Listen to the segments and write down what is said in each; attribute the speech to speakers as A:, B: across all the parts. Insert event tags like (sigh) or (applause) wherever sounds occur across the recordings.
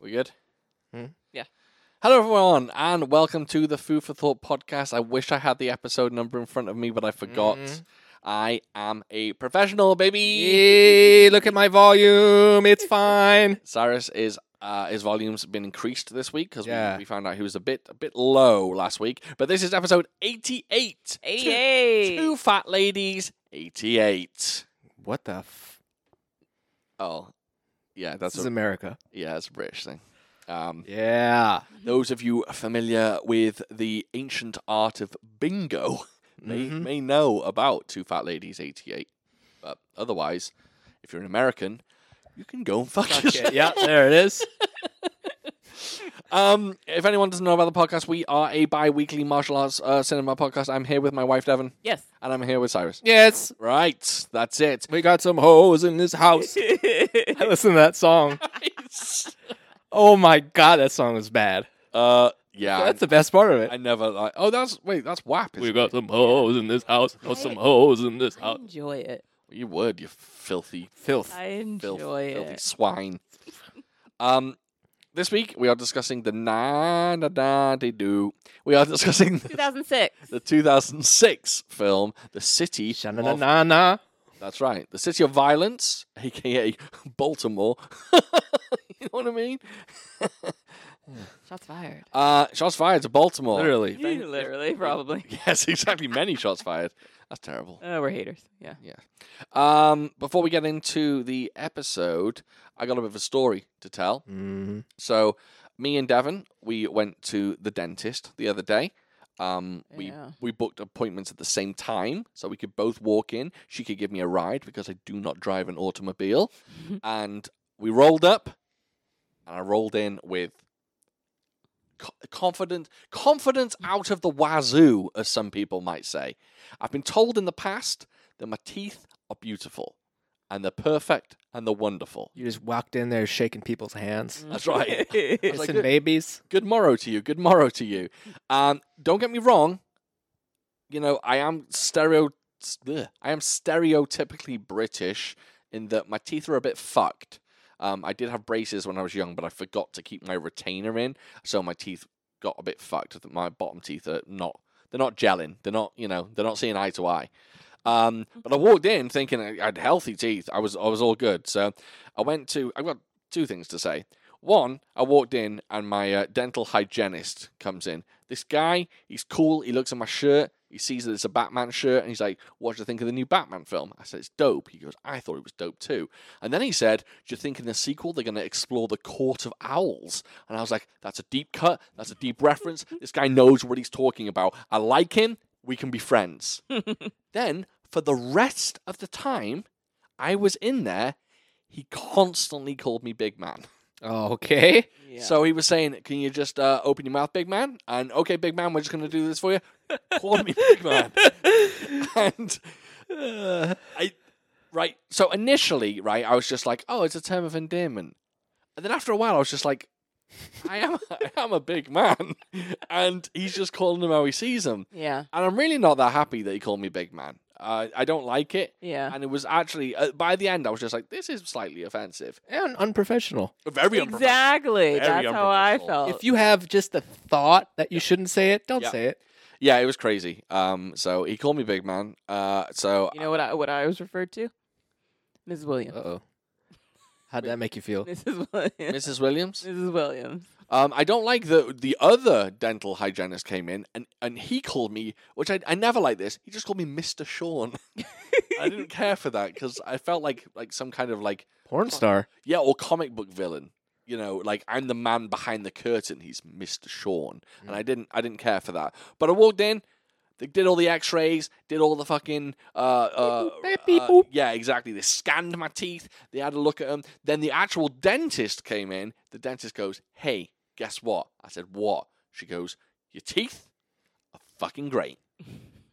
A: We good?
B: Hmm?
C: Yeah.
A: Hello, everyone, and welcome to the Food for Thought podcast. I wish I had the episode number in front of me, but I forgot.
B: Mhm.
A: I am a professional, baby.
B: Yay, look at my volume. It's fine.
A: Cyrus is. Uh, his volume's been increased this week because
B: Yeah.
A: we, we found out he was a bit a bit low last week. But this is episode 88. Two-
C: 88.
A: two fat ladies, 88.
B: What the f?
A: Oh, yeah, that's
B: this is
A: a,
B: America.
A: yeah, that's a British thing. Um,
B: Yeah.
A: those of you familiar with the ancient art of bingo may
B: Mhm.
A: may know about Two Fat Ladies '88, but otherwise, if you're an American, you can go and fuck yourself.
B: Okay, yeah, there it is.
A: Um, if anyone doesn't know about the podcast, we are a bi-weekly martial arts uh, cinema podcast. I'm here with my wife Devon,
C: Yes. (laughs)
A: and I'm here with Cyrus.
B: (laughs) Yes,
A: Right, that's it.
B: we got some hoes in this house. (laughs) I listened to that song. (laughs) Oh my god, that song was bad.
A: uh, yeah,
B: That's the best part of
A: I
B: it.
A: never like. Oh, that's wait, that's WAP. isn't
B: got some hoes in this house. Got
C: some
B: hoes in this
C: I enjoy it.
A: it? you would, you filthy
B: Filth.
C: I
A: filth,
C: enjoy
A: filthy
C: it. (laughs)
A: swine. um, this week we are discussing the na na na de do. We are (laughs) discussing the,
C: 2006.
A: the 2006 film, The City. Of,
B: Sha-na-na-na-na.
A: that's right, The City of Violence, (laughs) aka Baltimore. (laughs) you know what I mean?
C: Shots fired.
A: Uh, shots fired to Baltimore.
B: Literally.
A: If any- if-
C: Literally, probably.
A: (laughs) Yes, exactly. Many shots fired. That's terrible.
C: Uh, we're haters. Yeah.
A: Um, before we get into the episode, I got a bit of a story to tell.
B: Mhm.
A: So, me and Davin, we went to the dentist the other day. Um, we
C: Yeah.
A: we booked appointments at the same time, so we could both walk in. She could give me a ride because I do not drive an automobile, and we rolled up, and I rolled in with co- confidence, confidence out of the wazoo, as some people might say. I've been told in the past that my teeth are beautiful, and they're perfect, and they're wonderful.
B: You just walked in there shaking people's
C: Mm.
B: hands.
A: That's
C: (laughs)
A: right.
C: It's
A: It's like
B: Kissing
A: good-
B: babies.
A: good morrow to you. Good morrow to you. Um, don't get me wrong. You know, I am stereo. Ugh, I am stereotypically British in that my teeth are a bit fucked. Um, I did have braces when I was young, but I forgot to keep my retainer in, so my teeth got a bit fucked. My bottom teeth are not. They're not gelling. They're not. You know. They're not seeing eye to eye. Um, but I walked in thinking I I had healthy teeth. I was I was all good. So I went to. I've got two things to say. One, I walked in and my uh, dental hygienist comes in. This guy, he's cool. He looks at my shirt. He sees that it's a Batman shirt and he's like, What do you think of the new Batman film? I said, It's dope. He goes, I thought it was dope too. And then he said, Do you think in the sequel they're going to explore the Court of Owls? And I was like, That's a deep cut. That's a deep reference. This guy knows what he's talking about. I like him. We can be friends. then, for the rest of the time I was in there, he constantly called me Big Man.
B: Okay.
C: Yeah.
A: So he was saying, "Can you just uh, open your mouth, big man?" And okay, big man, we're just gonna do this for you. (laughs) Call me big
C: (laughs)
A: man. and I, right. So initially, right, I was just like, "Oh, it's a term of endearment." And then after a while, I was just like, "I am, I am a big man," (laughs) and he's just calling him how he sees him.
C: yeah.
A: And I'm really not that happy that he called me big man. Uh, I don't like it.
C: Yeah.
A: And it was actually uh, by the end, I was just like, "This is slightly offensive,
B: And unprofessional.
A: very unprofessional." Very
C: Exactly. That's how I
A: unprofessional.
C: felt.
B: If you have just the thought that you shouldn't say it, don't
A: Yeah.
B: say it.
A: Yeah, it was crazy. Um, so he called me big man. Uh, so
C: You know what I what I was referred to? Mrs. Williams.
B: Uh oh. How'd that make you
C: (laughs)
B: feel?
C: Mrs. Williams.
A: Mrs.
C: (laughs)
A: Williams.
C: Mrs. Williams.
A: Um, I don't like the the other dental hygienist came in and and he called me, which I I never like this. He just called me Mister Sean. (laughs) I didn't care for that because I felt like like some kind of like
B: Porn star.
A: yeah or comic book villain. You know, like I'm the man behind the curtain. He's Mister Sean,
B: Mm.
A: and I didn't I didn't care for that. But I walked in. They did all the X-rays, did all the fucking uh, uh,
B: Beep, beep,
A: uh,
B: boop.
A: yeah, exactly. They scanned my teeth. They had a look at them. Then the actual dentist came in. The dentist goes, "Hey, guess what?" I said, "What?" She goes, "Your teeth are fucking great.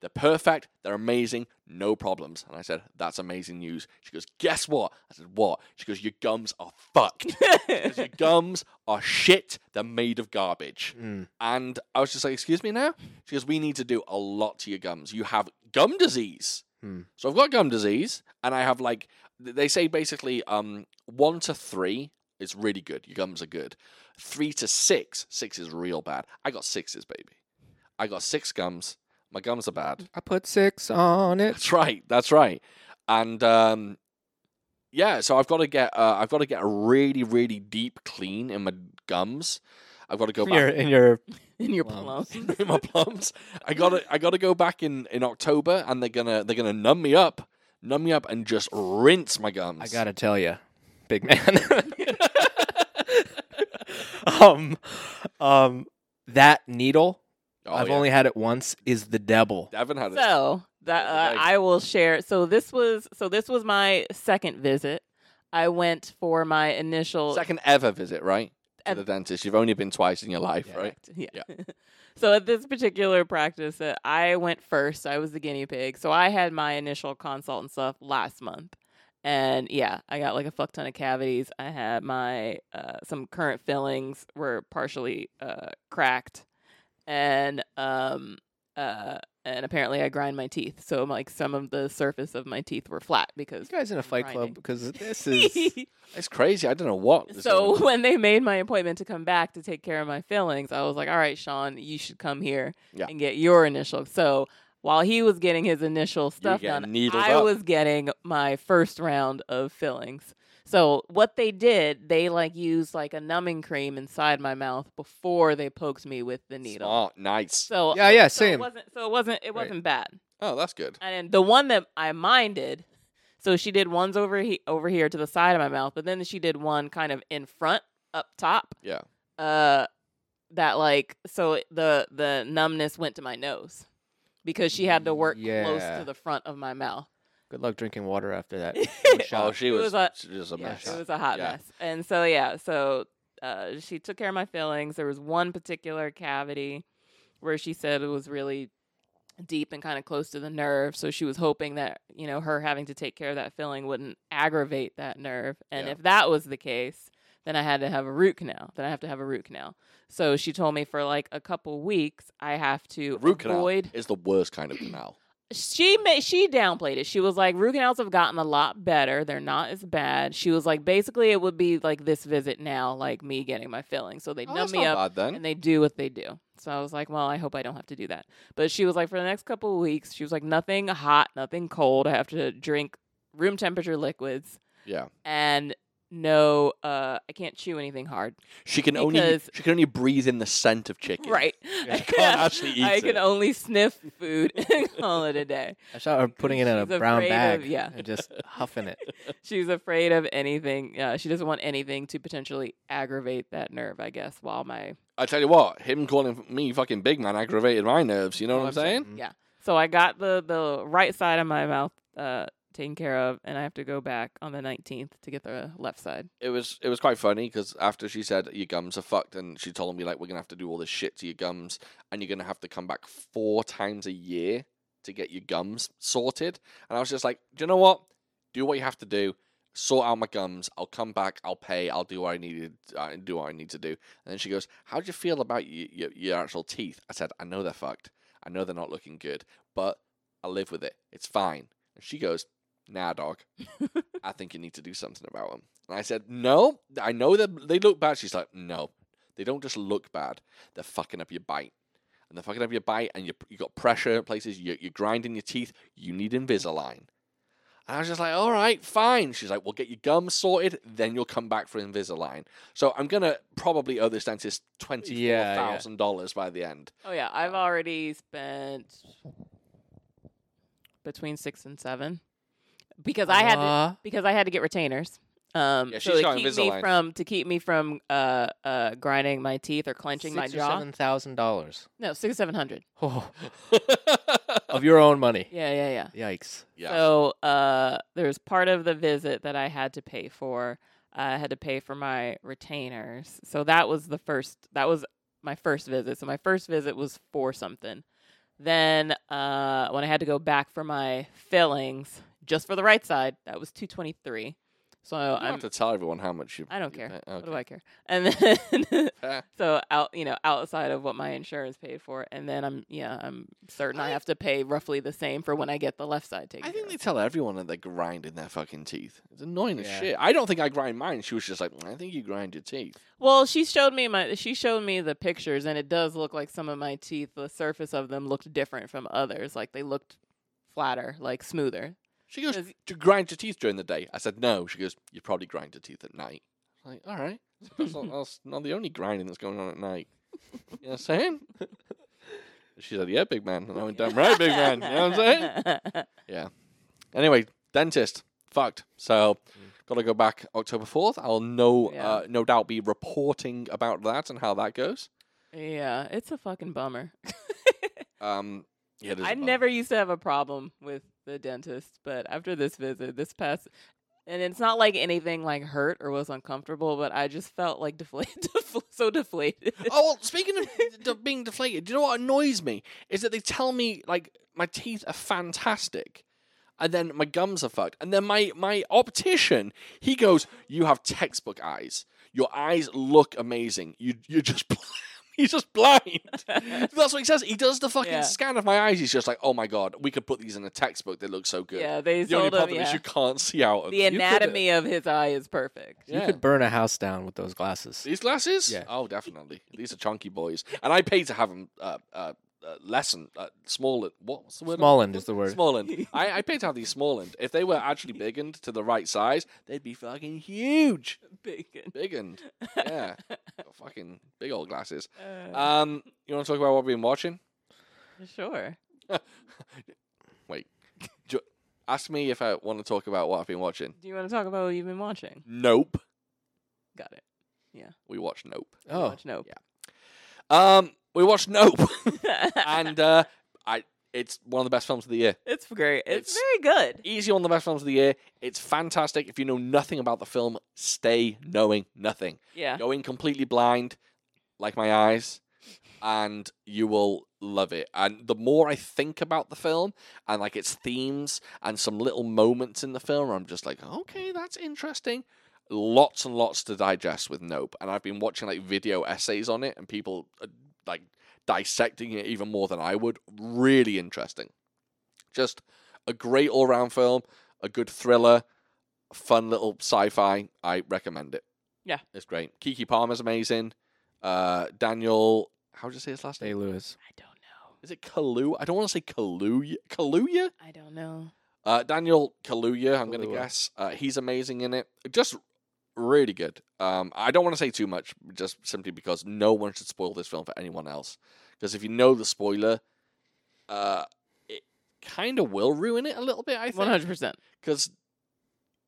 A: They're perfect. They're amazing. No problems." And I said, "That's amazing news." She goes, "Guess what?" I said, "What?" She goes, "Your gums are fucked. She goes, Your gums are shit. They're made of garbage."
B: Mm.
A: And I was just like, excuse me now? She goes, we need to do a lot to your gums. You have gum disease.
B: Hmm.
A: So I've got gum disease, and I have like, th- they say basically um, one to three It's really good. Your gums are good. Three to six. Six is real bad. I got sixes, baby. I got six gums. My gums are bad.
B: I put six on (laughs) it.
A: That's right. That's right. And um, yeah, so I've got to get uh, I've got to get a really really deep clean in my gums. I've got to
B: (laughs)
A: go
B: In your,
A: back
B: in your
C: (laughs) in your
B: Plums.
C: plums.
A: (laughs)
B: (laughs)
A: in my plums. I got to I got to go back in in October, and they're gonna they're gonna numb me up, numb me up, and just rinse my gums.
B: I gotta tell you, big man. (laughs)
C: (laughs)
B: um, um, that needle.
A: Oh,
B: I've
A: yeah.
B: only had it once. Is the devil?
A: Devin had it.
C: So that uh,
A: Nice.
C: I will share. So this was so this was my second visit. I went for my initial
A: Second ever visit, right? To
C: Ev-
A: the dentist. You've only been twice in your life,
B: Yeah.
A: right?
C: Correct. (laughs) Yeah. so at this particular practice, uh, I went first. I was the guinea pig. So I had my initial consult and stuff last month. And yeah, I got like a fuck ton of cavities. I had my uh, some current fillings were partially uh, cracked, and um uh and apparently I grind my teeth. So like some of the surface of my teeth were flat
B: You
C: because.
B: guys in a fight
C: Grinding.
B: club because this is
A: It's crazy. I don't know what. is
C: So
A: going on.
C: (laughs) when they made my appointment to come back to take care of my fillings, I was like, "All right, Sean, you should come here
A: Yeah.
C: and get your initial." So while he was getting his initial stuff
A: getting
C: done,
A: needled
C: I
A: up.
C: was getting my first round of fillings. So what they did, they like used like a numbing cream inside my mouth before they poked me with the needle.
A: Smart, nice.
C: So
B: Yeah, yeah,
C: so
B: same.
C: It wasn't so it wasn't it
B: Right.
C: wasn't bad.
A: Oh, that's good.
C: And the one that I minded, so she did ones over he- over here to the side of my mouth, but then she did one kind of in front up top.
A: Yeah.
C: Uh, that like so it- the the numbness went to my nose because she had to work close
B: Yeah.
C: to the front of my mouth.
B: good luck drinking water after that.
A: Oh, she
C: It
A: was,
C: was a-
A: she was a
C: Yeah,
A: mess.
B: shot.
C: it was a hot
A: Yeah.
C: mess. And so yeah, so uh, she took care of my fillings. There was one particular cavity where she said it was really deep and kind of close to the nerve. So she was hoping that you know her having to take care of that filling wouldn't aggravate that nerve. And
A: Yeah.
C: if that was the case, then I had to have a root canal. Then I have to have a root canal. So she told me for like a couple weeks I have to
A: Root canal
C: avoid
A: is the worst kind of canal.
C: she made she downplayed it. She was like, root canals have gotten a lot better. They're not as bad. She was like, basically, it would be like this visit now, like me getting my fillings. So they
A: Oh,
C: numb
A: that's
C: me
A: not
C: up
A: bad then.
C: and they do what they do. So I was like, well, I hope I don't have to do that. But she was like, for the next couple of weeks, she was like, nothing hot, nothing cold. I have to drink room temperature liquids
A: yeah.
C: and no, uh, I can't chew anything hard. (laughs)
A: She can only
C: Because-
A: she can only breathe in the scent of chicken.
C: Right.
A: Yeah, you can't actually eat
C: (laughs) I can
A: it.
C: only sniff
A: (laughs)
C: food (laughs) and call it a day.
B: I shot her putting it in a
C: She's
B: brown
C: afraid
B: bag
C: of- yeah.
B: and just huffing it.
C: She's afraid of anything. Uh, she doesn't want anything to potentially aggravate that nerve, I guess, while my.
A: I tell you what, him calling me fucking big man aggravated my nerves. You know what I'm saying?
B: Mm.
C: Yeah. So I got the, the right side of my mouth uh, taken care of, and I have to go back on the 19th to get the left side.
A: It was it was quite funny because after she said your gums are fucked and she told me like we're gonna have to do all this shit to your gums and you're gonna have to come back four times a year to get your gums sorted and I was just like, do you know what? Do what you have to do. Sort out my gums. I'll come back. I'll pay. I'll do what I needed. Uh, do what I need to do. And then she goes, "How do you feel about your, your your actual teeth?" I said, "I know they're fucked. I know they're not looking good, but I live with it. It's fine." And she goes, "Nah, dog. I think you need to do something about them. And I said, no, I know that they look bad. She's like, no, they don't just look bad. They're fucking up your bite. And they're fucking up your bite, and you, you got pressure in places, you, you're grinding your teeth. You need Invisalign. And I was just like, all right, fine. She's like, we'll get your gums sorted, then you'll come back for Invisalign. So I'm going to probably owe this dentist $24,000
B: yeah.
A: by the end.
C: Oh, yeah. I've already spent between six and seven because I had to
B: Uh,
C: because I had to get retainers. Um,
A: Yeah,
C: so
A: she's
C: to
A: got
C: keep
A: Invisalign.
C: me from to keep me from uh, uh, grinding my teeth or clenching my
B: six or
C: jaw.
B: seven thousand dollars
C: No, six seven hundred.
B: Oh, of your own
C: (laughs)
B: money.
C: Yeah, yeah, yeah.
B: Yikes!
A: yeah.
C: So uh, there's part of the visit that I had to pay for. I had to pay for my retainers. So that was the first. That was my first visit. So my first visit was for something. Then uh, when I had to go back for my fillings, just for the right side, that was two twenty three. So
A: You don't
C: I'm,
A: have to tell everyone how much you.
C: I don't
A: you
C: care.
A: pay. Okay.
C: what
A: Eh.
C: do I care? And then (laughs)
A: Fair.
C: so out, you know, outside of what my insurance paid for, and then I'm yeah, I'm certain
A: I-
C: I, have to pay roughly the same for when I get the left side taken.
A: I think
C: care
A: they
C: of.
A: tell everyone that they're grinding their fucking teeth. It's annoying as
B: Yeah.
A: shit. I don't think I grind mine. She was just like, I think you grind your teeth.
C: Well, she showed me my she showed me the pictures, and it does look like some of my teeth, the surface of them looked different from others. Like they looked flatter, like smoother.
A: She goes,
C: Does-
A: Do you grind your teeth during the day? I said, No. She goes, You probably grind your teeth at night. I'm like, all right. That's not, that's not the only grinding that's going on at night. You know what I'm saying?
C: (laughs)
A: she said, Yeah, big man. And I went, Damn right, big man. You know what I'm saying?
C: saying?
A: Anyway, dentist. Fucked. So, gotta go back October 4th. I'll no,
C: Yeah.
A: uh, no doubt be reporting about that and how that goes.
C: (laughs) yeah, it's a fucking bummer.
A: Um, yeah, it is
C: I
A: a bummer.
C: never used to have a problem with the dentist, but after this visit, this past, and it's not like anything like hurt or was uncomfortable, but I just felt like (laughs) deflated, so deflated.
A: Oh, well, speaking of d- being deflated, do you know what annoys me? Is that they tell me, like, my teeth are fantastic. And then my gums are fucked. And then my, my optician, he goes, You have textbook eyes. Your eyes look amazing. You, you're just (laughs) blind. He's just
C: (laughs)
A: blind. That's what he says. He does the fucking
C: Yeah.
A: scan of my eyes. He's just like, Oh my God, we could put these in a textbook. They look so good.
C: yeah, they
A: The only
C: sold
A: problem
C: him.
A: is
C: Yeah.
A: you can't see out of
C: The
A: them. You could-
C: anatomy of his eye is perfect. (laughs)
A: Yeah.
B: You could burn a house down with those glasses.
A: These glasses?
B: Yeah.
A: Oh, definitely. These are chunky boys, and I pay to have them. Uh, uh, uh, lesson uh, small what what's the word
B: Smallened is the word. (laughs)
A: smallened I, I paid to have these smallened if they were actually biggened to the right size they'd be fucking huge
C: Bacon.
A: biggened
B: (laughs)
A: yeah fucking big old glasses
C: Uh,
A: um you want to talk about what we've been watching
C: sure.
A: ask me if I want to talk about what I've been watching
C: Do you want to talk about what you've been watching?
A: nope
C: Got it.
A: we watched nope
C: You
B: Oh,
C: watch (laughs) Nope.
A: um we watched nope (laughs) and uh I it's one of the best films of the year
C: it's great. It's,
A: It's-
C: very good.
A: easy on the best films of the year. It's fantastic. If you know nothing about the film, stay knowing nothing.
C: Yeah.
A: Go in completely blind, like my eyes, and you will love it. And the more I think about the film and like its themes and some little moments in the film, I'm just like, okay, that's interesting. Lots and lots to digest with Nope. And I've been watching like video essays on it and people uh, like dissecting it even more than I would. Really interesting. Just a great all round film, a good thriller, fun little sci fi. I recommend it.
C: Yeah.
A: It's great. Kiki Palmer's amazing. Uh, Daniel, how would you say his last
B: Day
A: name?
B: Lewis.
C: I don't know.
A: Is it Kalu? I don't want to say Kaluuya. Kaluuya?
C: I don't know.
A: Uh, Daniel Kaluuya, I'm going to
B: Kaluuya.
A: guess. Uh, he's amazing in it. Just really good. Um, I don't want to say too much, just simply because no one should spoil this film for anyone else. Because if you know the spoiler, uh, it kind of will ruin it a little bit, I
C: One
A: think.
C: hundred (laughs) percent.
A: Because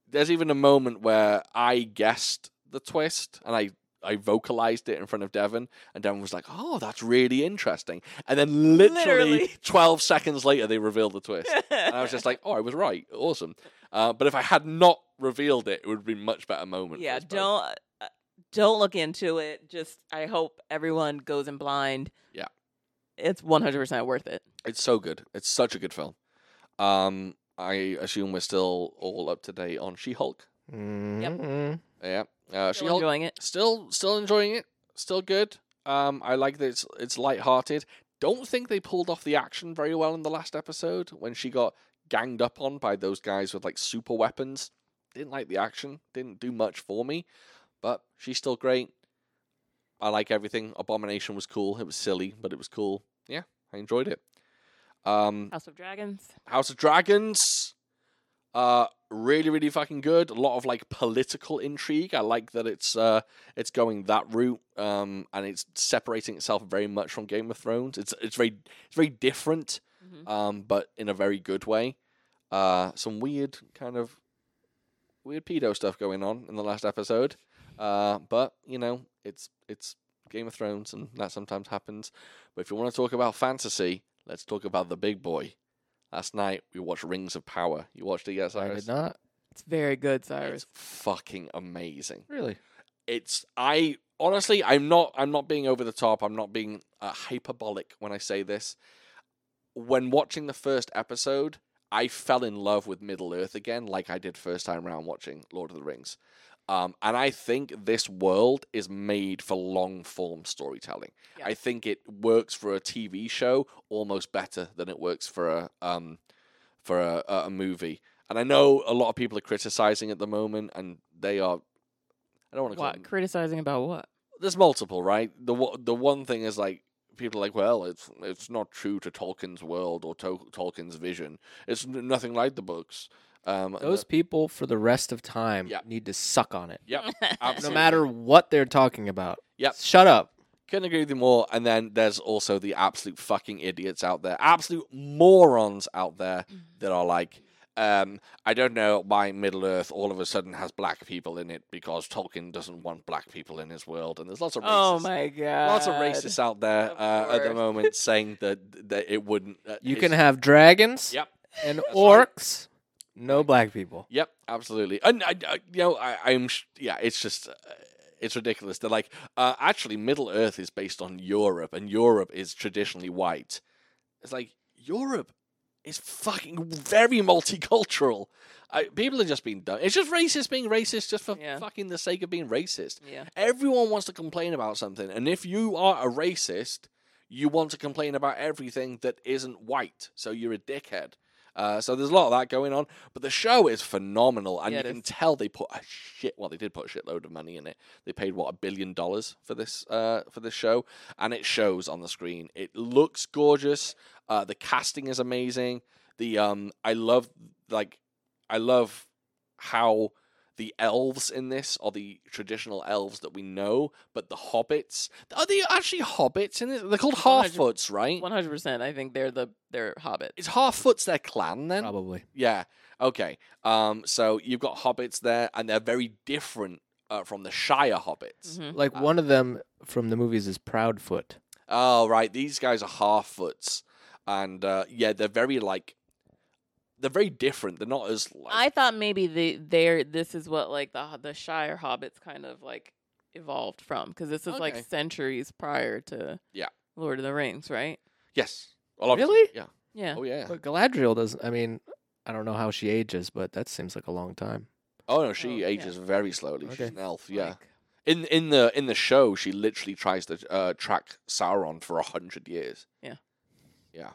A: there's even a moment where I guessed the twist and I. I vocalized it in front of Devon, and Devon was like, "Oh, that's really interesting." And then literally.
C: Literally.
A: 12 seconds later, they revealed the twist and I was just like, "Oh, I was right. Awesome." Uh, but if I had not revealed it, it would have been a much better moment. for
C: yeah
A: us both.
C: don't uh, don't look into it just i hope everyone goes in blind
A: Yeah.
C: it's 100% worth it
A: It's so good. It's such a good film. Um, I assume we're still all up to date on She-Hulk.
B: mm
A: Yeah, uh,
C: Still
A: She-Hulk.
C: enjoying it
A: Still, still enjoying it. Still good. Um, I like that it's it's lighthearted. Don't think they pulled off the action very well in the last episode when she got ganged up on by those guys with like super weapons. Didn't like the action. Didn't do much for me, but she's still great. I like everything. Abomination was cool. It was silly, but it was cool. Yeah, I enjoyed it. Um,
C: house of dragons
A: House of Dragons. Uh really, really fucking good. A lot of like political intrigue. I like that it's uh it's going that route. Um and it's separating itself very much from Game of Thrones. It's it's very it's very different,
C: Mhm.
A: um, but in a very good way. Uh some weird kind of weird pedo stuff going on in the last episode. Uh but, you know, it's it's Game of Thrones and that sometimes happens. But if you want to talk about fantasy, let's talk about the big boy. Last night we watched Rings of Power. You watched it yet,
B: I
A: Cyrus?
B: did not.
C: it's very good
A: It's
C: cyrus
A: fucking amazing.
B: Really?
A: It's I honestly I'm not I'm not being over the top. I'm not being uh, hyperbolic when I say this. When watching the first episode, I fell in love with Middle Earth again, like I did first time round watching Lord of the Rings. Um, and I think this world is made for long form storytelling.
C: Yeah.
A: I think it works for a TV show almost better than it works for a um, for a, a a movie. And I know a lot of people are criticizing at the moment, and they are. I don't want to call
C: What
A: them
C: criticizing about what?
A: there's multiple, right? The wo- the one thing is like people are like, well, it's it's not true to Tolkien's world or Tol- Tolkien's vision. It's n- nothing like the books. Um, and
B: Those
A: the-
B: people, for the rest of time,
A: Yeah.
B: need to suck on it.
A: Yep,
B: No
A: absolutely.
B: matter what they're talking about.
A: Yep.
B: Shut up.
A: Couldn't agree with you more. And then there's also the absolute fucking idiots out there, absolute morons out there that are like, um, I don't know why Middle Earth all of a sudden has black people in it because Tolkien doesn't want black people in his world. And there's lots of racist
C: Oh my god.
A: lots of racists out there
C: Of
A: uh, at the
C: course. (laughs)
A: moment saying that that it wouldn't. Uh,
B: You
A: it's-
B: can have dragons
A: Yep.
B: and
A: right.
B: orcs, no black people.
A: Yep, absolutely. And I, I- you know, I, I'm sh- yeah, it's just. Uh, it's ridiculous. They're like, uh, actually, Middle Earth is based on Europe, and Europe is traditionally white. It's like Europe is fucking very multicultural. I, people are just being dumb. It's just racist being racist, just for
C: Yeah.
A: fucking the sake of being racist.
C: Yeah.
A: Everyone wants to complain about something, and if you are a racist, you want to complain about everything that isn't white, so you're a dickhead. Uh, so there's a lot of that going on, but the show is phenomenal, and
C: Yeah,
A: you
C: it
A: can
C: is.
A: tell they put a shit. Well, they did put a shitload of money in it. They paid what a billion dollars for this uh, for this show, and it shows on the screen. It looks gorgeous. Uh, the casting is amazing. The um, I love like I love how the elves in this are the traditional elves that we know, but the hobbits are they actually hobbits in this? They're called
C: One hundred-
A: Halfoots, right?
C: One hundred percent. I think they're the they're hobbits.
A: Is Halfoots their clan then?
B: Probably.
A: Yeah. Okay. Um. So you've got hobbits there, and they're very different uh, from the Shire hobbits.
C: Mhm.
B: Like one of them from the movies is Proudfoot.
A: Oh, right. These guys are Halfoots, and uh, yeah, they're very like they're very different. They're not as like
C: I thought maybe they they're this is what like the the Shire hobbits kind of like evolved from because this is
A: Okay.
C: like centuries prior to
A: Yeah.
C: Lord of the Rings, right?
A: yes. Well, obviously,
B: Really?
A: Yeah.
C: Yeah.
A: Oh yeah.
B: But Galadriel doesn't. I mean, I don't know how she ages, but that seems like a long time.
A: Oh no, she
C: Oh, yeah.
A: ages very slowly. She's
B: Okay.
A: an elf. Yeah.
C: Like,
A: In in the in the show, she literally tries to uh, track Sauron for a hundred years.
C: Yeah.
A: Yeah.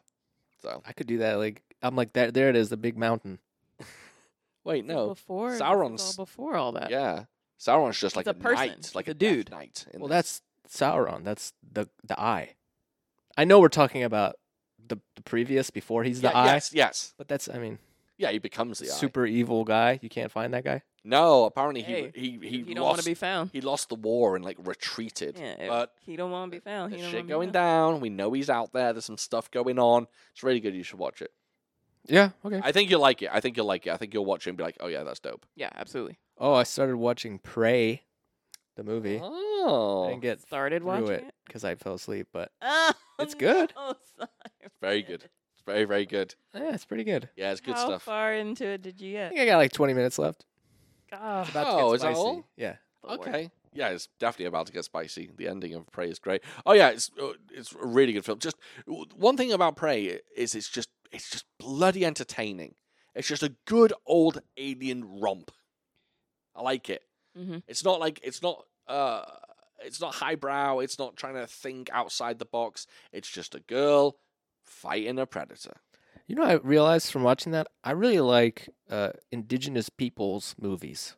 A: So
B: I could do that. Like I'm like that. There it is, the big mountain.
A: wait,
C: this is
A: no.
C: Before this is
A: Sauron's-
C: all before all that.
A: Yeah. Sauron's just like
C: a
A: a,
C: person.
A: knight,
C: uh, He's
A: like
C: a
A: a, death
C: dude.
A: knight. in
B: Well,
A: this.
B: that's Sauron. That's the the eye. I know we're talking about the the previous before he's the
A: yeah,
B: eye,
A: Yes, yes.
B: but that's I mean
A: Yeah, he becomes the super.
B: super evil guy. You can't find that guy.
A: No, apparently he
C: Hey,
A: he he,
C: He, don't want
A: lost
C: to be found.
A: he lost the war and like retreated.
C: yeah, it-
A: but
C: he don't want to be found. He
A: there's
C: don't
A: shit
C: wanna
A: going
C: be found.
A: down. We know he's out there. There's some stuff going on. It's really good. You should watch it.
B: Yeah. Okay.
A: I think you'll like it. I think you'll like it. I think you'll watch it and be like, oh yeah, that's dope.
C: Yeah, absolutely.
B: oh, I started watching Prey, the movie. I
A: Oh,
B: didn't get
C: Started watching
B: through
C: it.
A: (laughs)
B: it because I fell asleep, but
C: Oh,
B: It's good.
C: no, (laughs) Simon.
A: very good. It's very very good.
B: yeah, it's pretty good.
A: Yeah, it's good
C: How
A: stuff.
C: far into it did you
B: I
C: get?
B: think I got like 20 minutes left. It's about to get
A: Oh, is that
B: spicy.
A: all?
B: Yeah.
C: Lord.
A: Okay. Yeah, it's definitely about to get spicy. The ending of Prey is great. Oh yeah, it's uh, it's a really good film. Just w- one thing about Prey is it's just it's just bloody entertaining. It's just a good old alien romp. I like it.
C: Mhm.
A: It's not like it's not uh it's not highbrow. It's not trying to think outside the box. It's just a girl fighting a predator.
B: You know, what I realized from watching that I really like uh, indigenous peoples movies.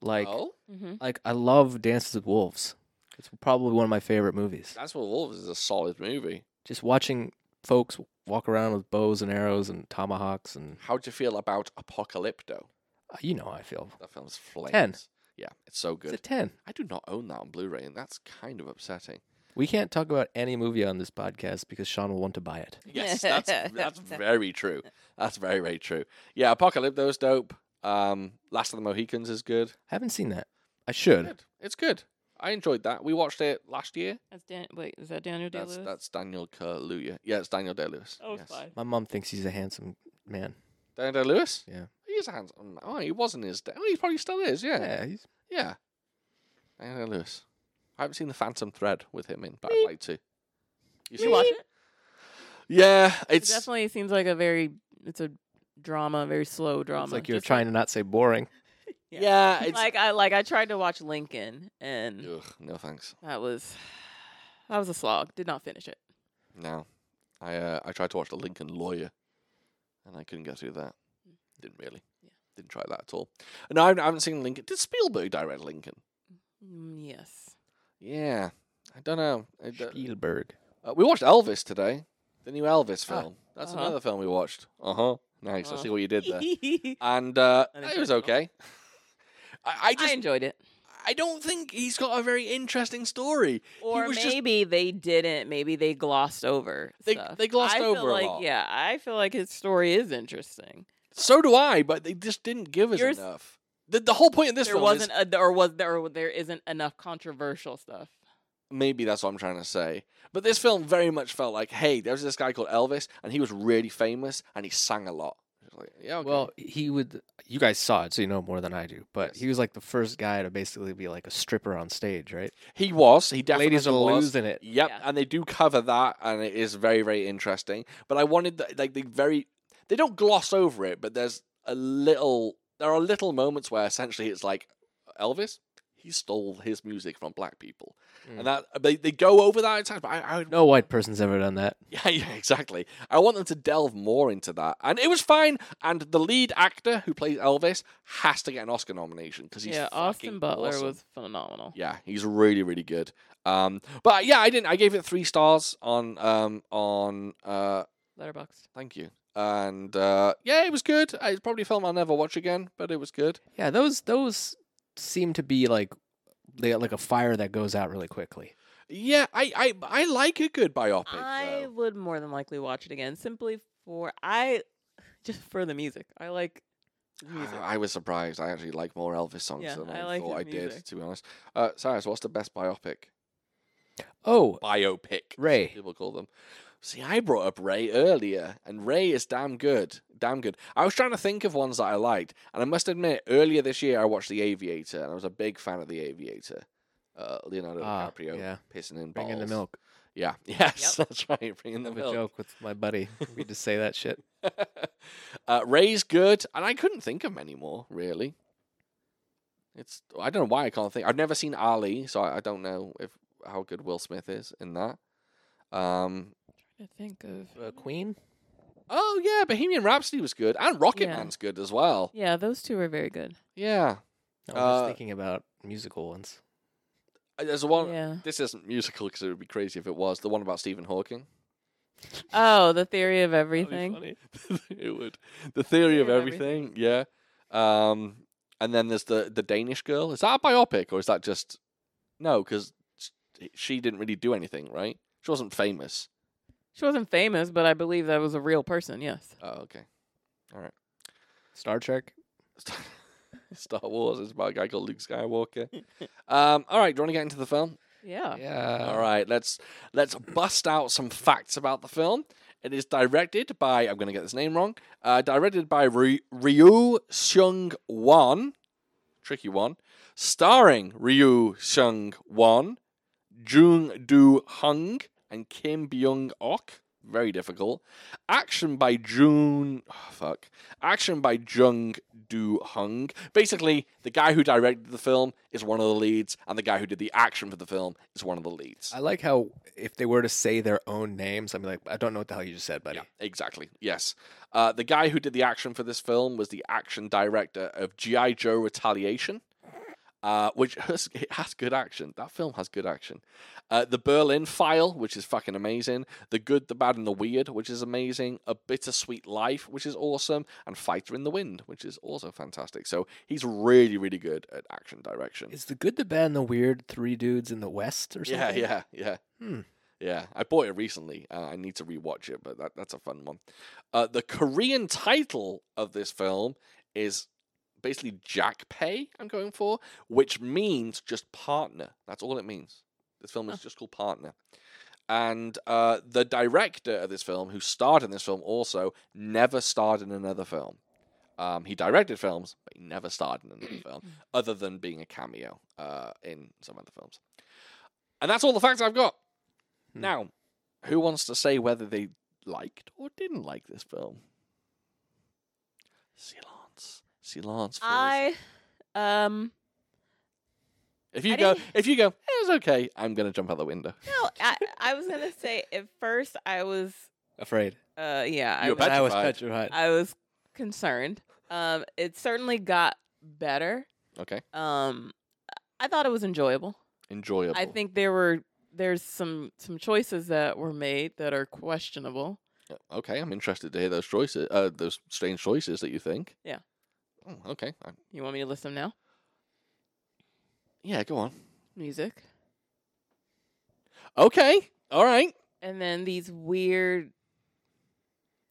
B: Like,
A: oh,
C: Mhm.
B: like I love Dances with Wolves. It's probably one of my favorite movies.
A: that's what Wolves is a solid movie.
B: Just watching folks walk around with bows and arrows and tomahawks and
A: How do you feel about Apocalypto?
B: uh, you know how I feel.
A: That film's flames.
B: Ten.
A: Yeah, it's so
B: It's
A: good.
B: a ten.
A: I do not own that on Blu-ray, and that's kind of
C: (laughs)
A: upsetting.
B: We can't talk about any movie on this podcast because Sean will want to buy it.
A: Yes, that's that's very true. That's very very true. Yeah, Apocalypto is dope. Um, Last of the Mohicans is good.
B: haven't seen that. I should.
A: Good. It's good. I enjoyed that. We watched it last year.
C: That's Dan- wait, is that Daniel Day
A: That's
C: Lewis?
A: that's Daniel Kerr Lewis. Yeah, it's Daniel Day Lewis.
C: oh,
A: yes.
C: fine.
B: My mom thinks he's a handsome man.
A: Daniel Day Lewis.
B: Yeah.
A: he's a handsome. Oh, he wasn't his. Day. Oh, he probably still is. Yeah, yeah.
B: Yeah, he's
A: Daniel Day Lewis. I haven't seen the Phantom Thread with him in, but I'd like to.
C: You watch it?
A: Yeah,
C: It
A: it's
C: definitely seems like a very it's a drama, very slow drama.
B: It's like you're
C: just
B: trying to not say boring.
A: Yeah,
C: Yeah. (laughs)
A: it's,
C: like I like I tried to watch Lincoln and
A: Ugh, no thanks.
C: that was that was a slog. Did not finish it.
A: No, I uh, I tried to watch the Lincoln Lawyer, and I couldn't get through that. Didn't really.
C: Yeah.
A: Didn't try that at all. No, I haven't- I haven't seen Lincoln. Did Spielberg direct Lincoln?
C: Mm, yes.
A: Yeah, I don't know. I d-
B: Spielberg.
A: uh, we watched Elvis today, the new Elvis
B: Ah.
A: film. That's
C: Uh-huh.
A: another film we watched. Uh huh. Nice. I
C: Uh.
A: see what you did
C: (laughs)
A: there. and uh,
C: An
A: it was
C: intentional.
A: okay. I, I
C: I
A: just
C: enjoyed it.
A: I don't think he's got a very interesting story.
C: Or
A: was just-
C: maybe they didn't. Maybe they glossed over.
A: They-
C: stuff.
A: they glossed
C: I feel
A: over a
C: like,
A: lot.
C: Yeah, I feel like his story is interesting.
A: So do I, but they just didn't give us
C: Yours-
A: enough. The, the whole point of this
C: there
A: film
C: wasn't,
A: is
C: a, or was there, or there isn't enough controversial stuff.
A: maybe that's what I'm trying to say. But this film very much felt like, hey, there was this guy called Elvis, and he was really famous, and he sang a lot. It's like, yeah, okay.
B: Well, he would. You guys saw it, so you know more than I do. But
A: Yes.
B: he was like the first guy to basically be like a stripper on stage, right?
A: he was. He definitely
B: Ladies are
A: was.
B: losing it.
A: Yep,
C: Yeah.
A: and they do cover that, and it is very, very interesting. But I wanted the, like they very they don't gloss over it, but there's a little there are little moments where essentially it's like Elvis he stole his music from black people,
B: Mm.
A: and that they, they go over that at times. But I, I would, (laughs)
B: No white person's ever done that.
A: yeah, yeah, exactly. I want them to delve more into that, and it was fine. And the lead actor who plays Elvis has to get an Oscar nomination because he's
C: yeah,
A: fucking
C: Austin Butler
A: awesome.
C: was phenomenal.
A: Yeah, he's really really good. Um, but yeah, I didn't. I gave it three stars on um on uh.
C: Letterboxd.
A: Thank you. And uh, yeah, it was good. Uh, It's probably a film I'll never watch again, but it was good.
B: Yeah, those those seem to be like they are like a fire that goes out really quickly.
A: Yeah, I I, I like uh, a good biopic.
C: I
A: though.
C: would more than likely watch it again simply for I (sighs) just for the music. I like the (sighs) music.
A: Uh, I was surprised. I actually like more Elvis songs
C: Yeah,
A: than
C: I
A: I,
C: like
A: thought I
C: his
A: did.
C: music.
A: To be honest, uh, Cyrus, what's the best biopic?
B: Oh,
A: Biopic,
B: Ray.
A: people call them. See, I brought up Ray earlier, and Ray is damn good, damn good. I was trying to think of ones that I liked, and I must admit, earlier this year I watched The Aviator, and I was a big fan of The Aviator. Uh, Leonardo
B: Ah,
A: DiCaprio
B: yeah.
A: pissing in
B: bring in the
A: bottles.
B: milk.
A: Yeah. (laughs) Yes, that's right. Bring in the
B: I have
A: milk.
B: a joke with my buddy. We just say
A: (laughs)
B: that shit.
A: uh, Ray's good, and I couldn't think of many more really. It's I don't know why I can't think. I've never seen Ali, so I, I don't know if how good Will Smith is in that. Um.
C: I think of
B: Uh, Queen.
A: Oh yeah, Bohemian Rhapsody was good, and Rocket
C: Yeah.
A: Man's good as well.
C: Yeah, those two are very good.
A: Yeah.
B: No, I'm
A: Uh,
B: just thinking about musical ones.
A: Uh, There's one.
C: yeah.
A: This isn't musical because it would be crazy if it was. The one about Stephen Hawking.
C: Oh, the theory of everything.
A: (laughs) it would. The theory of
C: Theory of
A: everything. Yeah. Um. And then there's the the Danish girl. Is that a biopic or is that just no? Because she didn't really do anything, right? She wasn't famous.
C: She wasn't famous, but I believe that was a real person. Yes.
A: Oh, okay. (laughs)
B: Star Trek.
A: Star Wars is about a guy called Luke
C: (laughs)
A: Skywalker. um. All right. Do you want to get into the film?
C: Yeah.
B: Yeah.
A: Uh, All right, let's let's bust out some facts about the film. It is directed by I'm going to get this name wrong. Uh, directed by Ry- Ryu Seung Wan, tricky one. Starring Ryu Seung Wan, Jung Do Hung, and Kim Byung Ok. Very difficult. Action by June. oh, fuck. Action by Jung Do Hung. Basically, the guy who directed the film is one of the leads, and the guy who did the action for the film is one of the leads.
B: I like how if they were to say their own names, I'd be like, I don't know what the hell you just said, buddy.
A: Yeah, exactly. Yes. Uh, the guy who did the action for this film was the action director of G.I. Joe Retaliation, uh, which (laughs) has, it has good action. That film has good action. Uh, the Berlin File, which is fucking amazing. The Good, the Bad, and the Weird, which is amazing. A Bittersweet Life, which is awesome. And Fighter in the Wind, which is also fantastic. So he's really, really good at action direction.
B: Is the good, the bad, and the weird three dudes in the West or
A: Yeah,
B: something?
A: yeah, yeah.
B: Hmm.
A: Yeah, I bought it recently. Uh, I need to rewatch it, but that, that's a fun one. Uh, the Korean title of this film is basically Jack Pay, I'm going for, which means just partner. That's all it means. This film is
C: Huh.
A: just called Partner. And uh, the director of this film, who starred in this film also, never starred in another film. Um, he directed films, but he never starred in another
C: (clears throat)
A: film, other than being a cameo uh, in some other films. And that's all the facts I've got.
B: Hmm.
A: Now, who wants to say whether they liked or didn't like this film? Silence. Silence. fools.
C: I um
A: if you
C: I
A: go,
C: didn't-
A: if you go, it's okay. I'm gonna jump out the window.
C: no, I, I was (laughs) gonna say at first I was
B: Afraid.
C: uh yeah, I
A: You were
C: was,
A: petrified.
B: I was petrified.
C: I was concerned. Um it certainly got better.
A: Okay,
C: Um I thought it was enjoyable.
A: enjoyable.
C: I think there were there's some some choices that were made that are questionable.
A: Yeah, Okay, I'm interested to hear those choices, uh, those strange choices that you think.
C: Yeah.
A: Oh, okay. I,
C: You want me to list them now?
A: yeah, go on.
C: Music.
A: Okay. All right.
C: and then these weird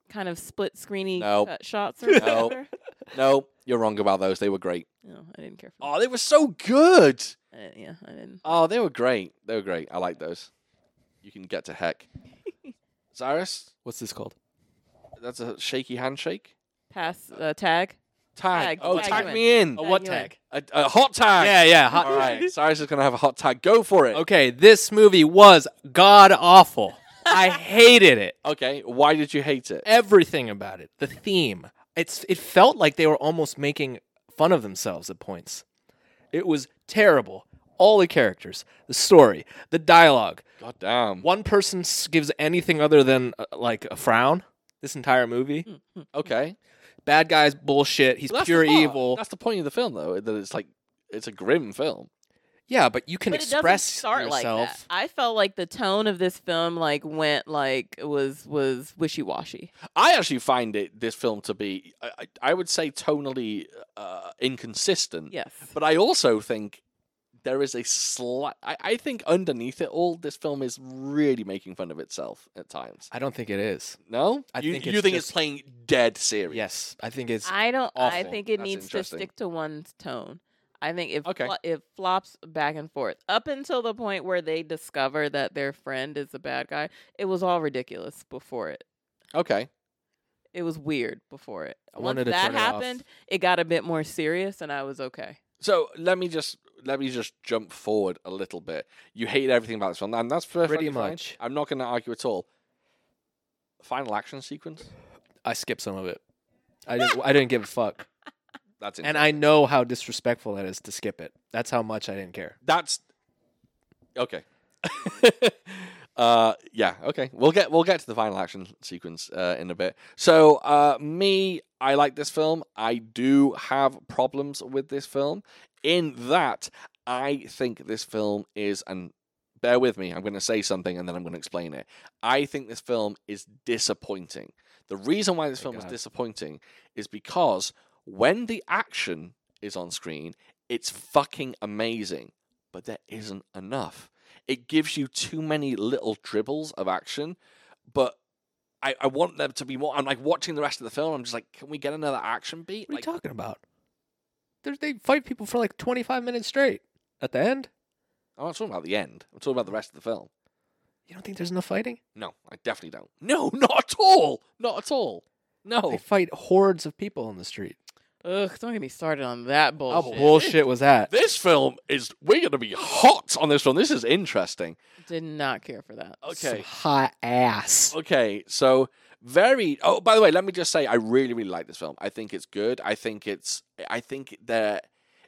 C: kind of split screeny
A: Nope.
C: cut shots or
B: Nope.
C: whatever.
A: No, you're wrong about those. They were great.
C: No, I didn't care for
A: Oh, they were so good.
C: that. I didn't- yeah, I didn't.
A: Oh, they were great. They were great. I like those. You can get to heck. (laughs) Cyrus,
B: What's this called?
A: that's a shaky handshake.
C: Pass uh, tag.
A: Tag.
C: Tag,
A: oh,
C: tag
A: tag
C: you
A: me in.
B: A
C: Tag
B: what
C: you in.
B: tag?
A: A, a hot tag.
B: Yeah, yeah. hot-
A: (laughs) All right. Cyrus is going to have a hot tag. Go for it.
B: Okay, this movie was god awful.
A: (laughs)
B: I hated it.
A: Okay. Why did you hate it?
B: Everything about it. The theme. It's it felt like they were almost making fun of themselves at points. It was terrible. All the characters, the story, the dialogue.
A: God damn.
B: One person s- gives anything other than uh, like a frown this entire movie.
C: Hmm,
A: Okay.
B: Bad guys bullshit.
A: Mm.
B: He's
A: Well, that's the
B: pure
A: part.
B: evil.
A: That's the point of the film, though, that it's like, it's a grim film.
B: yeah, but you can
C: But it doesn't
B: express
C: start like
B: yourself.
C: that. I felt like the tone of this film like went like it was was wishy washy.
A: I actually find it this film to be, I, I- I would say, tonally uh, inconsistent.
C: Yes.
A: But I also think there is a slight. I, I think underneath it all, this film is really making fun of itself at times.
B: I don't think it is.
A: No,
B: I
A: you
B: think
A: you
B: it's
A: think
B: just-
A: it's playing dead serious.
B: Yes, I think it's
C: I don't. I
A: awful.
C: think it
A: That's
C: needs to
A: interesting.
C: stick to one tone. I think if
A: Okay.
C: flo- it flops back and forth up until the point where they discover that their friend is the bad guy, it was all ridiculous before it.
A: Okay.
C: it was weird before it.
B: I
C: Once
B: wanted to
C: that
B: turn it off.
C: happened, it got a bit more serious, and I was okay.
A: So let me just let me just jump forward a little bit. You hate everything about this film, and that's perfectly
B: Pretty
A: fine.
B: much.
A: I'm not going to argue at all. Final action sequence.
B: I skipped some of it. I didn't. I didn't give a
C: (laughs)
B: fuck,
A: That's
B: and I know how disrespectful that is to skip it. That's how much I didn't care.
A: That's okay. (laughs) uh, yeah, okay. We'll get we'll get to the final action sequence uh, in a bit. So, uh, me, I like this film. I do have problems with this film. In that, I think this film is and bear with me. I'm going to say something and then I'm going to explain it. I think this film is disappointing. The reason why this
B: Oh,
A: film is
B: God.
A: disappointing is because when the action is on screen, it's fucking amazing but there isn't enough. It gives you too many little dribbles of action, but I, I want them to be more. I'm like watching the rest of the film. I'm just like, can we get another action beat?
B: What are
A: Like,
B: you talking about? There's, they fight people for like 25 minutes straight. At the end,
A: I'm not talking about the end. I'm talking about the rest of the film.
B: you don't think there's enough fighting?
A: No, I definitely don't. No, (laughs) not at all. Not at all.
B: They
C: Oh.
A: No.
B: fight hordes of people on the street.
C: Ugh, don't get me started on that
B: How
C: bullshit.
B: bullshit was that?
A: This film is. We're going to be hot on this one. This is interesting.
C: (laughs) Did not care for that.
B: Some
A: Okay.
B: hot ass.
A: Okay, so very. Oh, by the way, let me just say, I really, really like this film. I think it's good. I think it's. I think there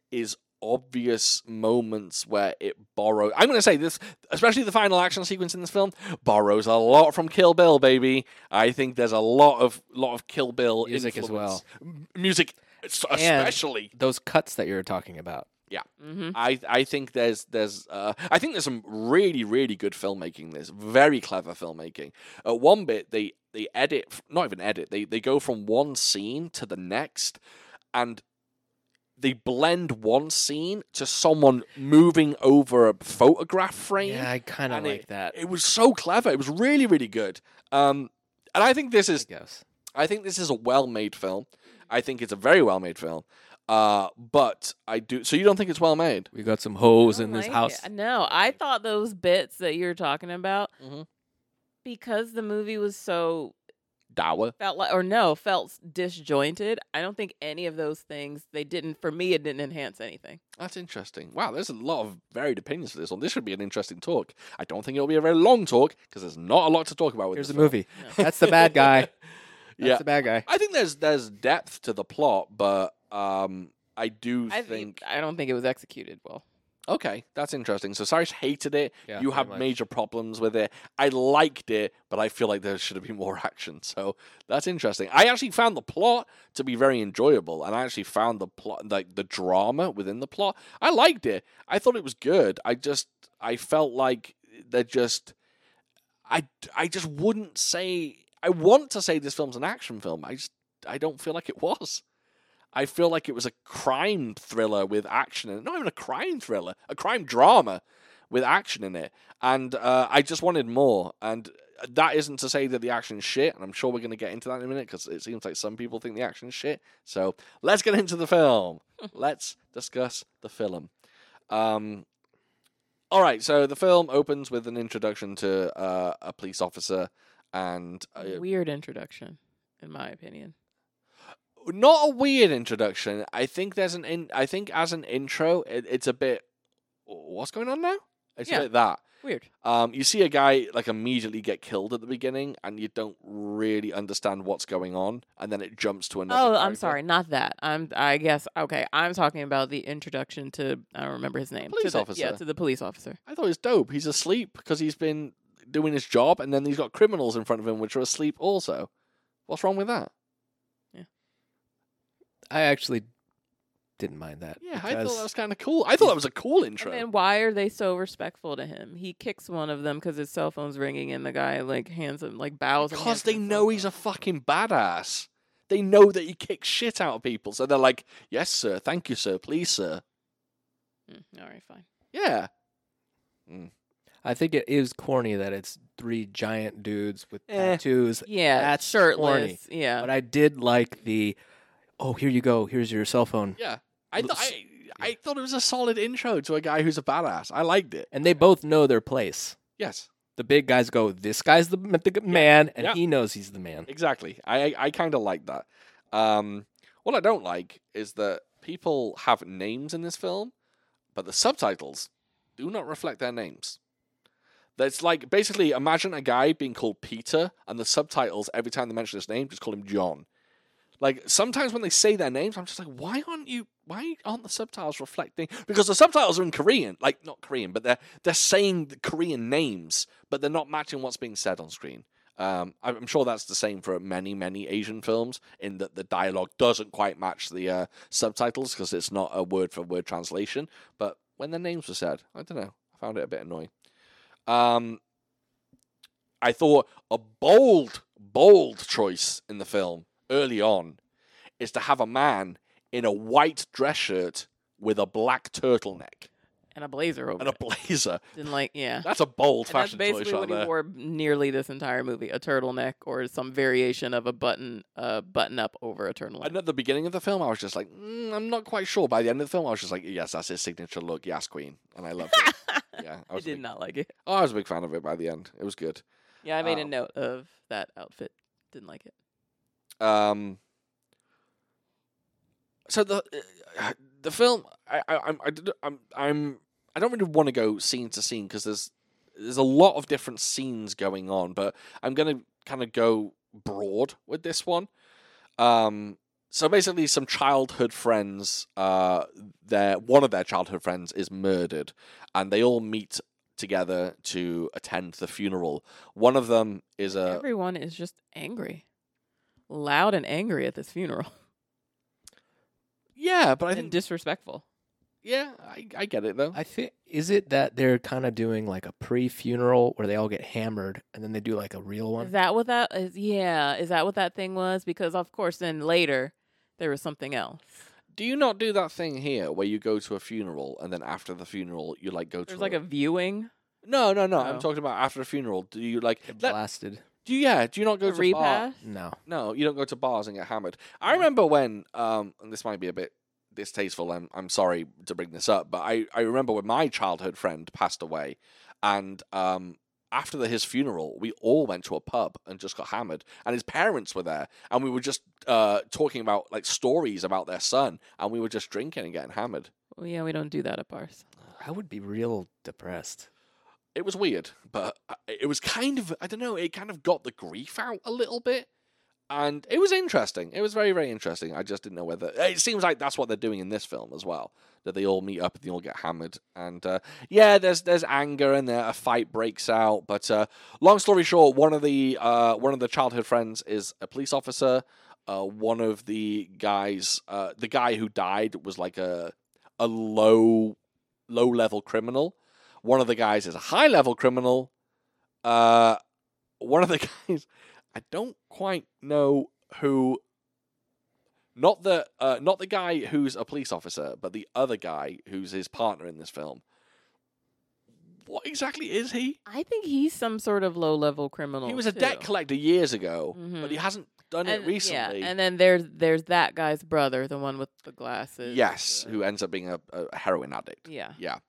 A: is obvious moments where it borrows. I'm going to say this, especially the final action sequence in this film, borrows a lot from Kill Bill, baby. I think there's a lot of lot of Kill Bill
B: Music as
A: influence.
B: well.
A: M- music, es- especially.
B: Those cuts that you were talking about.
C: Mm-hmm.
A: I I think there's there's uh, I think there's some really really good filmmaking. There's very clever filmmaking. At one bit they they edit f- not even edit they they go from one scene to the next, and they blend one scene to someone moving over a photograph frame.
B: Yeah, I kind of
A: And it-
B: like that.
A: It was so clever. It was really really good. Um, and I think this
B: I
A: is
B: guess.
A: I think this is a well-made film. I think it's a very well-made film. Uh, but I do. So you don't think it's well-made?
B: We got some hoes in this house.
C: No, I thought those bits that you were talking about
B: Mm-hmm.
A: Mhm.
C: because the movie was so
A: Dower.
C: felt like or no felt s- disjointed. I don't think any of those things they didn't for me. It didn't enhance anything.
A: That's interesting. Wow, there's a lot of varied opinions for this one. This should be an interesting talk. I don't think it'll be a very long talk because there's not a lot to talk about with (laughs)
B: Here's the
A: this
B: movie.
C: No.
B: That's the bad guy. That's
A: Yeah.
B: the bad guy.
A: I think there's there's depth to the plot, but um, I do
C: I
A: think
C: think I don't think it was executed well.
A: okay, that's interesting. So Cyrus hated it.
B: Yeah,
A: you
B: pretty
A: have
B: much.
A: major problems with it. I liked it, but I feel like there should have been more (laughs) action. So that's interesting. I actually found the plot to be very enjoyable, and I actually found the plot like the drama within the plot. I liked it. I thought it was good. I just I felt like they're just I I just wouldn't say I want to say this film's an action film. I just I don't feel like it was. I feel like it was a crime thriller with action in it. Not even a crime thriller, a crime drama with action in it. And uh, I just wanted more. And that isn't to say that the action's shit. And I'm sure we're going to get into that in a minute because it seems like some people think the action's shit. So let's get into the film. let's discuss the film. Um, all right, so the film opens with an introduction to uh, a police officer, and uh,
C: Weird introduction, in my opinion.
A: not a weird introduction. I think there's an in. I think as an intro, it, it's a bit. What's going on now? It's
C: Yeah.
A: a bit that.
C: Weird.
A: Um, you see a guy like immediately get killed at the beginning, and you don't really understand what's going on, and then it jumps to another.
C: Oh, I'm
A: character.
C: sorry, not that. I'm. I guess okay. I'm talking about the introduction to. I don't remember his name.
A: Police
C: to the, Yeah,
A: officer.
C: to the police officer.
A: I thought it was dope. He's asleep because he's been doing his job, and then he's got criminals in front of him which are asleep also. What's wrong with that?
B: I actually didn't mind that.
A: Yeah, I thought
B: Uh, because-
A: that was kind of cool. I thought that was a cool intro.
C: And then why are they so respectful to him? He kicks one of them because his cell phone's ringing, and the guy like hands him like bows. and
A: Because
C: hands
A: they
C: him the
A: know
C: cell
A: he's
C: phone.
A: a fucking badass. They know that he kicks shit out of people. So they're like, yes, sir. Thank you, sir. Please, sir.
C: Mm, all right, fine.
A: Yeah.
B: I think it is corny that it's three giant dudes with
A: Eh.
B: tattoos.
C: Yeah,
B: That's corny,
C: shirtless. Yeah,
B: But I did like the, oh, here you go. Here's your cell phone.
A: Yeah. I, th-
B: Looks-
A: I, I thought it was a solid intro to a guy who's a badass. I liked it.
B: And they both know their place.
A: Yes.
B: The big guys go, this guy's the, m- the g- man, and
A: Yeah.
B: he knows he's the man.
A: Exactly. I, I, I kind of like that. Um, what I don't like is that people have names in this film, but the subtitles do not reflect their names. That's like basically imagine a guy being called Peter, and the subtitles every time they mention his name just call him John. Like sometimes when they say their names, I'm just like, why aren't you? Why aren't the subtitles reflecting? Because the subtitles are in Korean, like not Korean, but they're they're saying the Korean names, but they're not matching what's being said on screen. Um, I'm I'm sure that's the same for many, many Asian films in that the dialogue doesn't quite match the uh, subtitles because it's not a word for word translation. But when the names were said, I don't know. I found it a bit annoying. Um, I thought a bold, bold choice in the film early on is to have a man in a white dress shirt with a black turtleneck
C: and a blazer over.
A: and a
C: it.
A: blazer.
C: And like yeah.
A: That's a bold
C: And that's
A: fashion choice
C: basically
A: right
C: what he
A: there.
C: wore nearly this entire movie: a turtleneck or some variation of a button, uh, button up over a turtleneck.
A: And at the beginning of the film, I was just like, mm, I'm not quite sure. By the end of the film, I was just like, yes, that's his signature look. Yes, Queen. And I loved
C: (laughs)
A: it. yeah, I
C: I
A: was, a
C: did
A: big-
C: not like it.
A: oh, I was a big fan of it by the end. It was good.
C: Yeah, I made a
A: Um,
C: note of that outfit. Didn't like it.
A: Um, so the uh, the film, I, I, I'm, I, did- I'm, I'm, I don't really want to go scene to scene because there's there's a lot of different scenes going on, but I'm gonna kind of go broad with this one. Um, so basically, some childhood friends, uh, their one of their childhood friends is murdered, and they all meet together to attend the funeral. One of them is a
C: Everyone is just angry, loud and angry at this funeral,
A: yeah, but I
C: and
A: think
C: disrespectful.
A: Yeah, I, I get it though.
B: I think, is it that they're kind of doing like a pre funeral where they all get hammered and then they do like a real one?
C: Is that what that is? Yeah, is that what that thing was? Because of course, then later there was something else.
A: do you not do that thing here where you go to a funeral and then after the funeral you like go to
C: There's like a viewing,
A: no no no I'm
C: Oh.
A: talking about after a funeral do you like
B: Get
A: let-
B: blasted.
A: do you, yeah do you not go
C: a
A: to bar?
C: repass.
B: No.
A: No, you don't go to bars and get hammered. I remember when, um, and this might be a bit distasteful, and I'm sorry to bring this up, but I, I remember when my childhood friend passed away, and um, after the, his funeral, we all went to a pub and just got hammered, and his parents were there, and we were just uh, talking about like stories about their son, and we were just drinking and getting hammered.
C: Well, yeah, we don't do that at bars.
B: I would be real depressed.
A: It was weird, but I- it was kind of I don't know. It kind of got the grief out a little bit. and it was interesting. It was very, very interesting. I just didn't know whether it seems like that's what they're doing in this film as well. That they all meet up and they all get hammered. And uh, yeah, there's there's anger and there a fight breaks out. But uh, long story short, one of the uh, one of the childhood friends is a police officer. Uh, one of the guys, uh, the guy who died, was like a a low low level criminal. One of the guys is a high level criminal. Uh, one of the (laughs) guys, I don't quite know who. Not the uh, not the guy who's a police officer, but the other guy who's his partner in this film. What exactly is he?
C: I think he's some sort of low level criminal.
A: He was a
C: too.
A: debt collector years ago,
C: Mhm.
A: but he hasn't done
C: and,
A: it recently.
C: Yeah, and then there's there's that guy's brother, the one with the glasses.
A: yes,
C: Uh,
A: who ends up being a, a heroin addict.
C: yeah.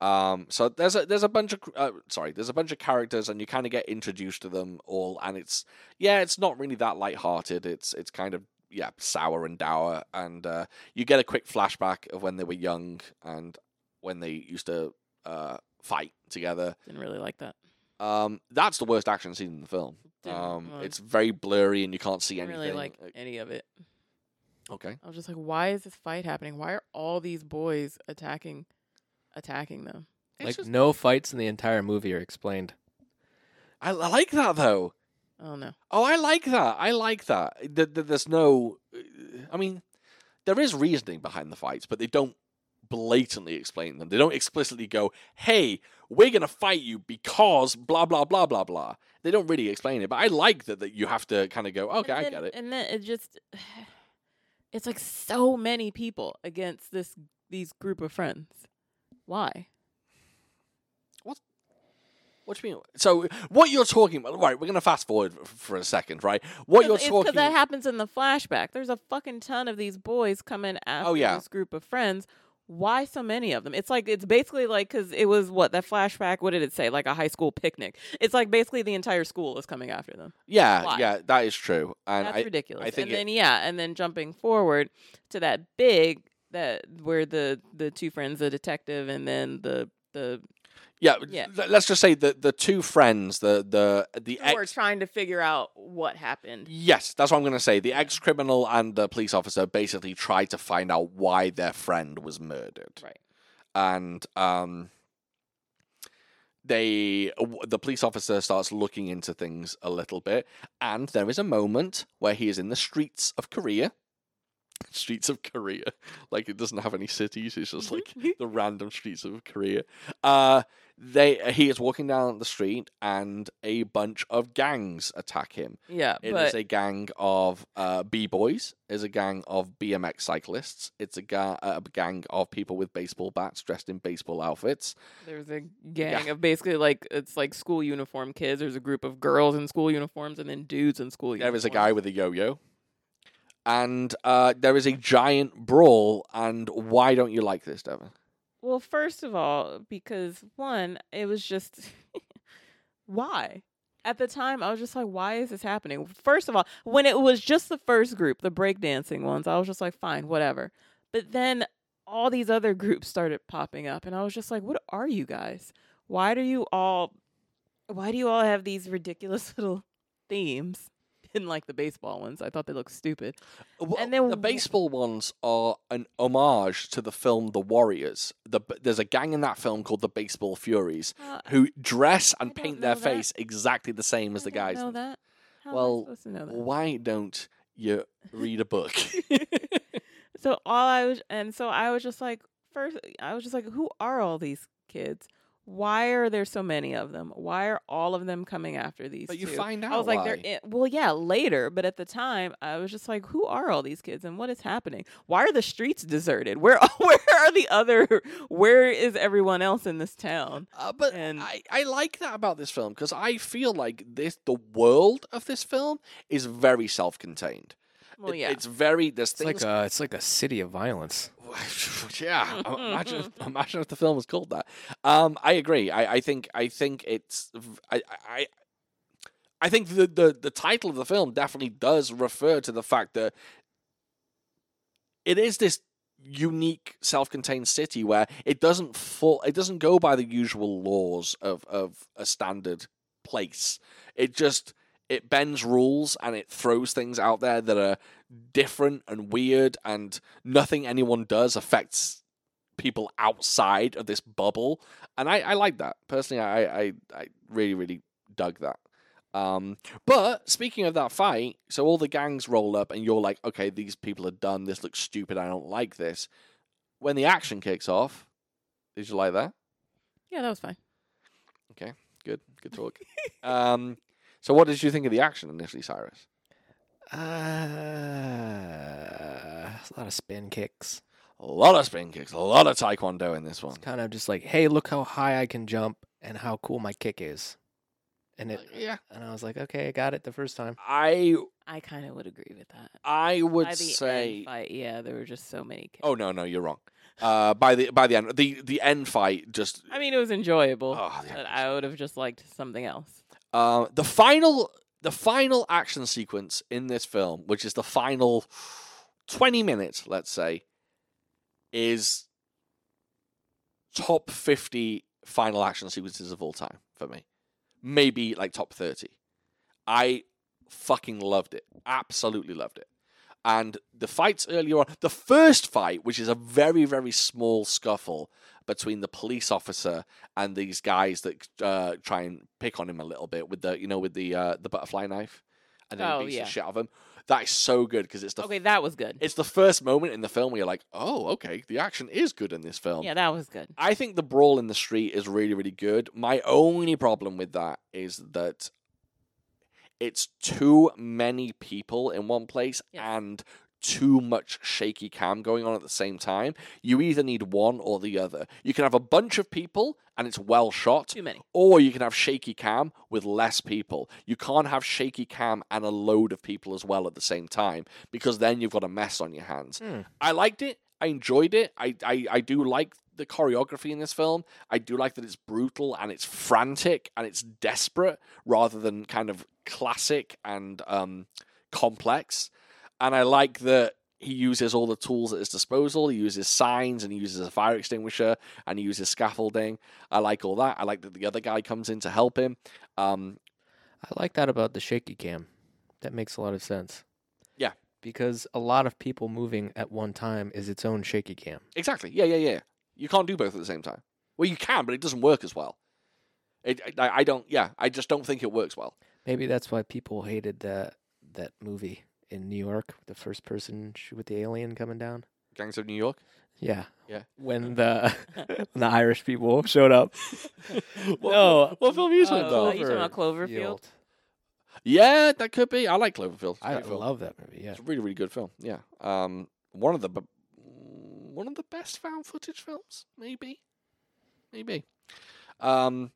A: Um, so there's a there's a bunch of cr- uh, sorry, there's a bunch of characters, and you kind of get introduced to them all, and it's yeah, it's not really that lighthearted. It's it's kind of yeah, sour and dour, and uh, you get a quick flashback of when they were young and when they used to uh, fight together.
C: Didn't really like that.
A: Um, that's the worst action scene in the film.
C: Didn't-
A: um,
C: well,
A: it's very blurry, and you can't see
C: didn't
A: anything.
C: really like
A: Uh,
C: any of it.
A: Okay,
C: I was just like, why is this fight happening? Why are all these boys attacking attacking them?
A: It's
B: like
A: just-
B: no fights in the entire movie are explained.
A: I, I like that though.
C: Oh no.
A: Oh, I like that. I like that. Th- th- There's no. I mean, there is reasoning behind the fights, but they don't blatantly explain them. They don't explicitly go, "Hey, we're gonna fight you because blah blah blah blah blah." They don't really explain it, but I like that that you have to kind of go, "Okay,
C: and
A: I
C: then,
A: get it."
C: And then it just (sighs) it's like so many people against this these group of friends. Why?
A: What do you mean? So, what you're talking about? Right, we're gonna fast forward f- for a second, right? What you're talking?
C: because that happens in the flashback. There's a fucking ton of these boys coming after
A: Oh, yeah.
C: this group of friends. Why so many of them? It's like it's basically like because it was what that flashback. What did it say? Like a high school picnic. It's like basically the entire school is coming after them.
A: yeah,
C: Why?
A: yeah, that is true, and
C: That's
A: I,
C: ridiculous.
A: think
C: and
A: it-
C: then yeah, and then jumping forward to that big that where the the two friends, the detective, and then the the
A: yeah,
C: Yeah.
A: l- Let's just say the the two friends, the the the
C: who are
A: ex
C: trying to figure out what happened.
A: Yes, that's what I'm going to say. The ex criminal and the police officer basically tried to find out why their friend was murdered.
C: Right.
A: And um, they, w- the police officer starts looking into things a little bit. And there is a moment where he is in the streets of Korea. Streets of Korea. Like it doesn't have any cities, it's just like the random streets of Korea. Uh, they he is walking down the street and a bunch of gangs attack him.
C: (laughs) yeah,
A: It is
C: but
A: a gang of uh, b boys. Is a gang of BMX cyclists. It's a, ga- a gang of people with baseball bats dressed in baseball outfits.
C: There's a gang of basically like it's like school uniform kids. There's a group of girls in school uniforms and then dudes in school uniforms.
A: There is a guy with a yo-yo, and uh, there is a giant brawl. And why don't you like this, Devin?
C: Well, first of all, because one, it was just (laughs) why? At the time, I was just like, why is this happening? First of all, when it was just the first group, the breakdancing ones, I was just like, fine, whatever. But then all these other groups started popping up, and I was just like, what are you guys? Why do you all why do you all have these ridiculous (laughs) little themes? Didn't like the baseball ones. I thought they looked stupid.
A: Well,
C: And then
A: the
C: wh-
A: baseball ones are an homage to the film The Warriors. The, b- there's a gang in that film called the Baseball Furies
C: Uh,
A: who dress
C: I
A: and
C: don't
A: paint their
C: know that.
A: face exactly the same as
C: I
A: the
C: didn't
A: guys.
C: Know that? How
A: Well,
C: am I supposed to know that?
A: Why don't you read a
C: (laughs)
A: book?
C: so all I was, and so I was just like, first, I was just like, who are all these kids? Why are there so many of them? Why are all of them coming after these?
A: But you
C: two?
A: find out.
C: I was like,
A: why.
C: they're in, well, yeah, later, but at the time, I was just like, who are all these kids and what is happening? Why are the streets deserted? Where (laughs) where are the other? Where is everyone else in this town?
A: Uh, but
C: and-
A: I, I like that about this film because I feel like this the world of this film is very self contained.
C: Well, yeah,
A: it's very there's
B: It's like
A: things.
B: a it's like a city of violence.
A: (laughs) yeah, imagine if- imagine if the film was called that. Um, I agree. I, I think I think it's v- I I. I think the, the, the title of the film definitely does refer to the fact that it is this unique self-contained city where it doesn't fall it doesn't go by the usual laws of of a standard place it just it bends rules and it throws things out there that are different and weird and nothing anyone does affects people outside of this bubble and i, I like that personally I, I i really really dug that um but speaking of that fight so all the gangs roll up and you're like okay these people are done this looks stupid i don't like this when the action kicks off did you like that
C: Yeah, that was fine.
A: good good talk um so what did you think of the action initially cyrus
B: Uh, a lot of spin kicks.
A: a lot of spin kicks a lot of taekwondo in this one
B: It's kind of just like, hey, look how high I can jump and how cool my kick is. And it,
A: yeah
B: and I was like, okay, I got it the first time.
A: i
C: I kind of would agree with that.
A: i would
C: By the
A: say
C: end fight, yeah, there were just so many. Kids.
A: Oh no, no, you're wrong. Uh, by the by the end, the the end fight just
C: I mean, it was enjoyable,
A: Oh, the
C: but
A: actors.
C: I would have just liked something else.
A: uh, the final the final action sequence in this film, which is the final twenty minutes, let's say, is top fifty final action sequences of all time for me. Maybe like top thirty. I fucking loved it. Absolutely loved it. And the fights earlier on, the first fight, which is a very, very small scuffle between the police officer and these guys that uh, try and pick on him a little bit with the, you know, with the uh, the butterfly knife, and then
C: Oh,
A: he beats
C: yeah.
A: the shit out of him. That is so good because it's the
C: Okay, that was good.
A: it's the first moment in the film where you're like, oh, okay, the action is good in this film.
C: Yeah, that was good.
A: I think the brawl in the street is really, really good. My only problem with that is that it's too many people in one place
C: Yes.
A: and too much shaky cam going on at the same time. You either need one or the other. You can have a bunch of people and it's well shot,
C: Too many.
A: or you can have shaky cam with less people. You can't have shaky cam and a load of people as well at the same time because then you've got a mess on your hands.
B: Hmm.
A: I liked it. I enjoyed it. I, I, I do like the choreography in this film. I do like that it's brutal and it's frantic and it's desperate rather than kind of classic and um, complex. And I like that he uses all the tools at his disposal. He uses signs and he uses a fire extinguisher and he uses scaffolding. I like all that. I like that the other guy comes in to help him. Um,
B: I like that about the shaky cam. That makes a lot of sense.
A: Yeah.
B: Because a lot of people moving at one time is its own shaky cam.
A: exactly. Yeah, yeah, yeah. You can't do both at the same time. Well, you can, but it doesn't work as well. It, I, I don't. Yeah, I just don't think it works well.
B: Maybe that's why people hated that that movie in New York, the first person sh- with the alien coming down.
A: Gangs of New York.
B: Yeah.
A: Yeah.
B: When the
A: (laughs)
B: when the Irish people showed up. no.
A: What film is
C: it,
B: uh,
C: though? Are you talking about Cloverfield?
A: Yeah, that could be. I like Cloverfield. It's a
B: I
A: good film.
B: love that movie. Yeah.
A: It's a really, really good film. Yeah. Um, one of the b- one of the best found footage films, maybe, maybe. Um,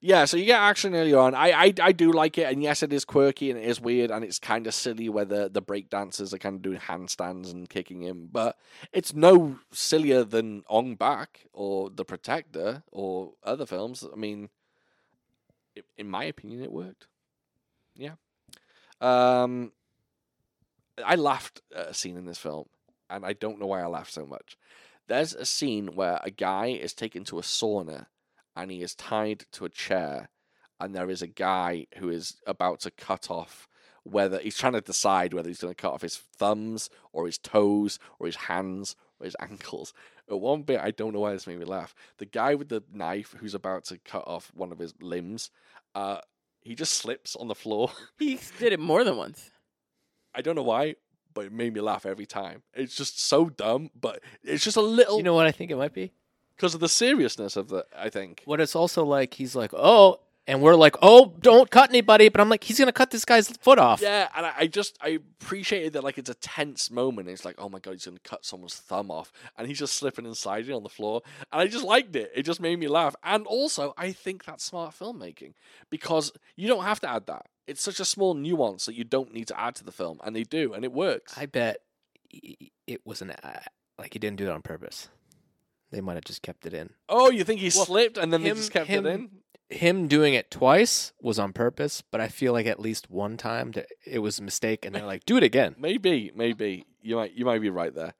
A: yeah. So you get action early on. I, I I do like it, and yes, it is quirky and it is weird and it's kind of silly where the the break dancers are kind of doing handstands and kicking him, but it's no sillier than Ong Bak or The Protector or other films. I mean, i in my opinion, it worked. Yeah. Um, I laughed at a scene in this film, and I don't know why I laughed so much. There's a scene where a guy is taken to a sauna and he is tied to a chair, and there is a guy who is about to cut off whether he's trying to decide whether he's going to cut off his thumbs or his toes or his hands or his (laughs) ankles. At one bit, I don't know why this made me laugh. The guy with the knife who's about to cut off one of his limbs, uh, he just slips on the floor.
C: He did it more than once.
A: I don't know why, but it made me laugh every time. It's just so dumb, but it's just a little
B: You know what I think it might be?
A: because of the seriousness of the. I think.
B: What it's also like, he's like, oh, and we're like, oh, don't cut anybody. But I'm like, he's going to cut this guy's foot off.
A: Yeah, and I, I just I appreciated that like it's a tense moment. It's like oh my god, he's gonna cut someone's thumb off, and he's just slipping and sliding on the floor, and I just liked it. It just made me laugh, and also I think that's smart filmmaking because you don't have to add that. It's such a small nuance that you don't need to add to the film, and they do, and it works.
B: I bet i- i- it was an uh, like he didn't do it on purpose. They might have just kept it in.
A: oh, you think he
B: Well,
A: slipped and then
B: him-
A: they just kept
B: him-
A: it in?
B: Him doing it twice was on purpose, but I feel like at least one time that it was a mistake, and they're like, "Do it again."
A: Maybe, maybe you might you might be right there.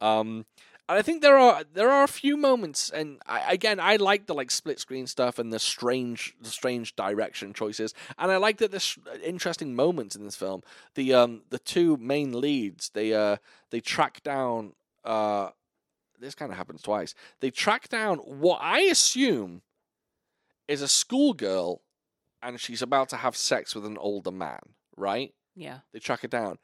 A: Um, And I think there are there are a few moments, and I, again, I like the like split screen stuff and the strange the strange direction choices, and I like that there's interesting moments in this film. The um the two main leads they uh they track down uh this kind of happens twice. They track down what I assume is a schoolgirl, and she's about to have sex with an older man, right?
C: Yeah.
A: They track her down.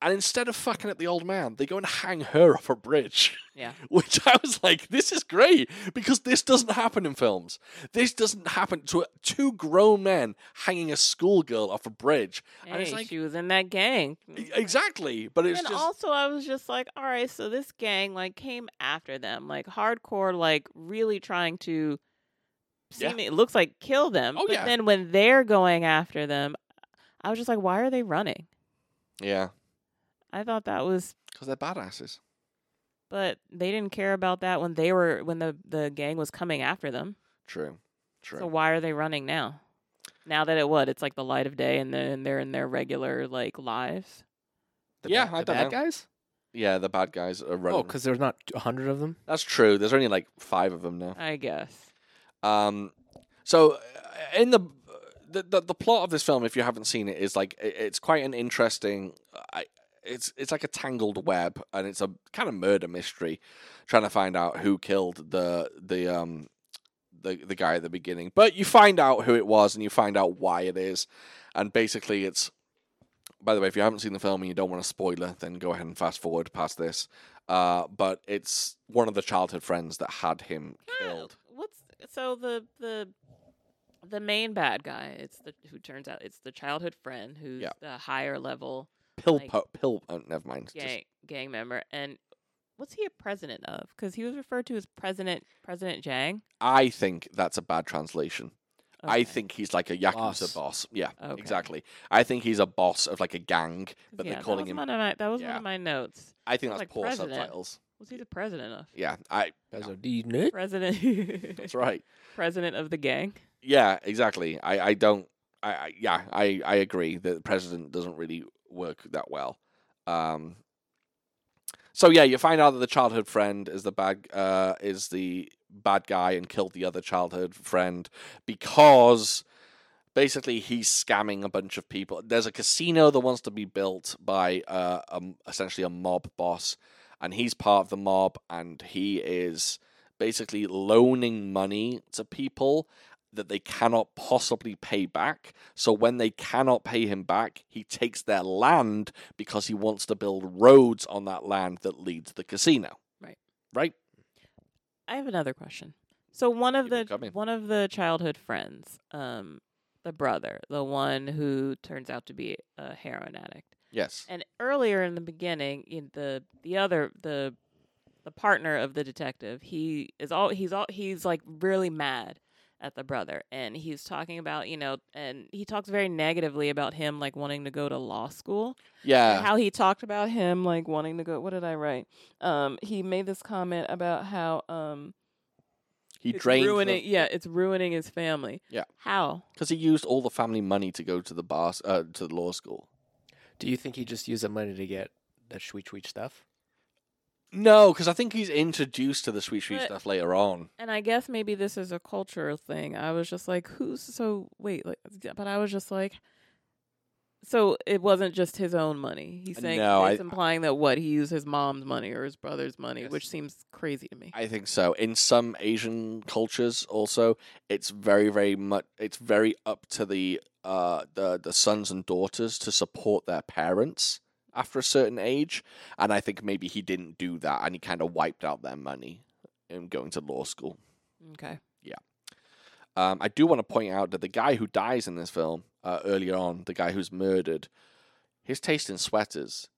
A: And instead of fucking at the old man, they go and hang her off a bridge.
C: Yeah.
A: (laughs) Which I was like, this is great because this doesn't happen in films. This doesn't happen to two grown men hanging a schoolgirl off a bridge. And
C: Hey,
A: it's like-
C: she was in that gang. Mm.
A: E- Exactly. But it's
C: and
A: just.
C: also I was just like, all right, so this gang like came after them, like hardcore, like really trying to
A: Yeah.
C: seem it looks like kill them.
A: Oh,
C: but
A: yeah.
C: then when they're going after them, I was just like, why are they running?
A: yeah.
C: I thought that was
A: Because they're badasses.
C: but they didn't care about that when they were when the the gang was coming after them.
A: True. True.
C: So why are they running now? Now that it what? It's like the light of day and then they're in their regular like lives.
B: The
A: Yeah,
B: ba-
A: I
B: the
A: don't
B: bad
A: know.
B: guys.
A: yeah, the bad guys are
B: Oh,
A: running.
B: because there's not a hundred of them.
A: That's true. There's only like five of them now.
C: I guess.
A: Um, so uh, in the, the the the plot of this film, if you haven't seen it, is like it, it's quite an interesting. I, it's it's like a tangled web, and it's a kind of murder mystery, trying to find out who killed the the um the the guy at the beginning. But you find out who it was, and you find out why it is, and basically it's. By the way, if you haven't seen the film and you don't want a spoiler, then go ahead and fast forward past this. Uh, but it's one of the childhood friends that had him
C: Oh,
A: killed.
C: What's so the the the main bad guy? It's the who turns out it's the childhood friend who's
A: Yeah.
C: the higher level
A: Pill,
C: Like-
A: po- pill. Oh, never mind. Just-
C: gang gang member and. What's he a president of? Because he was referred to as President President Jang.
A: I think that's a bad translation. I
C: Okay.
A: think he's like a yakuza boss.
B: Boss.
A: Yeah,
C: Okay.
A: exactly. I think he's a boss of like a gang, but
C: yeah,
A: they're
C: that
A: calling
C: was
A: him.
C: One of my, that was one
A: Yeah.
C: of my notes.
A: I think that's
C: sounds like
A: poor
C: president.
A: subtitles.
C: What's he the president of?
A: Yeah, I.
B: Guys
A: Yeah.
B: are these nuts?
C: President.
A: That's right.
C: (laughs) president of the gang.
A: Yeah, exactly. I. I don't. I. I yeah, I. I agree that the president doesn't really work that well. Um. So yeah, you find out that the childhood friend is the bad uh, is the bad guy and killed the other childhood friend because basically he's scamming a bunch of people. There's a casino that wants to be built by uh, um, essentially a mob boss, and he's part of the mob, and he is basically loaning money to people that they cannot possibly pay back. So when they cannot pay him back, he takes their land because he wants to build roads on that land that leads to the casino.
C: Right.
A: Right?
C: I have another question. So one of
A: You can
C: the
A: come in.
C: one of the childhood friends, um, the brother, the one who turns out to be a heroin addict,
A: Yes.
C: and earlier in the beginning, in the the other the the partner of the detective, he is all he's all he's like really mad at the brother, and he's talking about you know, and he talks very negatively about him like wanting to go to law school.
A: Yeah.
C: and how he talked about him like wanting to go what did i write um he made this comment about how um
A: he
C: it's
A: drained
C: ruining yeah it's ruining his family
A: Yeah.
C: how
A: because he used all the family money to go to the bar uh, to the law school.
B: Do you think he just used the money to get the sweet sweet stuff?
A: No, because I think he's introduced to the sweet sweet
C: But-
A: stuff later on.
C: and i guess maybe this is a cultural thing i was just like who's so wait like but i was just like so it wasn't just his own money he's saying
A: Uh, No,
C: it's
A: I-
C: implying that what he used his mom's money or his brother's money
A: Yes.
C: which seems crazy to me
A: I think so. In some Asian cultures, also, it's very, very much. It's very up to the uh the the sons and daughters to support their parents after a certain age, and I think maybe he didn't do that, and he kind of wiped out their money in going to law school.
C: okay
A: Um, I do want to point out that the guy who dies in this film uh, earlier on, the guy who's murdered, his taste in sweaters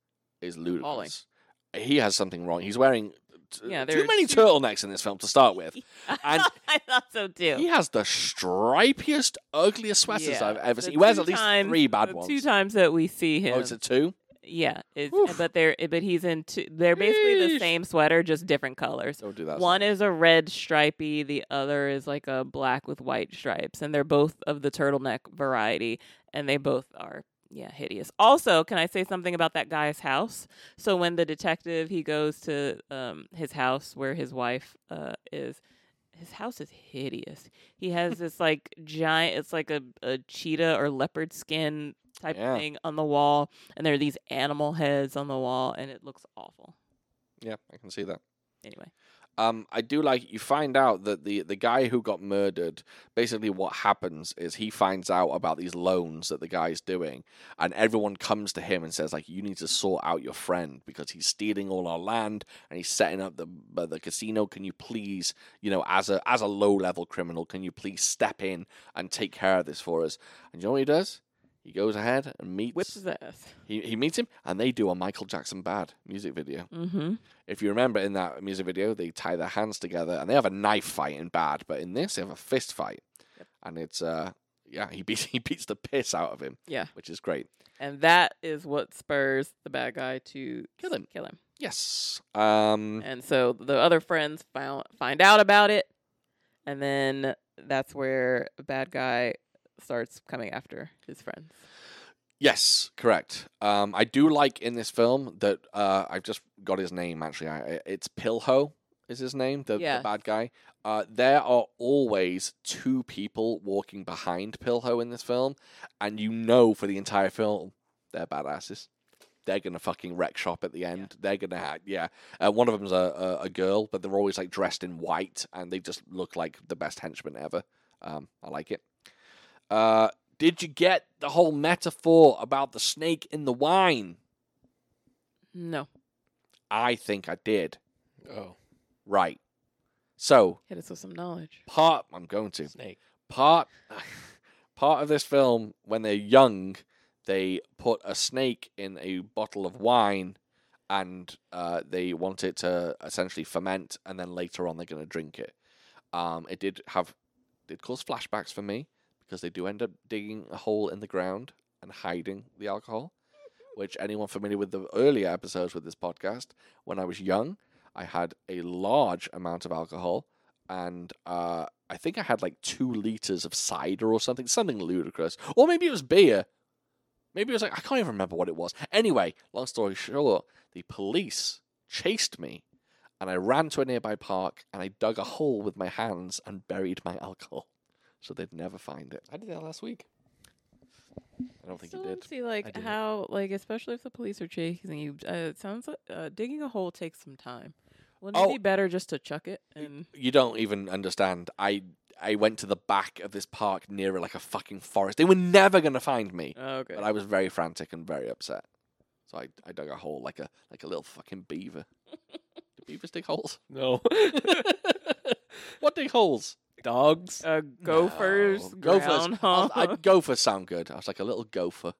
A: is ludicrous. He has something wrong. He's wearing t- too
C: Yeah, they're
A: many
C: too-
A: turtlenecks in this film to start with. And-
C: (laughs) i thought so too
A: He has the stripiest, ugliest sweaters
C: Yeah,
A: I've ever
C: the
A: seen. He wears
C: two
A: at least
C: times-
A: three bad
C: the
A: ones.
C: Two times that we see him,
A: Oh, it's a two.
C: yeah, it's,
A: Oof.
C: but they're but he's in two. They're basically the
A: Yeesh.
C: same sweater, just different colors.
A: Don't do that.
C: One is a red stripey, the other is like a black with white stripes, and they're both of the turtleneck variety, and they both are yeah, hideous. Also, can I say something about that guy's house? So when the detective he goes to um, his house where his wife uh, is, his house is hideous. He has this like giant, it's like a, a cheetah or leopard skin type
A: Yeah.
C: thing on the wall, and there are these animal heads on the wall, and it looks awful.
A: Yeah, I can see that.
C: Anyway,
A: Um, I do like you find out that the the guy who got murdered basically what happens is he finds out about these loans that the guy's doing, and everyone comes to him and says like, "You need to sort out your friend because he's stealing all our land and he's setting up the uh, the casino. Can you please, you know, as a as a low level criminal, can you please step in and take care of this for us?" And you know what he does? He goes ahead and meets
C: whips his ass.
A: he he meets him, and they do a Michael Jackson Bad music video
C: Mm-hmm.
A: if you remember in that music video, they tie their hands together and they have a knife fight in bad, but in this they have a fist fight, and it's uh yeah he beats (laughs) he beats the piss out of him,
C: Yeah.
A: which is great.
C: And that is what spurs the bad guy to
A: Kill him.
C: Kill him.
A: Yes, um,
C: And so the other friends found find out about it, and then that's where the bad guy starts coming after his friends.
A: yes, correct. Um, I do like in this film that uh I've just got his name actually. I, I- it's Pilho is his name, the,
C: Yeah.
A: the bad guy. Uh, there are always two people walking behind Pilho in this film, and you know for the entire film they're badasses. They're gonna fucking wreck shop at the end. They're gonna ha yeah. Uh, one of them's a, a a girl, but they're always like dressed in white, and they just look like the best henchmen ever. Um, I like it. Uh, did you get the whole metaphor about the snake in the wine?
C: No,
A: I think I did.
B: Oh,
A: Right. So
C: hit us with some knowledge.
A: part I'm going to
B: snake.
A: part part of this film when they're young they put a snake in a bottle of wine and uh, they want it to essentially ferment and then later on they're going to drink it um, it did have did cause flashbacks for me because they do end up digging a hole in the ground and hiding the alcohol which anyone familiar with the earlier episodes with this podcast when i was young i had a large amount of alcohol and uh, I think I had like two liters of cider or something, something ludicrous. Or maybe it was beer. Maybe it was like, I can't even remember what it was. Anyway, long story short, the police chased me and I ran to a nearby park and I dug a hole with my hands and buried my alcohol. So they'd never find it. I did that last week. I don't think
C: Still
A: you did.
C: don't see like
B: did.
C: how like especially if the police are chasing you. Uh, it sounds like uh, digging a hole takes some time. Wouldn't it
A: Oh.
C: be better just to chuck it and
A: you don't even understand. I I went to the back of this park nearer like a fucking forest. They were never gonna find me.
C: oh, okay?
A: But I was very frantic and very upset. So I, I dug a hole like a like a little fucking
C: (laughs)
A: beaver. Do beavers dig holes? (laughs)
B: No. (laughs)
A: What dig holes?
B: Dogs.
C: Uh, gophers,
A: No.
C: groundhog.
A: I, I,
C: Uh-huh.
A: gophers sound good. I was like a little
C: (laughs)
A: gopher.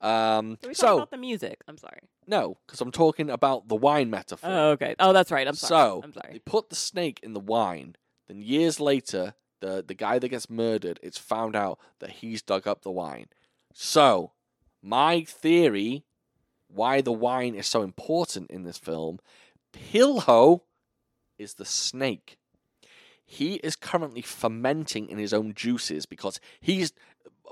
A: Um,
C: Can we talk
A: so
C: about the music? I'm sorry.
A: no, because I'm talking about the wine metaphor.
C: Oh, okay. Oh, that's right. I'm sorry.
A: So
C: I'm
A: they
C: sorry.
A: put the snake in the wine. Then years later, the the guy that gets murdered, it's found out that he's dug up the wine. So my theory, why the wine is so important in this film, Pilho is the snake. He is currently fermenting in his own juices because he's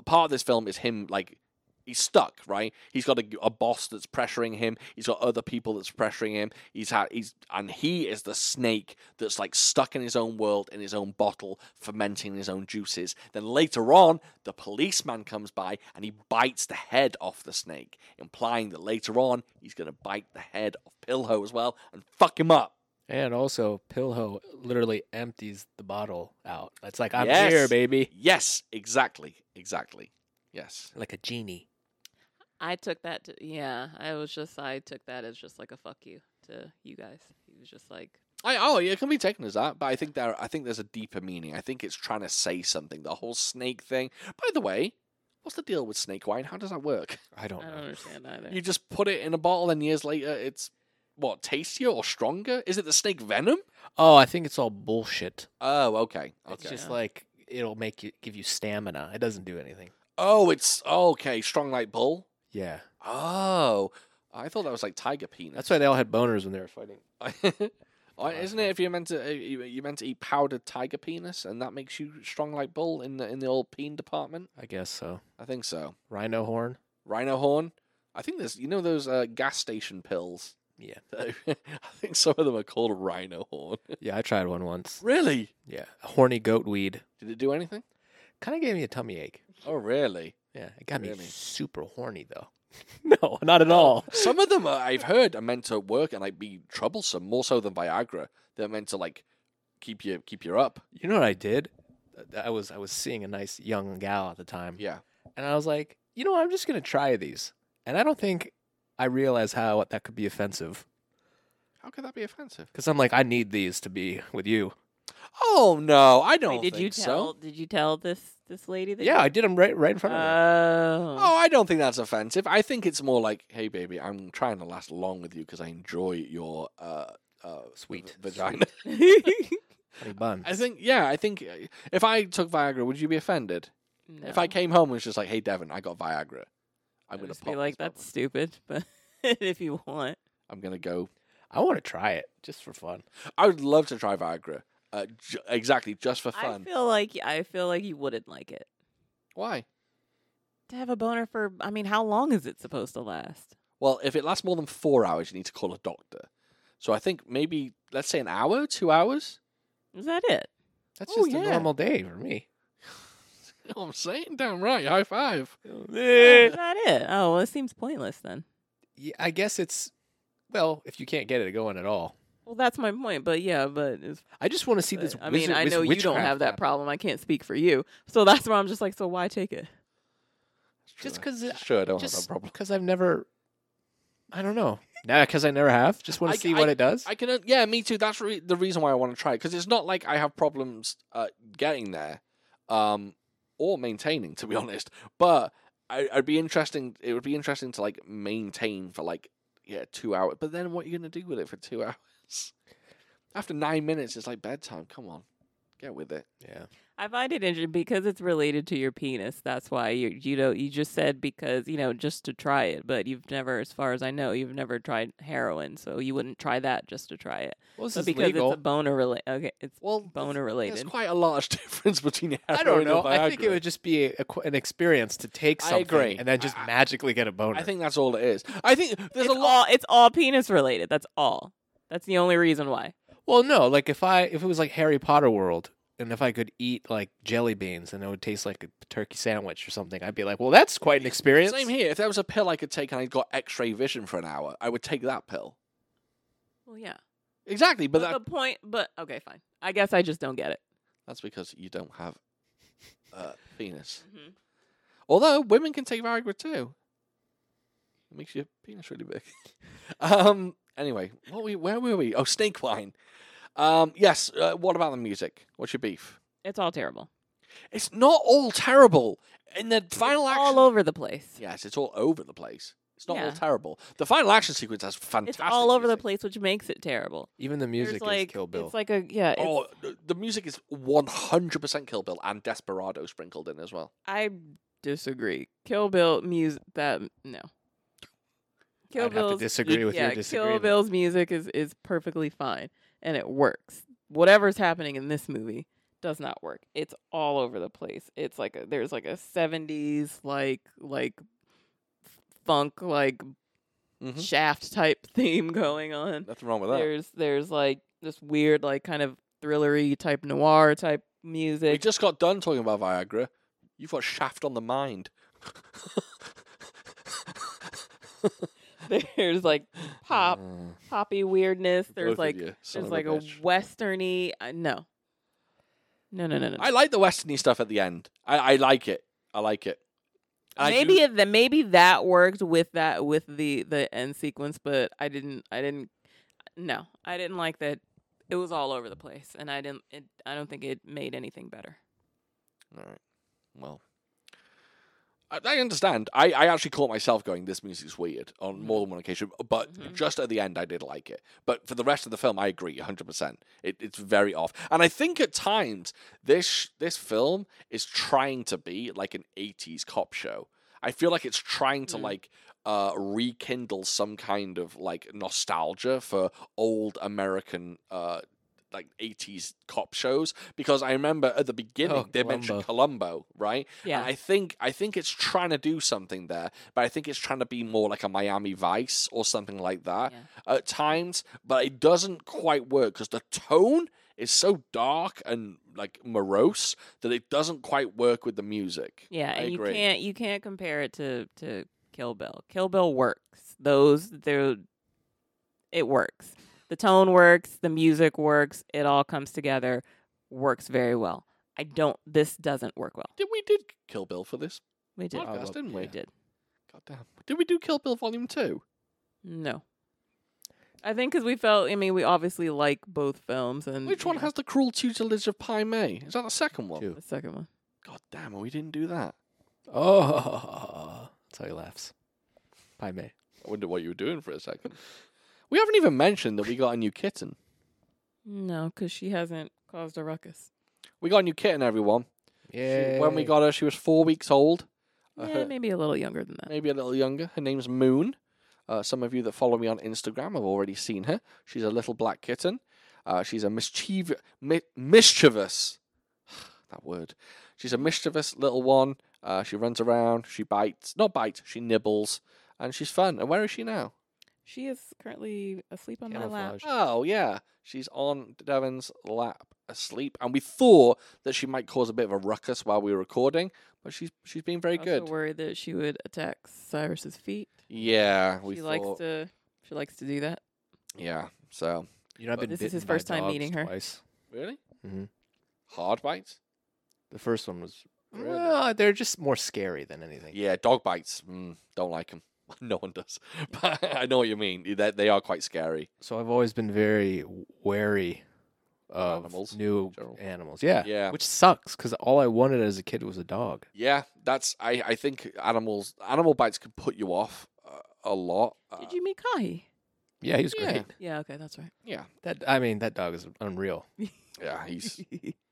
A: part of this film is him like he's stuck, right? He's got a, a boss that's pressuring him. He's got other people that's pressuring him. He's had he's and he is the snake that's like stuck in his own world in his own bottle, fermenting his own juices. Then later on, the policeman comes by and he bites the head off the snake, implying that later on he's going to bite the head of Pilho as well and fuck him up.
B: And also, Pilho literally empties the bottle out. It's like, I'm
A: Yes.
B: here, baby.
A: Yes, exactly, exactly. Yes.
B: Like a genie.
C: I took that to yeah. I was just I took that as just like a fuck you to you guys. He was just like
A: I oh yeah, it can be taken as that, but I think there I think there's a deeper meaning. I think it's trying to say something. The whole snake thing. By the way, what's the deal with snake wine? How does that work?
B: I don't
C: I
B: know.
C: don't understand either.
A: Oh, You just put it in a bottle, and years later, it's what tastier or stronger? Is it the snake venom?
B: Oh, I think it's all bullshit.
A: Oh, okay,
B: It's
A: okay.
B: just
C: Yeah.
B: like, it'll make you give you stamina. It doesn't do anything.
A: Oh, it's okay, strong like bull.
B: Yeah.
A: Oh, I thought that was like tiger penis.
B: That's why they all had boners when they were fighting.
A: (laughs) Oh, Isn't it if you're meant to you you meant to eat powdered tiger penis, and that makes you strong like bull in the in the old peen department?
B: I guess so.
A: I think so.
B: Rhino horn.
A: rhino horn. I think there's, you know, those uh, gas station pills. (laughs)
B: (laughs) Yeah.
A: I think some of them are called rhino horn.
B: Yeah, I tried one once.
A: really?
B: Yeah, horny goat weed
A: Did it do anything?
B: kind of gave me a tummy ache.
A: Oh, really?
B: Yeah, it got
A: Really?
B: me super horny
A: (laughs)
B: though. no, not at (laughs) all.
A: Some of them are, I've heard are meant to work and like be troublesome more so than Viagra. They're meant to like keep you keep you up.
B: You know what I did? Uh, I was I was seeing a nice young gal at the time,
A: Yeah.
B: and I was like, you know, what? I'm just gonna try these, and I don't think I realized how that could be offensive
A: How could that be offensive?
B: because I'm like, I need these to be with you.
A: Oh no, I don't
C: Wait, did
A: think
C: you tell?
A: so.
C: Did you tell this this lady that?
B: Yeah, I did them right right in
C: You,
B: front of
A: Uh,
B: her.
C: oh.
A: Oh, I don't think that's offensive. I think it's more like, hey baby, I'm trying to last long with you because I enjoy your uh uh
B: Sweet.
A: v- vagina.
C: (laughs)
B: Honey bun.
A: I think yeah, I think uh, if I took Viagra, would you be offended? If I
C: No.
A: came home and was just like, hey Devin, I got Viagra. I'm
C: I'd
A: gonna
C: just be
A: pop this
C: like,
A: bubble.
C: that's stupid, but (laughs) if you want,
A: I'm gonna go
B: I want to try it just for fun.
A: I would love to try Viagra. Uh, j- exactly, just for
C: I
A: fun.
C: feel like I feel like you wouldn't like it
A: Why?
C: to have a boner for. I mean, how long is it supposed to last?
A: Well, if it lasts more than four hours, you need to call a doctor. So I think maybe let's say an hour, two hours.
C: Is that it?
B: That's
A: Oh,
B: just
A: yeah.
B: a normal day for
A: (laughs)
B: me.
A: You know what (laughs) I'm saying damn right. High five. Eh.
C: Is that it? Oh well, it seems pointless then.
B: Yeah, I guess it's well, if you can't get it going at all.
C: Well, that's my point. But yeah, but it's,
B: I just want to see
C: but-
B: this.
C: I mean,
B: wizard-
C: I
B: this
C: know you don't
B: witchcraft
C: have that
B: happen.
C: problem. I can't speak for you, so that's why I'm just like, so why take it?
B: Just 'cause I-
A: sure, I don't have
B: Just
A: that problem.
B: because I've never, I don't know. Now because I never have. Just want
A: I-
B: to see what it does.
A: I can, uh, yeah, me too. That's re- the reason why I want to try it because it's not like I have problems uh, getting there, um, or maintaining, to be (laughs) honest. But I, I'd be interesting. It would be interesting to like maintain for like yeah two hours. But then what are you gonna do with it for two (laughs) hours? After nine minutes, it's like bedtime. Come on, get with it.
B: yeah.
C: I find it interesting because it's related to your penis. That's why you you know you just said because you know just to try it, but you've never, as far as I know, you've never tried heroin, so you wouldn't try that just to try it.
B: Well, this
C: But
B: is
C: because
B: legal.
C: it's a boner related. Okay, it's
A: Well,
C: boner
A: There's
C: related.
A: quite a large (laughs) difference between. Heroin
B: I don't
A: and
B: know. I think
A: Viagra.
B: it would just be a, qu- an experience to take
A: I
B: something
A: agree.
B: and then just
A: I- I-
B: magically get a boner.
A: I think that's all it is. I think there's
C: It's
A: a lot.
C: all it's all penis related. That's all. That's the only reason why.
B: Well, no. Like if I if it was like Harry Potter world. And if I could eat like jelly beans and it would taste like a turkey sandwich or something, I'd be like, "Well, that's quite an experience."
A: Same here. If there was a pill I could take and I got X-ray vision for an hour, I would take that pill.
C: Well, yeah.
A: Exactly, but
C: But,
A: that,
C: the point. But okay, fine. I guess I just don't get it.
A: that's because you don't have uh, (laughs) penis.
C: Mm-hmm.
A: Although women can take Viagra too. It makes your penis really big. (laughs) um. Anyway, what we where were we? Oh, snake wine. Um. Yes. Uh, what about the music? What's your beef?
C: It's all terrible.
A: It's not all terrible. In the final action,
C: All over the place.
A: yes, it's all over the place. It's not all
C: Yeah.
A: terrible. The final action sequence has fantastic.
C: It's all over the
A: music.
C: place, which makes it terrible.
B: Even the music
C: There's like
B: is Kill Bill.
C: it's like a yeah. it's-
A: Oh, the- the music is 100% Kill Bill and Desperado sprinkled in as well.
C: I disagree. Kill Bill music that no.
B: I'd
C: Kill
B: have to
C: Bill's-
B: disagree
C: you-
B: with your
C: yeah, Kill
B: disagreement.
C: Bill's music is is perfectly fine and it works. Whatever's happening in this movie does not work. It's all over the place. It's like a, there's like a 70s like like funk like
B: Mm-hmm.
A: Mhm.
C: shaft type (laughs) theme going on.
A: Nothing wrong with that.
C: There's there's like this weird like kind of thrillery type noir type
A: We
C: music.
A: just got done talking about Viagra. You've got Shaft on the mind.
C: (laughs) there's like pop
A: Mm.
C: poppy weirdness.
A: Both
C: There's
A: of
C: like
A: you, son
C: there's
A: of
C: like a,
A: bitch.
C: westerny. Uh, no, no, no, no, no.
A: I like the westerny stuff at the end. I, I like it. I like it. I do-
C: maybe it, that maybe that worked with that with the the end sequence, but I didn't. I didn't. No, I didn't like that. It was all over the place, and I didn't. It, I don't think it made anything better.
A: All right. Well, I, I understand. I, I actually caught myself going, this music's weird on more than one occasion, but
C: Mhm.
A: just at the end, I did like it. But for the rest of the film, I agree 100%. It, it's very off. And I think at times, this, sh- this film is trying to be like an 80s cop show. I feel like it's trying to
C: Mm.
A: like uh, rekindle some kind of like nostalgia for old American uh, like 80s cop shows because I remember at the beginning
B: Oh,
A: they mentioned Columbo, right?
C: Yeah.
A: And I think I think it's trying to do something there, but I think it's trying to be more like a Miami Vice or something like that
C: Yeah.
A: at times, but it doesn't quite work because the tone is so dark and like morose that it doesn't quite work with the music.
C: Yeah,
A: I
C: and you
A: agree.
C: can't you can't compare it to to Kill Bill. Kill Bill works. Those they're it works. The tone works, the music works, it all comes together, works very well. I don't this doesn't work well.
A: Did we did Kill Bill for this
C: We did.
B: Oh,
A: podcast,
B: well,
A: didn't we?
C: We did.
A: God damn. Did we do Kill Bill Volume Two?
C: No. I think because we felt, I mean, we obviously like both films, and
A: Which one
C: you know,
A: has the cruel tutelage of Pai Mei? Is that the second one?
B: Two.
C: the second one?
A: God damn, we didn't do that.
B: Oh, (laughs) that's how he laughs. Pai Mei.
A: I wonder what you were doing for a second. (laughs) We haven't even mentioned that we got a new kitten.
C: No, because she hasn't caused
A: (laughs)
C: a ruckus.
A: We got a new kitten, everyone.
B: Yeah.
A: When we got her, she was four weeks old. Uh,
C: Yeah,
A: her-
C: maybe a little younger than that.
A: maybe a little younger. Her name's Moon. Uh, some of you that follow me on Instagram have already seen her. She's a little black kitten. Uh, she's a mischief, mi- mischievous. (sighs) that word. She's a mischievous little one. Uh, she runs around. She bites. Not bites. She nibbles, and she's fun. And where is she now?
C: She is currently asleep on my lap.
B: camouflage.
A: Oh yeah, she's on Devon's lap asleep. And we thought that she might cause a bit of a ruckus while we were recording, but she's she's been very
C: I
A: good.
C: also worried that she would attack Cyrus's feet.
A: Yeah, we
C: she
A: thought.
C: likes to. She likes to do that.
A: Yeah, so
B: You know, I've been
C: This is his
B: bitten by
C: first time
B: dogs
C: meeting her.
B: Twice.
A: Really?
B: Mhm.
A: Hard bites?
B: The first one was.
A: Really?
B: Well, they're just more scary than anything.
A: Yeah, dog bites. Mm, don't like them. (laughs) No one does. But I know what you mean. They, they are quite scary.
B: So I've always been very wary of
A: Animals,
B: new
A: general.
B: animals. Yeah.
A: Yeah.
B: Which sucks because all I wanted as a kid was a dog.
A: Yeah, that's. I, I think animals animal bites can put you off uh, a lot. Uh,
C: Did you meet Kahi?
B: Yeah, he was
A: Yeah.
B: great.
C: Yeah. Okay, that's right.
A: Yeah,
B: That I mean, that dog is unreal.
A: yeah.
C: (laughs)
A: He's.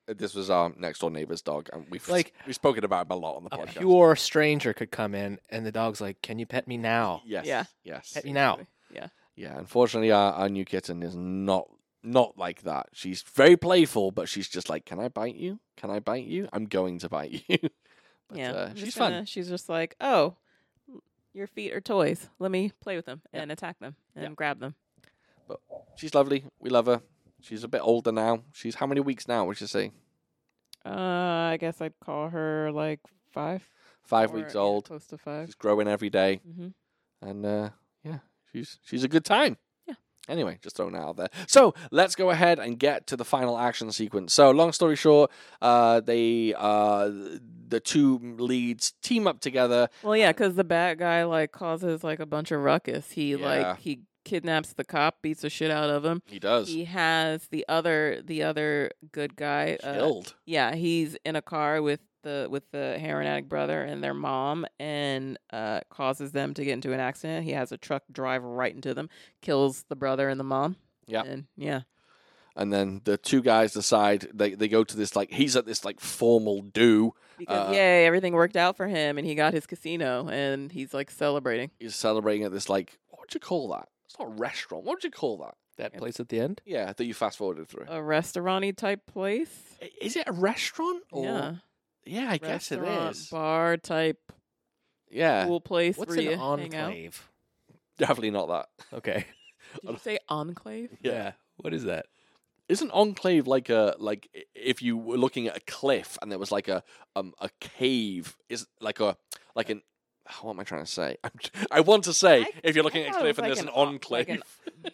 A: this was our next door neighbor's dog, and we've like
B: Like-
A: (laughs) we've spoken about him a lot on the
B: A
A: podcast.
B: pure stranger could come in, and the dog's like, "Can you pet me now?
A: Yes.
C: Yeah.
A: Yes.
B: Pet me now."
C: (laughs) Yeah.
A: Yeah. Unfortunately, our, our new kitten is not not like that. She's very playful, but she's just like, "Can I bite you? Can I bite you? I'm going to bite (laughs) you." but,
C: yeah.
A: Uh,
C: I'm
A: she's
C: just
A: fun.
C: gonna- She's just like, oh, your feet are toys. Let me play with them and attack them and grab them.
A: She's lovely. We love her. She's a bit older now. She's how many weeks now? Would you say?
C: Uh, I guess I'd call her like five.
A: Five
C: or,
A: weeks
C: yeah,
A: old.
C: close to five.
A: She's growing every day,
C: Mm-hmm.
A: and uh, yeah, she's she's a good time.
C: Yeah.
A: Anyway, just throwing that out there. So let's go ahead and get to the final action sequence. So long story short, uh, they uh, the two leads team up together.
C: Well, yeah, because the bad guy like causes like a bunch of ruckus. He
A: Yeah.
C: like he kidnaps the cop, beats the shit out of him.
A: He does
C: He has the other the other good guy. Uh,
A: killed.
C: yeah, he's in a car with the with the heroin addict brother and their mom, and uh, causes them to get into an accident. He has a truck drive right into them, kills the brother and the mom.
A: Yeah.
C: and yeah,
A: and then the two guys decide they, they go to this like he's at this like formal do.
C: because
A: Uh,
C: yay, everything worked out for him, and he got his casino, and he's like celebrating.
A: He's celebrating at this like what would you call that? It's not a restaurant. What would you call that?
B: That
C: Yeah.
B: place at the end.
A: Yeah, that you fast forwarded through.
C: A restaurant type place.
A: Uh, I- Is it a restaurant? Or...
C: yeah.
A: Yeah, Oh, I guess it
C: restaurant,
A: is. Uh,
C: bar type
A: Yeah.
C: cool place
B: What's
C: where
B: an
C: you hang out.
B: enclave?
A: Definitely not that. (laughs)
B: Okay.
C: Did you say enclave?
A: Yeah.
B: What is that?
A: Isn't enclave like a like i- if you were looking at a cliff and there was like a um a cave is like a like an (sighs) what am I trying to say? I'm, t- I want to say
C: I-
A: if you're
C: I
A: looking at a
C: thought it
A: cliff
C: was
A: and
C: like
A: there's an,
C: an o-
A: enclave,
C: (laughs) like an-
A: (laughs) like,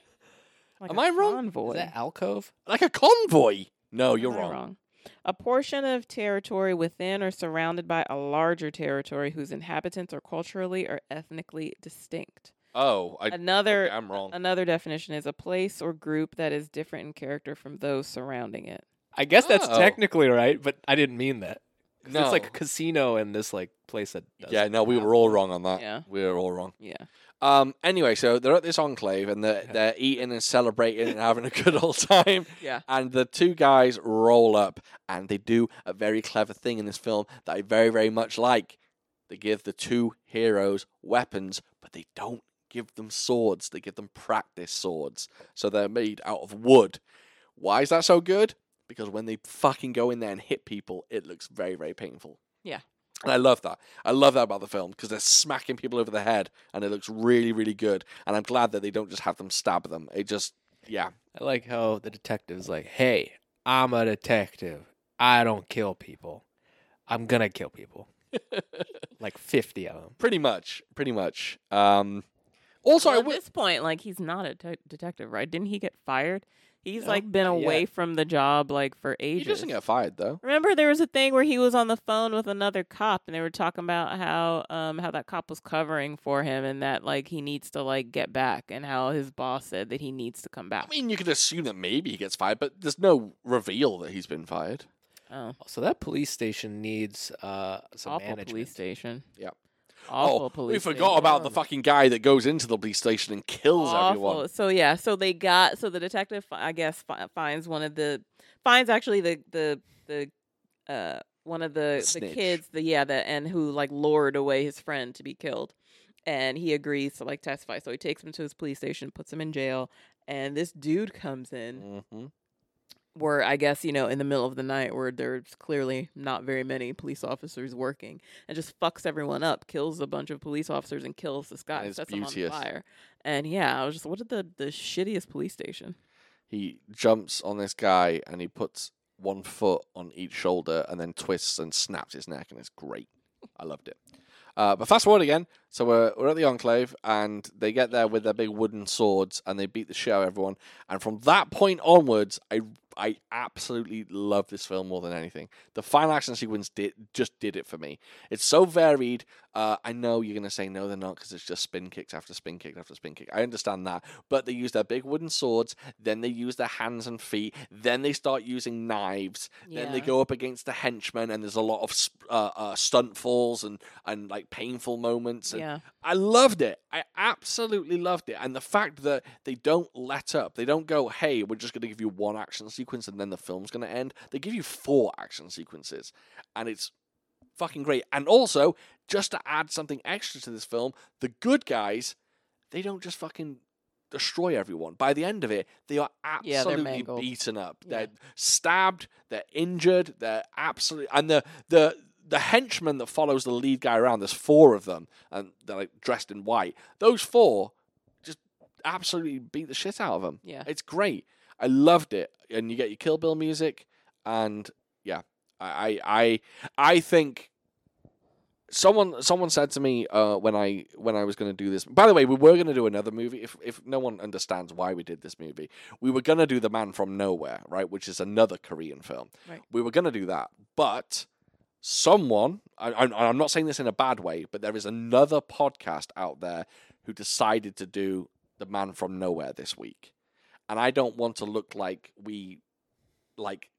C: Like
A: Am
C: I
A: I wrong?
C: Convoy.
B: Is that alcove?
A: a convoy. No,
C: Am
A: Oh, you're
C: I
A: wrong.
C: A portion of territory within or surrounded by a larger territory whose inhabitants are culturally or ethnically distinct.
A: Oh, I,
C: Another
A: okay, I'm wrong.
C: another definition is a place or group that is different in character from those surrounding it.
B: I guess that's
A: Oh.
B: technically right, but I didn't mean that. 'Cause
A: No,
B: It's like a casino and this like place that. Does
A: yeah, no, we were all wrong on that.
C: Yeah.
A: we were all wrong.
C: Yeah.
A: Um. Anyway, so they're at this enclave and they're
B: Yeah.
A: they're eating and celebrating and having a good old time.
C: (laughs) Yeah.
A: And the two guys roll up and they do a very clever thing in this film that I very, very much like. They give the two heroes weapons, but they don't give them swords. They give them practice swords. So they're made out of wood, Why is that so good? Because when they fucking go in there and hit people, it looks very, very painful.
C: Yeah.
A: And I love that. I love that about the film because they're smacking people over the head and it looks really, really good. And I'm glad that they don't just have them stab them. It just, yeah.
B: I like how the detective's like, "Hey, I'm a detective. I don't kill people. I'm gonna
A: (laughs)
B: kill people, like fifty of them."
A: Pretty much, pretty much. Um, also, I
C: Well, at
A: wi-
C: this point, like he's not a te- detective, right? Didn't he get fired? He's
B: No,
C: like been
B: not
C: away from the job like for
A: he
C: ages.
A: doesn't get fired though.
C: Remember, there was a thing where he was on the phone with another cop, and they were talking about how um how that cop was covering for him, and that like he needs to like get back, and how his boss said that he needs to come
A: I
C: back.
A: mean, you could assume that maybe he gets fired, but there's no reveal that he's been fired.
C: Oh,
B: So that police station needs uh, some
C: awful
B: management.
C: police station.
A: Yeah.
C: Awful
A: oh,
C: police.
A: we forgot
C: station.
A: about the fucking guy that goes into the police station and kills everyone.
C: Awful. So yeah, so they got so the detective fi- I guess fi- finds one of the finds actually the the the uh one of the the,
A: Snitch.
C: kids the yeah the and who like lured away his friend to be killed, and he agrees to like testify. So he takes him to his police station, puts him in jail, and this dude comes in
A: Mm-hmm.
C: were I guess you know in the middle of the night where there's clearly not very many police officers working and just fucks everyone up, kills a bunch of police officers and kills this guy,
A: is
C: sets him
A: beauteous.
C: on fire. And yeah, I was just what did the the shittiest police station?
A: He jumps on this guy and he puts one foot on each shoulder and then twists and snaps his neck, and it's great. I loved it. Uh, but fast forward again. So we're, we're at the Enclave, and they get there with their big wooden swords, and they beat the shit out of everyone. And from that point onwards, I I absolutely love this film more than anything. The final action sequence did just did it for me. It's so varied. Uh, I know you're gonna say no, they're not, because it's just spin kicks after spin kick after spin kick. I understand that, but they use their big wooden swords, then they use their hands and feet, then they start using knives, then they
C: Yeah.
A: go up against the henchmen, and there's a lot of sp- uh, uh, stunt falls and and like painful moments. And
C: yeah.
A: I loved it. I absolutely loved it. And the fact that they don't let up, they don't go, hey, we're just going to give you one action sequence and then the film's going to end. They give you four action sequences. And it's fucking great. And also, just to add something extra to this film, the good guys, they don't just fucking destroy everyone. By the end of it, they are
C: Yeah, they're
A: absolutely
C: mangled.
A: beaten up.
C: Yeah.
A: They're stabbed, they're injured, they're absolutely. And the, the, the henchman that follows the lead guy around, there's four of them, and they're like dressed in white. Those four just absolutely beat the shit out of them.
C: Yeah.
A: It's great. I loved it, and you get your Kill Bill music, and yeah, I I I, I think someone someone said to me uh, when I when I was going to do this. By the way, we were going to do another movie. If if no one understands why we did this movie, we were going to do The Man from Nowhere, right, which is another Korean film.
C: Right.
A: We were going to do that, but someone I, I'm, I'm not saying this in a bad way but there is another podcast out there who decided to do the man from nowhere this week and i don't want to look like we like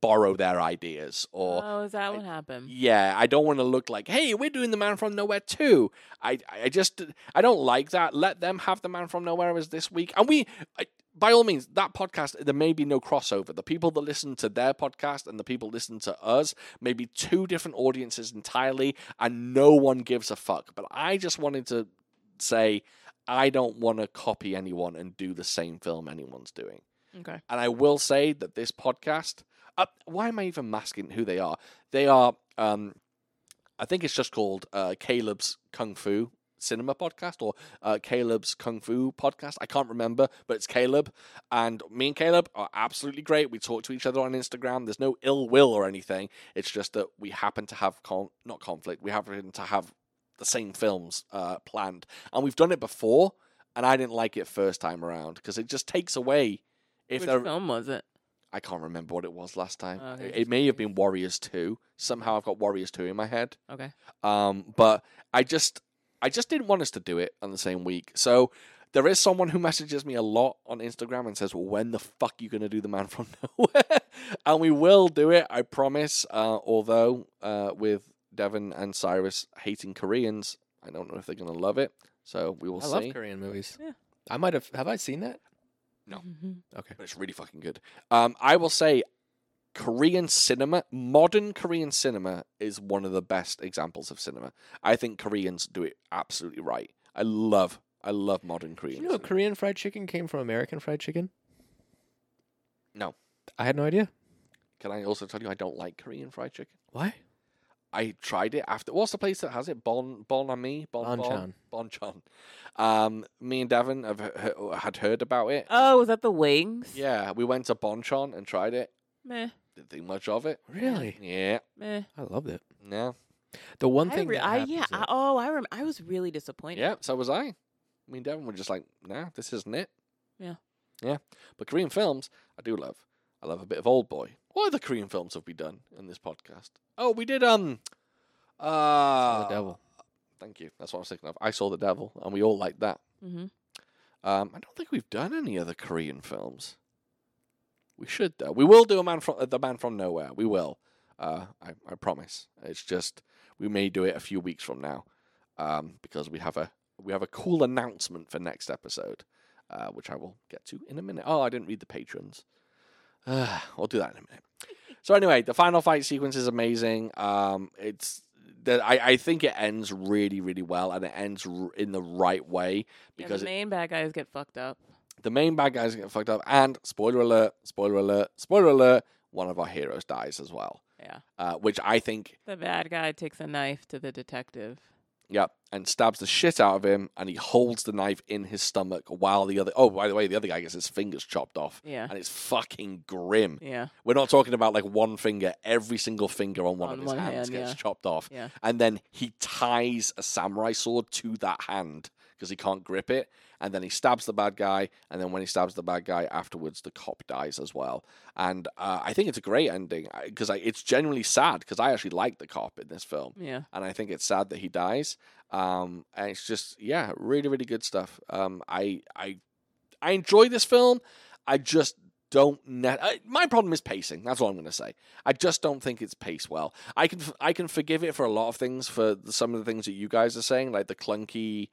A: borrow their ideas or
C: oh, is that
A: I-
C: what happened?
A: yeah i don't want to look like hey we're doing the man from nowhere too i i just i don't like that let them have the man from nowhere as this week and we I, by all means that podcast there may be no crossover the people that listen to their podcast and the people listen to us may be two different audiences entirely and no one gives a fuck but i just wanted to say i don't want to copy anyone and do the same film anyone's doing
C: Okay.
A: and I will say that this podcast. Uh, why am I even masking who they are? They are. Um, I think it's just called uh, Caleb's Kung Fu Cinema Podcast or uh, Caleb's Kung Fu Podcast. I can't remember, but it's Caleb. And me and Caleb are absolutely great. We talk to each other on Instagram. There's no ill will or anything. It's just that we happen to have con- not conflict. We happen to have the same films uh, planned, and we've done it before. And I didn't like it first time around because it just takes away. If
C: Which
A: there,
C: film was it?
A: I can't remember what it was last time.
B: Uh,
C: Okay,
A: It-
C: just
A: it may have
C: curious.
A: been Warriors Two. Somehow I've got Warriors Two in my head.
C: Okay.
A: Um, but I just I just didn't want us to do it on the same week. So there is someone who messages me a lot on Instagram and says, well, "When the fuck you gonna do the Man from (laughs) Nowhere?" and we will do it, I promise. Uh, although uh, with Devon and Cyrus hating Koreans, I don't know if they're gonna love it. So we will
B: I
A: see.
B: love Korean movies.
C: Yeah.
B: I might have. Have I seen that?
A: No.
C: Mhm.
B: Okay.
A: but it's really fucking good. Um, I will say, Korean cinema, modern Korean cinema, is one of the best examples of cinema. I think Koreans do it absolutely right. I love, I love modern
B: Did
A: Korean.
B: you know
A: cinema.
B: Korean fried chicken came from American fried chicken?
A: No.
B: I had no idea.
A: Can I also tell you I don't like Korean fried chicken?
B: Why?
A: I tried it after. What's the place that has it? Bon Bon Ami Bon Bon
B: Bonchon.
A: Bonchon. Um, me and Devon have he- he- had heard about it.
C: Oh, was that the wings?
A: Yeah, we went to Bonchon and tried it.
C: Meh,
A: Didn't think much of it.
B: Really?
A: Yeah,
C: meh.
B: I loved it.
A: no,
B: The one
C: I
B: thing
C: re-
B: that
C: I,
B: happens
C: yeah.
B: at-
C: I, oh, I remember. I was really disappointed.
A: yeah. So was I. Me and Devon were just like, nah, this isn't it.
C: Yeah.
A: yeah. But Korean films, I do love. I love a bit of Old Boy. What other Korean films have we done in this podcast? Oh, we did um,
B: Saw
A: uh,
B: the devil.
A: Thank you. That's what I was thinking of. I saw the devil, and we all liked that.
C: Mm-hmm.
A: Um, I don't think we've done any other Korean films. We should though. We will do a man from uh, the man from nowhere. We will. Uh, I, I promise. It's just we may do it a few weeks from now, um, because we have a we have a cool announcement for next episode, uh, which I will get to in a minute. Oh, I didn't read the patrons. Uh, we'll do that in a minute. So anyway, the final fight sequence is amazing. Um, it's the, I, I think it ends really really well, and it ends r- in the right way
C: Yeah,
A: because
C: the
A: it-
C: main bad guys get fucked up.
A: the main bad guys get fucked up, and spoiler alert, spoiler alert, spoiler alert, one of our heroes dies as well.
C: Yeah.
A: Uh, which I think,
C: The bad guy takes a knife to the detective.
A: yep, and stabs the shit out of him, and he holds the knife in his stomach while the other. Oh, by the way, the other guy gets his fingers chopped off,
C: Yeah.
A: and it's fucking grim.
C: Yeah.
A: We're not talking about like one finger; every single finger on one
C: On
A: of his
C: one
A: hands
C: hand,
A: gets
C: yeah.
A: chopped off,
C: Yeah.
A: and then he ties a samurai sword to that hand because he can't grip it, and then he stabs the bad guy, and then when he stabs the bad guy afterwards, the cop dies as well. And uh, I think it's a great ending because it's genuinely sad because I actually like the cop in this film,
C: Yeah.
A: and I think it's sad that he dies. Um, and it's just yeah, really really good stuff. Um, I I I enjoy this film. I just don't. Ne- I, my problem is pacing. That's what I'm going to say. I just don't think it's paced well. I can f- I can forgive it for a lot of things for the- some of the things that you guys are saying, like the clunky,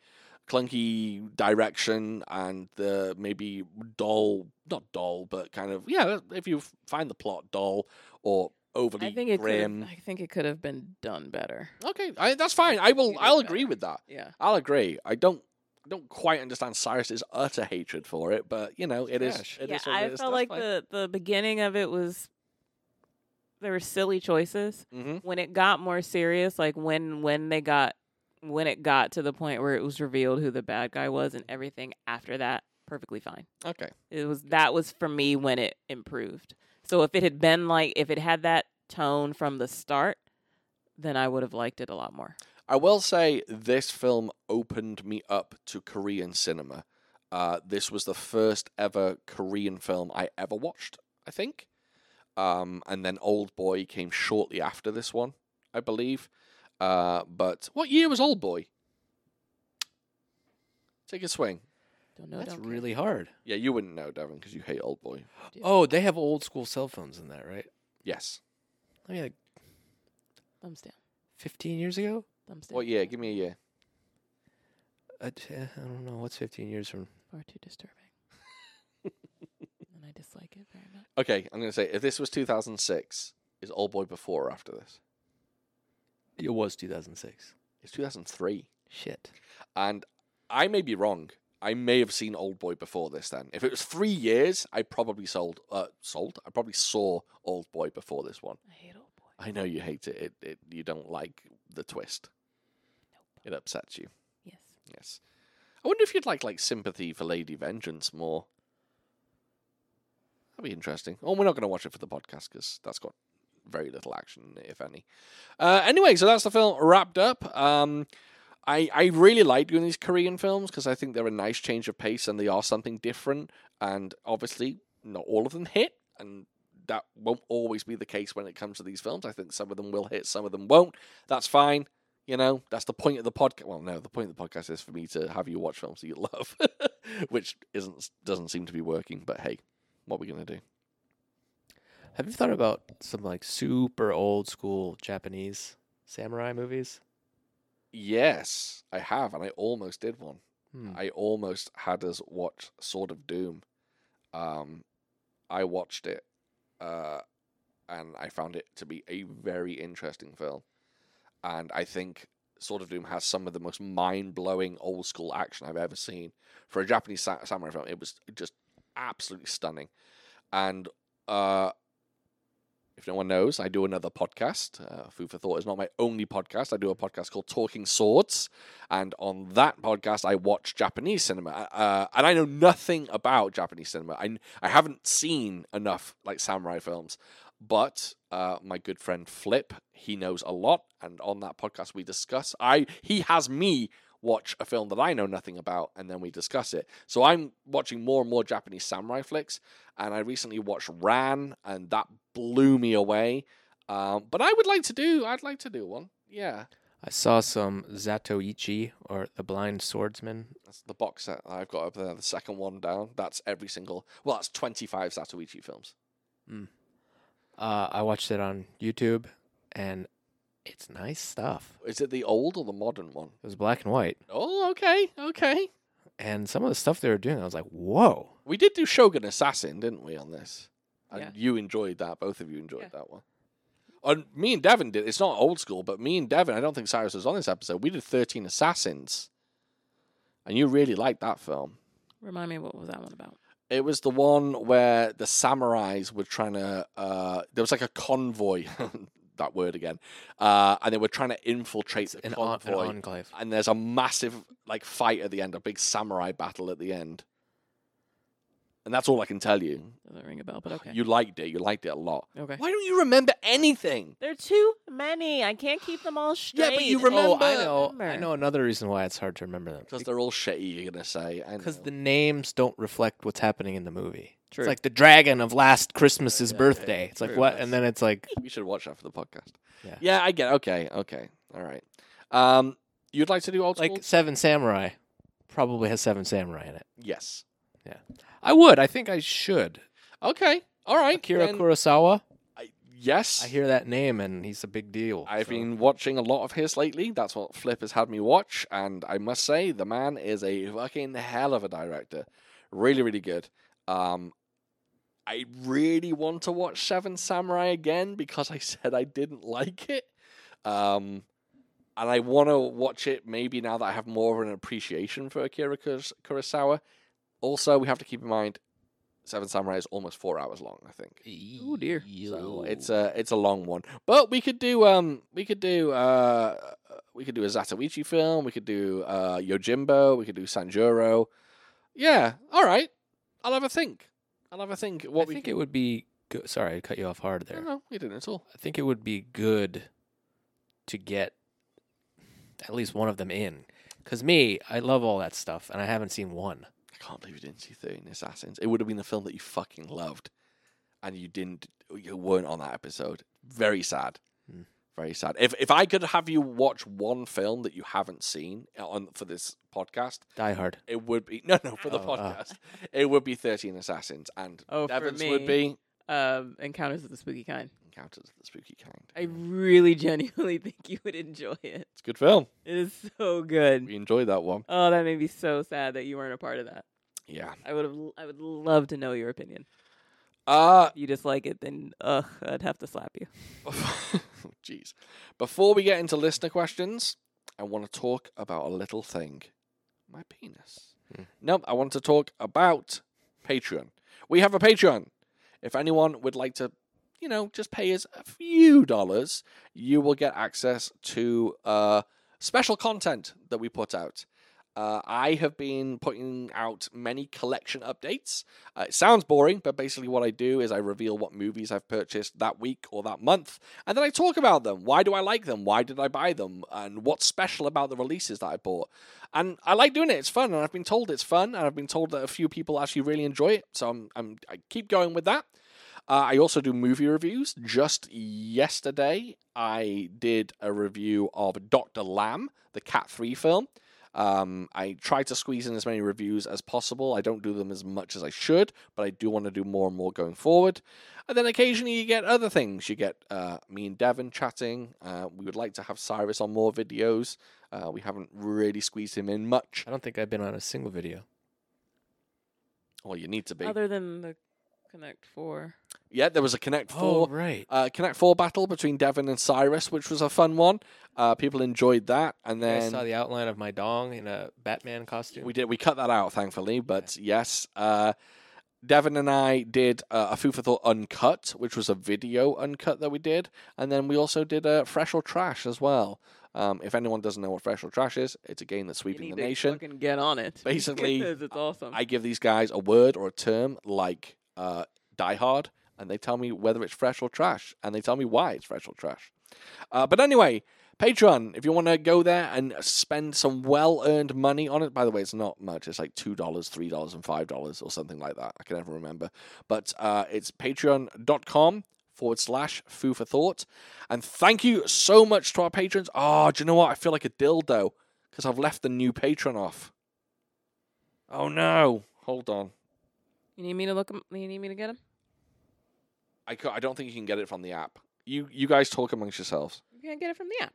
A: clunky direction and the maybe dull, not dull, but kind of yeah. If you f- find the plot dull or overly
C: I think it. could've-
A: grim,
C: I think it could have been done better.
A: okay, I, that's fine. I will.
C: You did
A: I'll agree
C: better.
A: with that.
C: Yeah.
A: I'll agree. I don't. I don't quite understand Cyrus's utter hatred for it, but you know it is.
B: Trash.
A: it
C: yeah,
A: is what
C: I
A: it is.
C: felt
A: That's
C: like
A: fine.
C: the the beginning of it was there were silly choices.
A: Mhm.
C: When it got more serious, like when when they got when it got to the point where it was revealed who the bad guy was and everything after that, perfectly fine.
A: Okay.
C: It was that was for me when it improved. So if it had been like if it had that tone from the start, then I would have liked it a lot more.
A: I will say this film opened me up to Korean cinema. Uh, this was the first ever Korean film I ever watched, I think. Um, and then Old Boy came shortly after this one, I believe. Uh, but what year was Old Boy? Take a swing.
C: Don't know.
B: That's
C: don't care.
B: really hard.
A: Yeah, you wouldn't know, Devin, because you hate Old Boy.
C: Yeah.
B: Oh, they have old school cell phones in that, right?
A: Yes.
B: I mean, like
C: thumbs down.
B: 15 years ago?
C: Thumbs down.
A: What year? Give me a year.
B: I, t- eh, I don't know. What's 15 years from?
C: Far too (laughs) disturbing. and I dislike it very much.
A: Okay, I'm going to say if this was 2006, is Old Boy before or after this?
B: It was 2006.
A: It's 2003.
B: Shit.
A: And I may be wrong. I may have seen Old Boy before this. Then, if it was three years, I probably sold. Uh, sold. I probably saw Old Boy before this one.
C: I hate old boy.
A: I know you hate it. It. it you don't like the twist. It upsets you.
C: Yes.
A: Yes. I wonder if you'd like like sympathy for Lady Vengeance more. That'd be interesting. Oh, we're not going to watch it for the podcast because that's got very little action in it, if any. Uh, anyway, so that's the film wrapped up. Um, I I really like doing these Korean films because I think they're a nice change of pace and they are something different. And obviously, not all of them hit, and that won't always be the case when it comes to these films. I think some of them will hit, some of them won't. That's fine. You know, that's the point of the podcast. Well, no, the point of the podcast is for me to have you watch films that you love, (laughs) which isn't doesn't seem to be working. But hey, what are we gonna do?
B: Have you thought about some like super old school Japanese samurai movies?
A: Yes, I have, and I almost did one.
B: Hmm.
A: I almost had us watch Sword of Doom. Um, I watched it, uh, and I found it to be a very interesting film. And I think Sword of Doom has some of the most mind blowing old school action I've ever seen for a Japanese sa- samurai film. It was just absolutely stunning. And uh, if no one knows, I do another podcast. Uh, Food for Thought is not my only podcast. I do a podcast called Talking Swords, and on that podcast, I watch Japanese cinema. Uh, and I know nothing about Japanese cinema. I I haven't seen enough like samurai films, but uh, my good friend Flip, he knows a lot, and on that podcast, we discuss. I he has me watch a film that I know nothing about, and then we discuss it. So I'm watching more and more Japanese samurai flicks, and I recently watched Ran, and that blew me away. Um, but I would like to do. I'd like to do one. Yeah,
B: I saw some Zatoichi or the Blind Swordsman.
A: that's the box set that I've got up there. The second one down. That's every single. Well, that's twenty five Satoichi films.
B: Uh, I watched it on YouTube, and it's nice stuff.
A: Is it the old or the modern one?
B: It was black and white,
A: Oh, okay, okay.
B: and some of the stuff they were doing, I was like, "Whoa!"
A: We did do Shogun Assassin, didn't we, on this? And
C: Yeah.
A: you enjoyed that. Both of you enjoyed
C: Yeah.
A: that one. And me and Devin did. It's not old school, but me and Devin, I don't think Cyrus was on this episode. We did 13 Assassins. And you really liked that film.
C: Remind me, what was that one about?
A: It was the one where the samurais were trying to. Uh, there was like a convoy, (laughs) that word again, uh, and they were trying to infiltrate the
B: An, on, an
A: convoy.
B: enclave.
A: and there's a massive like fight at the end, a big samurai battle at the end. And that's all I can tell you.
C: Doesn't ring a bell, but okay.
A: You liked it. You liked it a lot.
C: okay.
A: Why don't you remember anything?
C: There are too many. I can't keep them all straight.
A: Yeah, but you
B: Oh, I
A: remember-
B: know. I
C: Remember.
B: know another reason why it's hard to remember them.
A: Because they're all shitty. You're gonna say. I
B: Because
A: know.
B: the names don't reflect what's happening in the movie.
C: True.
B: It's like the dragon of last Christmas's
A: Yeah, yeah,
B: birthday. It's like
A: true,
B: what?
A: that's-
B: And then it's like
A: we should watch that for the podcast.
B: Yeah.
A: Yeah, I get. Okay. Okay. All right. Um, you'd like to do old
B: like
A: school?
B: Seven Samurai probably has Seven Samurai in it.
A: Yes.
B: I would. I think I should.
A: Okay. All right.
B: Akira
A: then-
B: Kurosawa.
A: I- yes.
B: I hear that name and he's a big deal.
A: I've
B: so-
A: been watching a lot of his lately. That's what Flip has had me watch, and I must say, the man is a fucking hell of a director. Really, really good. Um, I really want to watch Seven Samurai again because I (laughs) said I didn't like it. Um, and I want to watch it maybe now that I have more of an appreciation for Akira Kuros- Kurosawa. Also, we have to keep in mind Seven Samurai is almost four hours long, I think.
C: Oh, dear.
A: So it's uh, a it's a long one, but we could do um we could do uh we could do a Zatoichi film, we could do uh Yojimbo, we could do Sanjuro. Yeah, all right. I'll have a think. I'll have a think. What
B: I
A: we
B: think
A: could-
B: it would be. Good. Sorry, I cut you off hard there.
A: No, no, we didn't at all.
B: I think it would be good to get at least one of them in. Cause me, I love all that stuff, and I haven't seen one.
A: I can't believe you didn't see Thirteen Assassins. It would have been the film that you fucking loved, and you didn't. You weren't on that episode. Very sad.
B: Hmm.
A: Very sad. If if I could have you watch one film that you haven't seen uh, on for this podcast,
B: Die Hard.
A: it would be (laughs) no, no for the
B: Oh, oh.
A: podcast. It would be Thirteen Assassins, and
C: Oh, for
A: Evans would
C: me.
A: be
C: Um, Encounters of the Spooky Kind.
A: Encounters of the Spooky Kind.
C: I really (laughs) genuinely think you would enjoy it.
A: It's a good film.
C: It is so good.
A: We enjoyed that one.
C: Oh, that made me so sad that you weren't a part of that.
A: Yeah.
C: I would have. I would love to know your opinion.
A: Uh
C: If you dislike it, then ugh, I'd have to slap you.
A: (laughs) jeez. Before we get into listener questions, I want to talk about a little thing. My penis.
B: Hmm.
A: Nope, I want to talk about Patreon. We have a Patreon. If anyone would like to, you know, just pay us a few dollars, you will get access to uh, special content that we put out. Uh, I have been putting out many collection updates. Uh, it sounds boring, but basically, what I do is I reveal what movies I've purchased that week or that month, and then I talk about them. Why do I like them? Why did I buy them? And what's special about the releases that I bought? And I like doing it. It's fun, and I've been told it's fun, and I've been told that a few people actually really enjoy it. So I'm, I'm I keep going with that. Uh, I also do movie reviews. Just yesterday, I did a review of Doctor Lamb, the Cat Three film. Um, I try to squeeze in as many reviews as possible. I don't do them as much as I should, but I do want to do more and more going forward. And then occasionally you get other things. You get uh, me and Devin chatting. Uh, we would like to have Cyrus on more videos. Uh, we haven't really squeezed him in much.
B: I don't think I've been on a single video.
A: Well, you need to be.
C: Other than the Connect Four.
A: Yeah, there was a Connect Four.
B: Oh, right.
A: Uh, Connect Four battle between Devin and Cyrus, which was a fun one. Uh, people enjoyed that, and
B: I
A: then
B: saw the outline of my dong in a Batman costume.
A: We did. We cut that out, thankfully. But yes, uh, Devin and I did uh, a Food for Thought Uncut, which was a video uncut that we did. And then we also did a Fresh or Trash as well. Um, if anyone doesn't know what Fresh or Trash is, it's a game that's
C: You
A: sweeping
C: need
A: the
C: to
A: nation.
C: fucking get on it. (laughs)
A: Basically,
C: because it's awesome.
A: I give these guys a word or a term like uh, Die Hard, and they tell me whether it's fresh or trash, and they tell me why it's fresh or trash. Uh, but anyway, Patreon, if you want to go there and spend some well earned money on it, by the way, it's not much. It's like $2, $3, and $5 or something like that. I can never remember. But uh, it's patreon.com forward slash foo for thought. And thank you so much to our patrons. Oh, do you know what? I feel like a dildo because I've left the new patron off. Oh no! Hold on.
C: you need me to look 'em- You need me to get him?
A: I, cou- I don't think you can get it from the app. You you guys talk amongst yourselves.
C: You can't get it from the app.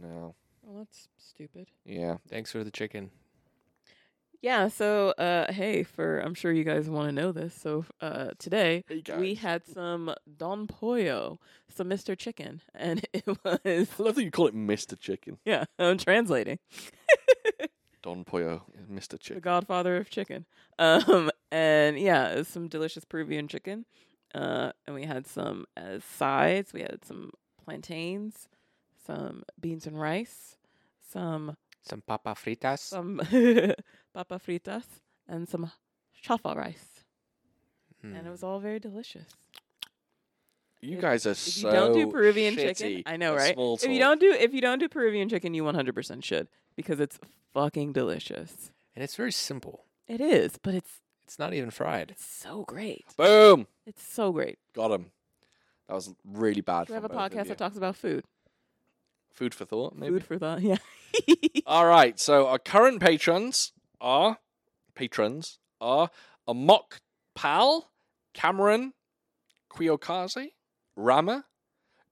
A: No.
C: Well, that's stupid.
A: Yeah.
B: Thanks for the chicken.
C: Yeah. So, uh, hey, for I'm sure you guys want to know this. So, uh, today
A: Hey
C: we had some Don Pollo, some Mr. Chicken, and (laughs) it was
A: I love that you call it Mr. Chicken.
C: yeah. I'm translating
A: Don Pollo, Mr.
C: the
A: Chicken.
C: Godfather of Chicken. (laughs) Um, and yeah, it was some delicious Peruvian chicken. Uh, and we had some as sides. We had some plantains, some beans and rice, some
B: Some papa fritas.
C: some (laughs) papa fritas and some chafa rice,
B: Hmm.
C: and it was all very delicious.
A: You
C: If-
A: guys are
C: If
A: so
C: you don't do Peruvian
A: shitty
C: chicken, I know,
A: at
C: right?
A: small
C: If you
A: talk.
C: don't do if you don't do Peruvian chicken, you 100% should because it's fucking delicious.
B: and it's very simple.
C: It is, but it's
B: It's not even fried.
C: it's so great.
A: Boom!
C: It's so great.
A: Got him. That was really bad.
C: Do we have a
A: from both of
C: podcast
A: you.
C: that talks about food?
A: Food for thought, maybe.
C: Food for thought. (laughs) Yeah.
A: All right. So our current patrons are patrons are a mock pal, Cameron, Kiokazi, Rama,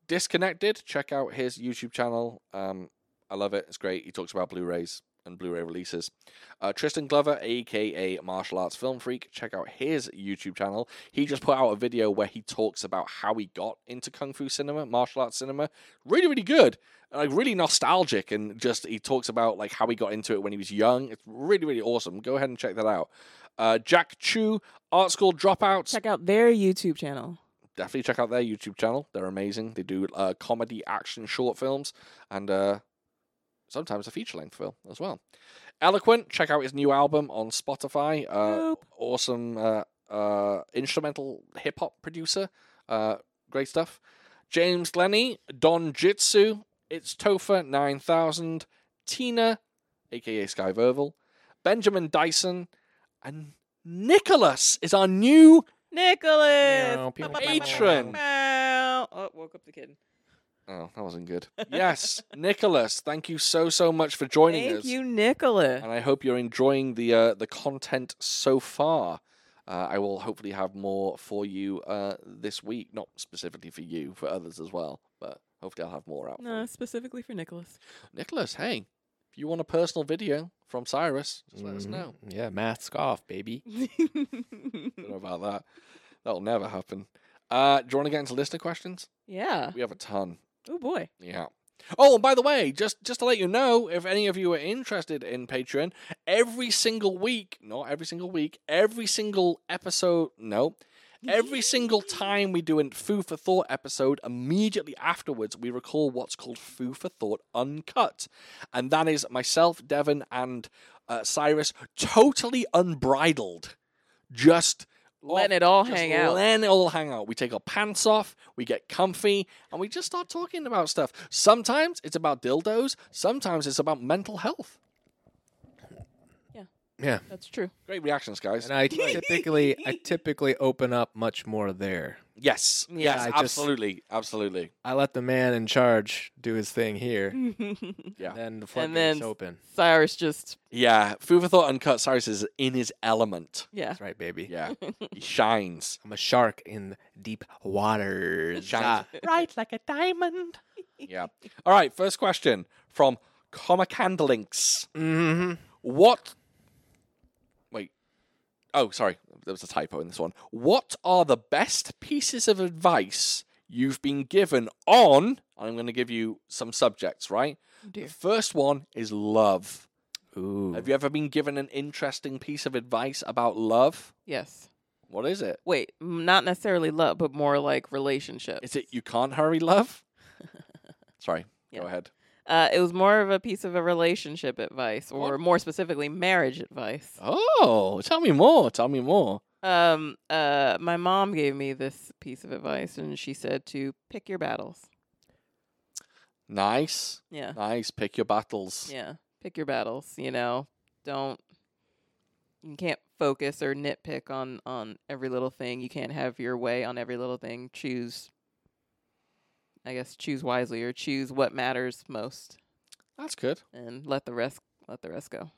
A: disconnected. Check out his YouTube channel. Um, I love it. It's great. He talks about Blu-rays and Blu-ray releases. Uh, Tristan Glover, aka Martial Arts Film Freak, check out his YouTube channel. He just put out a video where he talks about how he got into kung fu cinema, martial arts cinema. Really, really good. Like really nostalgic and just he talks about like how he got into it when he was young. It's really, really awesome. Go ahead and check that out. Uh, Jack Chu, Art School Dropouts
C: Check out their YouTube channel.
A: definitely check out their YouTube channel. They're amazing. They do uh, comedy, action, short films, and uh, sometimes a feature length film as well. Eloquent, check out his new album on Spotify. Uh,
C: Dope.
A: awesome uh, uh, instrumental hip hop producer. Uh, great stuff. James Lenny, Don Jitsu, It's Tofa 9000, Tina, aka Sky Verval, Benjamin Dyson, and Nicholas is our new
C: Nicholas,
B: Meow, pew,
C: Ba- ba- ba-
A: pew,
C: ba-
A: Patron.
C: meow. Oh, woke up the kitten.
A: Oh, that wasn't
C: (laughs)
A: good. Yes, Nicholas, thank you so so much for joining us.
C: Thank you, Nicholas.
A: And I hope you're enjoying the uh, the content so far. Uh, I will hopefully have more for you uh, this week, not specifically for you, for others as well. But hopefully, I'll have more out. for
C: No,
A: you.
C: specifically for Nicholas.
A: Nicholas, hey, if you want a personal video from Cyrus, just let us
B: Mhm.
A: know.
B: Yeah, mask off, baby.
A: Don't know about that. That'll never happen. Uh, do you want to get into listener questions?
C: (laughs) yeah.
A: We have a ton.
C: Oh boy.
A: Yeah. Oh, and by the way, just just to let you know, if any of you are interested in Patreon, every single week, not every single week, every single episode, no, every single time we do a Foo for Thought episode, immediately afterwards we recall what's called Foo for Thought Uncut, and that is myself, Devon, and uh, Cyrus, totally unbridled, just
C: Letting it all
A: just
C: hang out.
A: Letting it all hang out. We take our pants off, we get comfy, and we just start talking about stuff. Sometimes it's about dildos, sometimes it's about mental health.
B: Yeah.
C: That's (laughs) true.
A: Great reactions, guys.
B: And I typically I typically open up much more there.
A: yes.
C: Yeah,
A: yes,
B: I just-
A: absolutely. Absolutely.
B: I let the man in charge do his thing here.
A: Yeah.
B: And then the floodgates
C: Mm. And then-
B: open.
C: Cyrus just
A: Yeah. Food for Thought Uncut Cyrus is in his element.
C: yeah.
B: That's right, baby. (laughs)
A: Yeah. he shines.
B: I'm a shark in deep waters.
A: Shines
B: Ah,
A: bright like a diamond. yeah. All right. First question from Comic Handlinks.
B: mhm.
A: What? Wait. Oh, sorry. There was a typo in this one. What are the best pieces of advice you've been given on? I'm going to give you some subjects, right? The first one is love.
B: Ooh.
A: Have you ever been given an interesting piece of advice about love?
C: Yes.
A: What is it?
C: Wait, m- not necessarily love, but more like relationship.
A: Is it you can't hurry
C: (laughs)
A: love? Sorry,
C: Yeah.
A: go ahead.
C: Uh, it was more of a piece of a relationship advice, or more specifically, marriage advice.
A: Oh, tell me more. Tell me more.
C: Um, uh, my mom gave me this piece of advice, and she said to pick your battles.
A: Nice,
C: Yeah,
A: nice. Pick your battles.
C: yeah, pick your battles. You know, don't you can't focus or nitpick on on every little thing. You can't have your way on every little thing. Choose, I guess, choose wisely or choose what matters most,
A: That's good.
C: and let the rest let the rest go.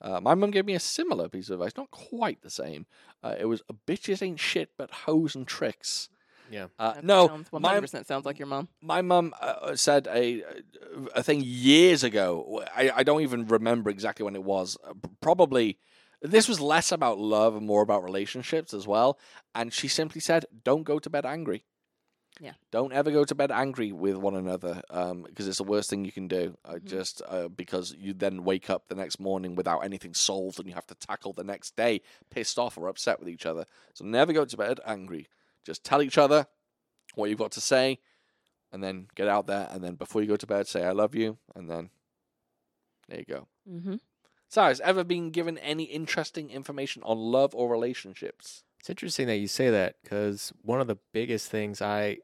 A: Uh, my mum gave me a similar piece of advice, not quite the same. Uh, it was bitches ain't shit but hoes and tricks.
B: Yeah.
A: Uh,
C: That
A: no,
C: sounds one
A: my
C: hundred percent sounds like your mom.
A: my mum uh, said a a thing years ago. I, I don't even remember exactly when it was. Uh, p- Probably this was less about love and more about relationships as well. And she simply said, "Don't go to bed angry."
C: Yeah.
A: Don't ever go to bed angry with one another because it's the worst thing you can do. Uh,
C: Mhm.
A: Just uh, because you then wake up the next morning without anything solved and you have to tackle the next day pissed off or upset with each other. So never go to bed angry. Just tell each other what you've got to say and then get out there and then before you go to bed say i love you and then there you go
C: Mm-hmm.
A: so has ever been given any interesting information on love or relationships
B: It's interesting that you say that because one of the biggest things I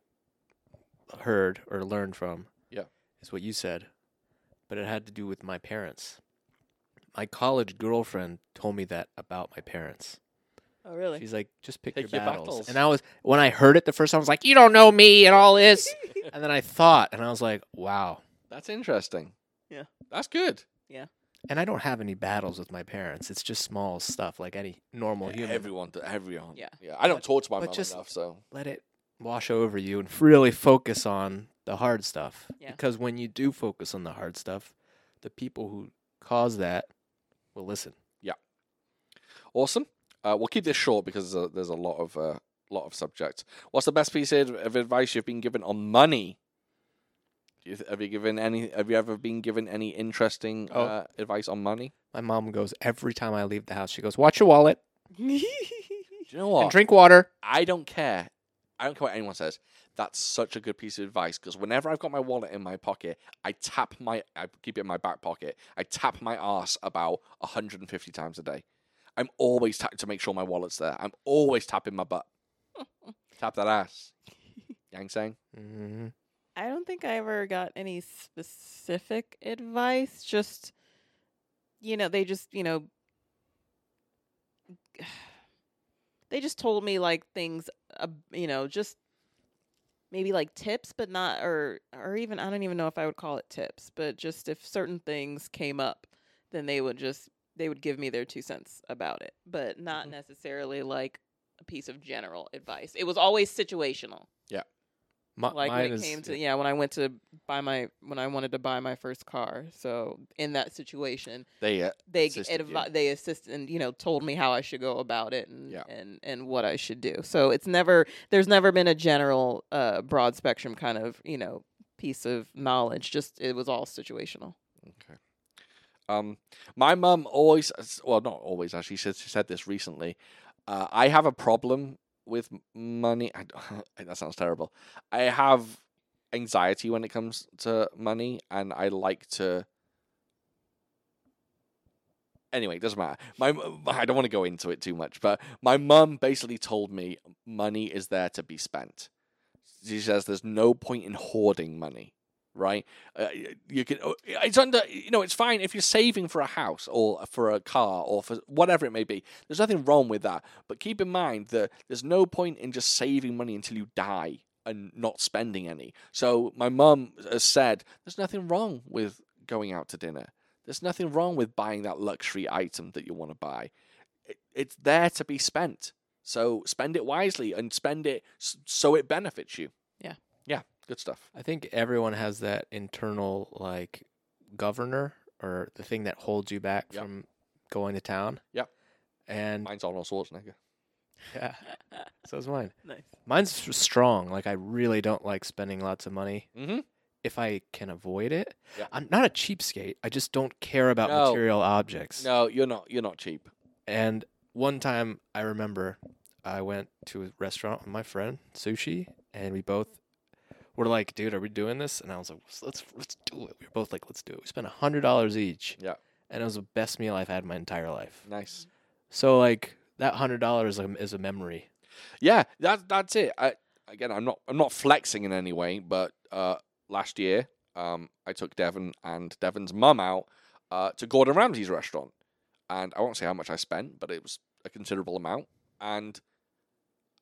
B: heard or learned from
A: Yeah.
B: is what you said, but it had to do with my parents. My college girlfriend told me that about my parents.
C: Oh, really?
B: She's like, just pick
A: Pick
B: your,
A: your
B: battles.
A: battles.
B: And I was, when I heard it the first time, I was like, you don't know me and
A: (laughs)
B: all this. and then I thought, and I was like, wow.
A: that's interesting
C: Yeah.
A: that's good
B: And I don't have any battles with my parents. It's just small stuff like any normal human.
A: everyone do- everyone
C: Yeah.
A: yeah i don't talk to my
B: but
A: mum
B: just-
A: enough so
B: let it wash over you and really focus on the hard stuff.
C: Yeah.
B: Because when you do focus on the hard stuff, the people who cause that will listen.
A: awesome uh, we'll keep this short because there's a, there's a lot of uh, lot of subjects what's the best piece of of advice you've been given on money Do you th- have you given any have you ever been given any interesting
B: Oh.
A: uh, advice on money
B: My mom goes every time I leave the house. She goes, "Watch your wallet
C: (laughs)
A: do you know what
B: and drink water."
A: I don't care. I don't care what anyone says. That's such a good piece of advice because whenever I've got my wallet in my pocket, I tap my, I keep it in my back pocket. I tap my ass about 150 times a day. I'm always tapping to make sure my wallet's there. I'm always tapping my butt. (laughs) tap that ass. Yang saying?
B: Mm-hmm.
C: I don't think I ever got any specific advice. Just, you know, they just, you know, (sighs) they just told me like things, uh, you know, just maybe like tips, but not, or, or even, I don't even know if I would call it tips, but just if certain things came up, then they would just, they would give me their two cents about it, but not
A: Mhm.
C: necessarily like a piece of general advice. It was always situational
B: My,
C: like when
B: Uh, mine
C: it
B: is
C: came to yeah when i went to buy my when i wanted to buy my first car so in that situation
A: They, uh,
C: they g-
A: Assisted you.
C: advi- they assist and you know told me how i should go about it and
A: Yeah.
C: and and what i should do so it's never there's never been a general uh broad spectrum kind of you know piece of knowledge just it was all situational
A: Okay. Um, my mum always, s- well, not always actually. She said, she said this recently. Uh, I have a problem with m- money. I, don't- (laughs) that sounds terrible. I have anxiety when it comes to money, and I like to. Anyway, it doesn't matter. My, m- (laughs) I don't want to go into it too much, but my mum basically told me money is there to be spent. She says there's no point in hoarding money, right? Uh, y- you can oh, it's under you know it's fine if you're saving for a house or for a car or for whatever it may be there's nothing wrong with that but keep in mind that there's no point in just saving money until you die and not spending any so my mum has said there's nothing wrong with going out to dinner there's nothing wrong with buying that luxury item that you want to buy it, it's there to be spent so spend it wisely and spend it s- so it benefits you
C: Yeah.
A: yeah good stuff
B: I think everyone has that internal like governor or the thing that holds you back
A: Yep.
B: from going to town.
A: Yep.
B: And
A: mine's Arnold Schwarzenegger
B: yeah, (laughs) so is mine.
C: nice
B: Mine's s- strong. Like I really don't like spending lots of money
A: mm-hmm
B: if I can avoid it.
A: Yeah.
B: I'm not a cheapskate. I just don't care about
A: No.
B: material objects.
A: No, you're not. You're not cheap.
B: And one time I remember I went to a restaurant with my friend, sushi, and we both were like, "Dude, are we doing this?" And I was like, "Let's let's, let's do it." We were both like, "Let's do it." We spent a hundred dollars each.
A: Yeah.
B: and it was the best meal I've had in my entire life.
A: Nice.
B: So like that hundred dollars is a memory.
A: Yeah, that that's it. I, again, I'm not I'm not flexing in any way, but uh, last year, um, I took Devon and Devon's mum out uh, to Gordon Ramsay's restaurant, and I won't say how much I spent, but it was a considerable amount, and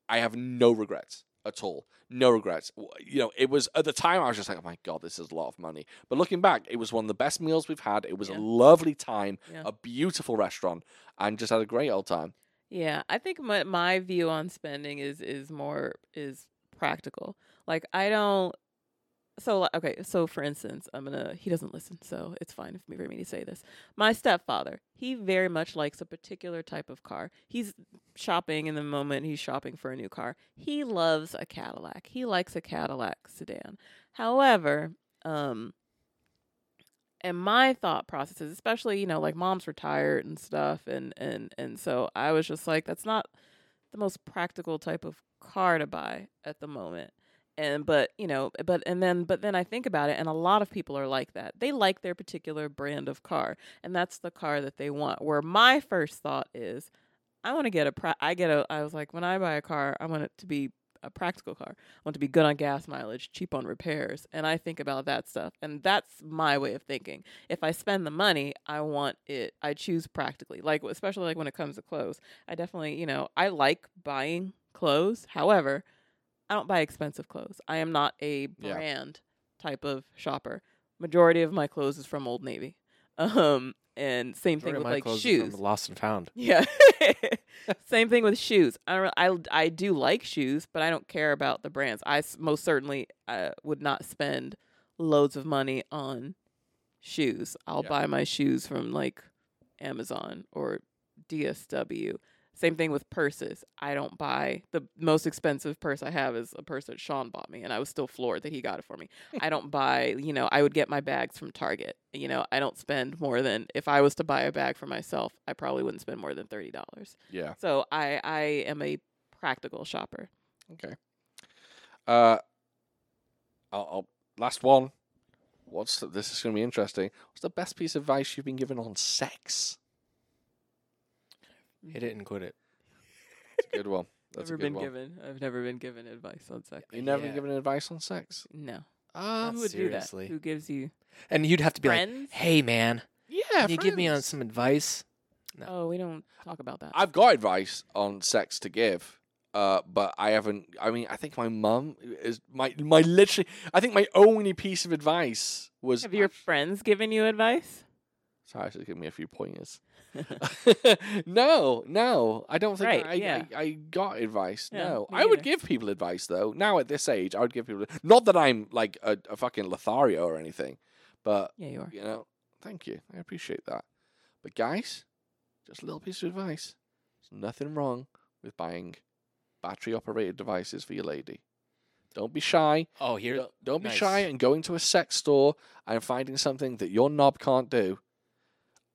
A: I have no regrets at all. No regrets. W- You know, it was at the time I was just like, oh my god, this is a lot of money. But looking back, it was one of the best meals we've had. It was a
C: Yeah.
A: lovely time,
C: Yeah.
A: a beautiful restaurant, and just had a great old time.
C: Yeah, I think my my view on spending is is more is practical. Like I don't. So li- okay, so for instance, I'm gonna. He doesn't listen, so it's fine for me for me to say this. My stepfather, he very much likes a particular type of car. He's shopping in the moment. He's shopping for a new car. He loves a Cadillac. He likes a Cadillac sedan. However, um, and my thought processes especially you know like mom's retired and stuff and and and so i was just like that's not the most practical type of car to buy at the moment and but you know but and then but then i think about it and a lot of people are like that they like their particular brand of car and that's the car that they want where my first thought is i want to get a pra- i get a i was like when i buy a car i want it to be a practical car want to be good on gas mileage, cheap on repairs, and I think about that stuff. And that's my way of thinking. If I spend the money, I want it. I choose practically, like especially like when it comes to clothes. I definitely, you know, I like buying clothes. However, I don't buy expensive clothes. I am not a
A: Yeah.
C: brand type of shopper. Majority of my clothes is from Old Navy. (laughs) Um, and same thing
B: Majority of
C: with
B: my
C: like
B: clothes are
C: shoes.
B: from Lost and found.
C: Yeah. (laughs) Same thing with shoes. I, don't, I I do like shoes, but I don't care about the brands. I s- most certainly uh, would not spend loads of money on shoes. I'll
A: Yeah.
C: buy my shoes from like Amazon or DSW. Same thing with purses. I don't buy the most expensive purse I have is a purse that Sean bought me, and I was still floored that he got it for me. I don't buy, you know, I would get my bags from Target. You know, I don't spend more than if I was to buy a bag for myself, I probably wouldn't spend more than thirty dollars.
A: Yeah.
C: So I, I am a practical shopper.
A: Okay. Uh, I'll, I'll last one. What's the, this is going to be interesting. What's the best piece of advice you've been given on sex?
B: Hit it and quit it.
A: That's a good one. That's
C: Mm-hmm. never
A: a good
C: been
A: one.
C: given. I've never been given advice on sex.
A: You've never been
B: Yeah.
A: given advice on sex.
C: No.
A: Um,
C: Ah, Who would
B: seriously.
C: do that? Who gives you
B: And you'd have to be
C: friends?
B: like, "Hey, man,
A: yeah.
B: can you give me on
A: friends.
B: some advice?"
C: Oh, we don't talk about that.
A: I've got advice on sex to give, uh, but I haven't. I mean, I think my mum is my my literally. I think my only piece of advice was.
C: Have your friends given you advice?
A: Sorry, she's giving me a few pointers. (laughs) no, no, I don't think
C: Right,
A: I,
C: yeah.
A: I, I got advice.
C: Yeah,
A: no,
C: me
A: I would
C: neither.
A: give people advice though. Now at this age, I would give people not that I'm like a, a fucking Lothario or anything, but
C: Yeah, you are.
A: you know, thank you, I appreciate that. But guys, just a little piece of advice: there's nothing wrong with buying battery-operated devices for your lady. Don't be shy.
B: Oh, here,
A: Don't, don't be
B: nice.
A: shy and go into a sex store and finding something that your knob can't do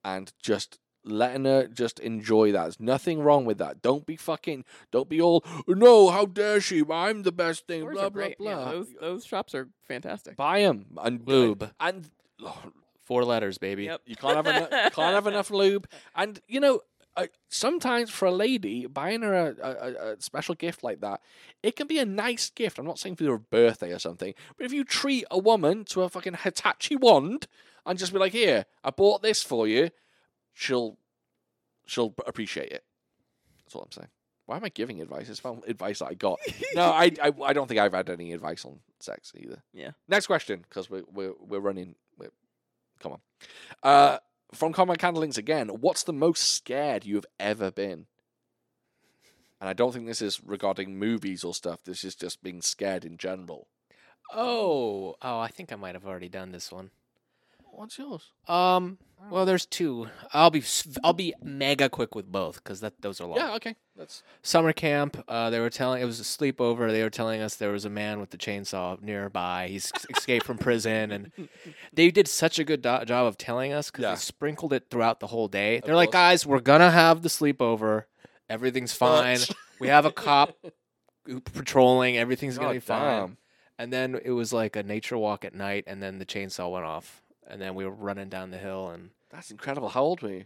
A: and just letting her just enjoy that. There's nothing wrong with that. Don't be fucking, don't be all, no, how dare she? I'm the best thing,
C: Yours
A: blah,
C: are
A: blah,
C: great. Yeah,
A: blah.
C: those those shops are fantastic.
A: Buy 'em Buy them and
B: Lube.
A: And oh,
B: four letters, baby.
A: you can't have, enough, can't have enough lube. And, you know, uh, sometimes for a lady, buying her a, a, a- a special gift like that, it can be a nice gift. I'm not saying for your birthday or something, but if you treat a woman to a fucking Hitachi wand and just be like, "Here, I bought this for you," she'll she'll appreciate it. That's all I'm saying. Why am I giving advice? It's about advice that I got. (laughs) no, I, I I don't think I've had any advice on sex either.
C: Yeah.
A: Next question, because we're we're we're running. We're, come on. Uh, from Common Candlings again. What's the most scared you have ever been? And I don't think this is regarding movies or stuff. This is just being scared in general.
B: Oh, oh, I think I might have already done this one.
A: What's yours?
B: Um,
A: Oh.
B: well, there's two. I'll be, s- I'll be mega quick with both because that those are long.
A: Yeah, okay. That's uh,
B: summer camp. Uh, they were telling it was a sleepover. They were telling us there was a man with the chainsaw nearby. He's escaped from prison, and
A: (laughs)
B: they did such a good do- job of telling us because
A: Yeah.
B: they sprinkled it throughout the whole day.
A: Of
B: They're like,
A: course. (laughs)
B: guys, we're gonna have the sleepover. Everything's fine. We have a cop who- patrolling. Everything's gonna
A: God
B: be fine.
A: damn.
B: And then it was like a nature walk at night, and then the chainsaw went off, and then we were running down the hill and
A: That's incredible. How old were you?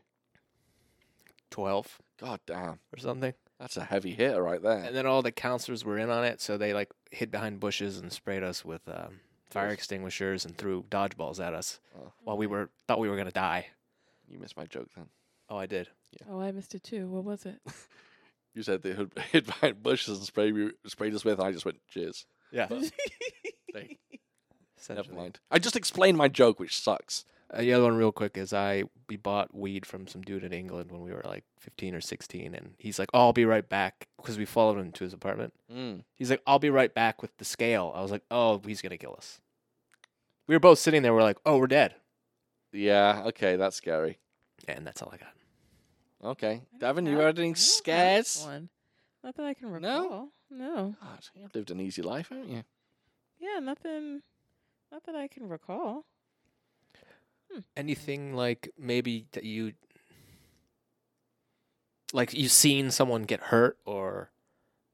B: twelve
A: God damn.
B: or something.
A: That's a heavy hitter right there.
B: And then all the counselors were in on it, so they like hid behind bushes and sprayed us with um, fire
A: Yes.
B: extinguishers and threw dodgeballs at us
A: Oh.
B: while we were thought we were gonna die.
A: You missed my joke then.
B: Oh, I did.
C: Oh, I missed it too. What was it?
A: You said they hid (laughs) hid behind bushes and sprayed, me- sprayed us with, and I just went, cheers. (laughs)
B: Yeah.
C: (laughs)
A: They- Never
B: essentially.
A: mind. I just explained my joke, which sucks.
B: Uh, the other one, real quick, is I we bought weed from some dude in England when we were like 15 or 16, and he's like, oh, "I'll be right back," because we followed him to his apartment.
A: Mm.
B: He's like, "I'll be right back with the scale." I was like, "Oh, he's gonna kill us." We were both sitting there. We're like, "Oh, we're dead,"
A: Yeah, okay, that's scary.
B: and that's all I got.
A: Okay.
C: I don't
A: Davin, you
C: have-
A: had any
C: I don't have
A: scares?
C: One. Not that I can
A: No?
C: recall. No.
A: God, you've lived an easy life, haven't you?
C: Yeah, nothing. Not that I can recall.
B: Anything like maybe that you like you seen someone get hurt or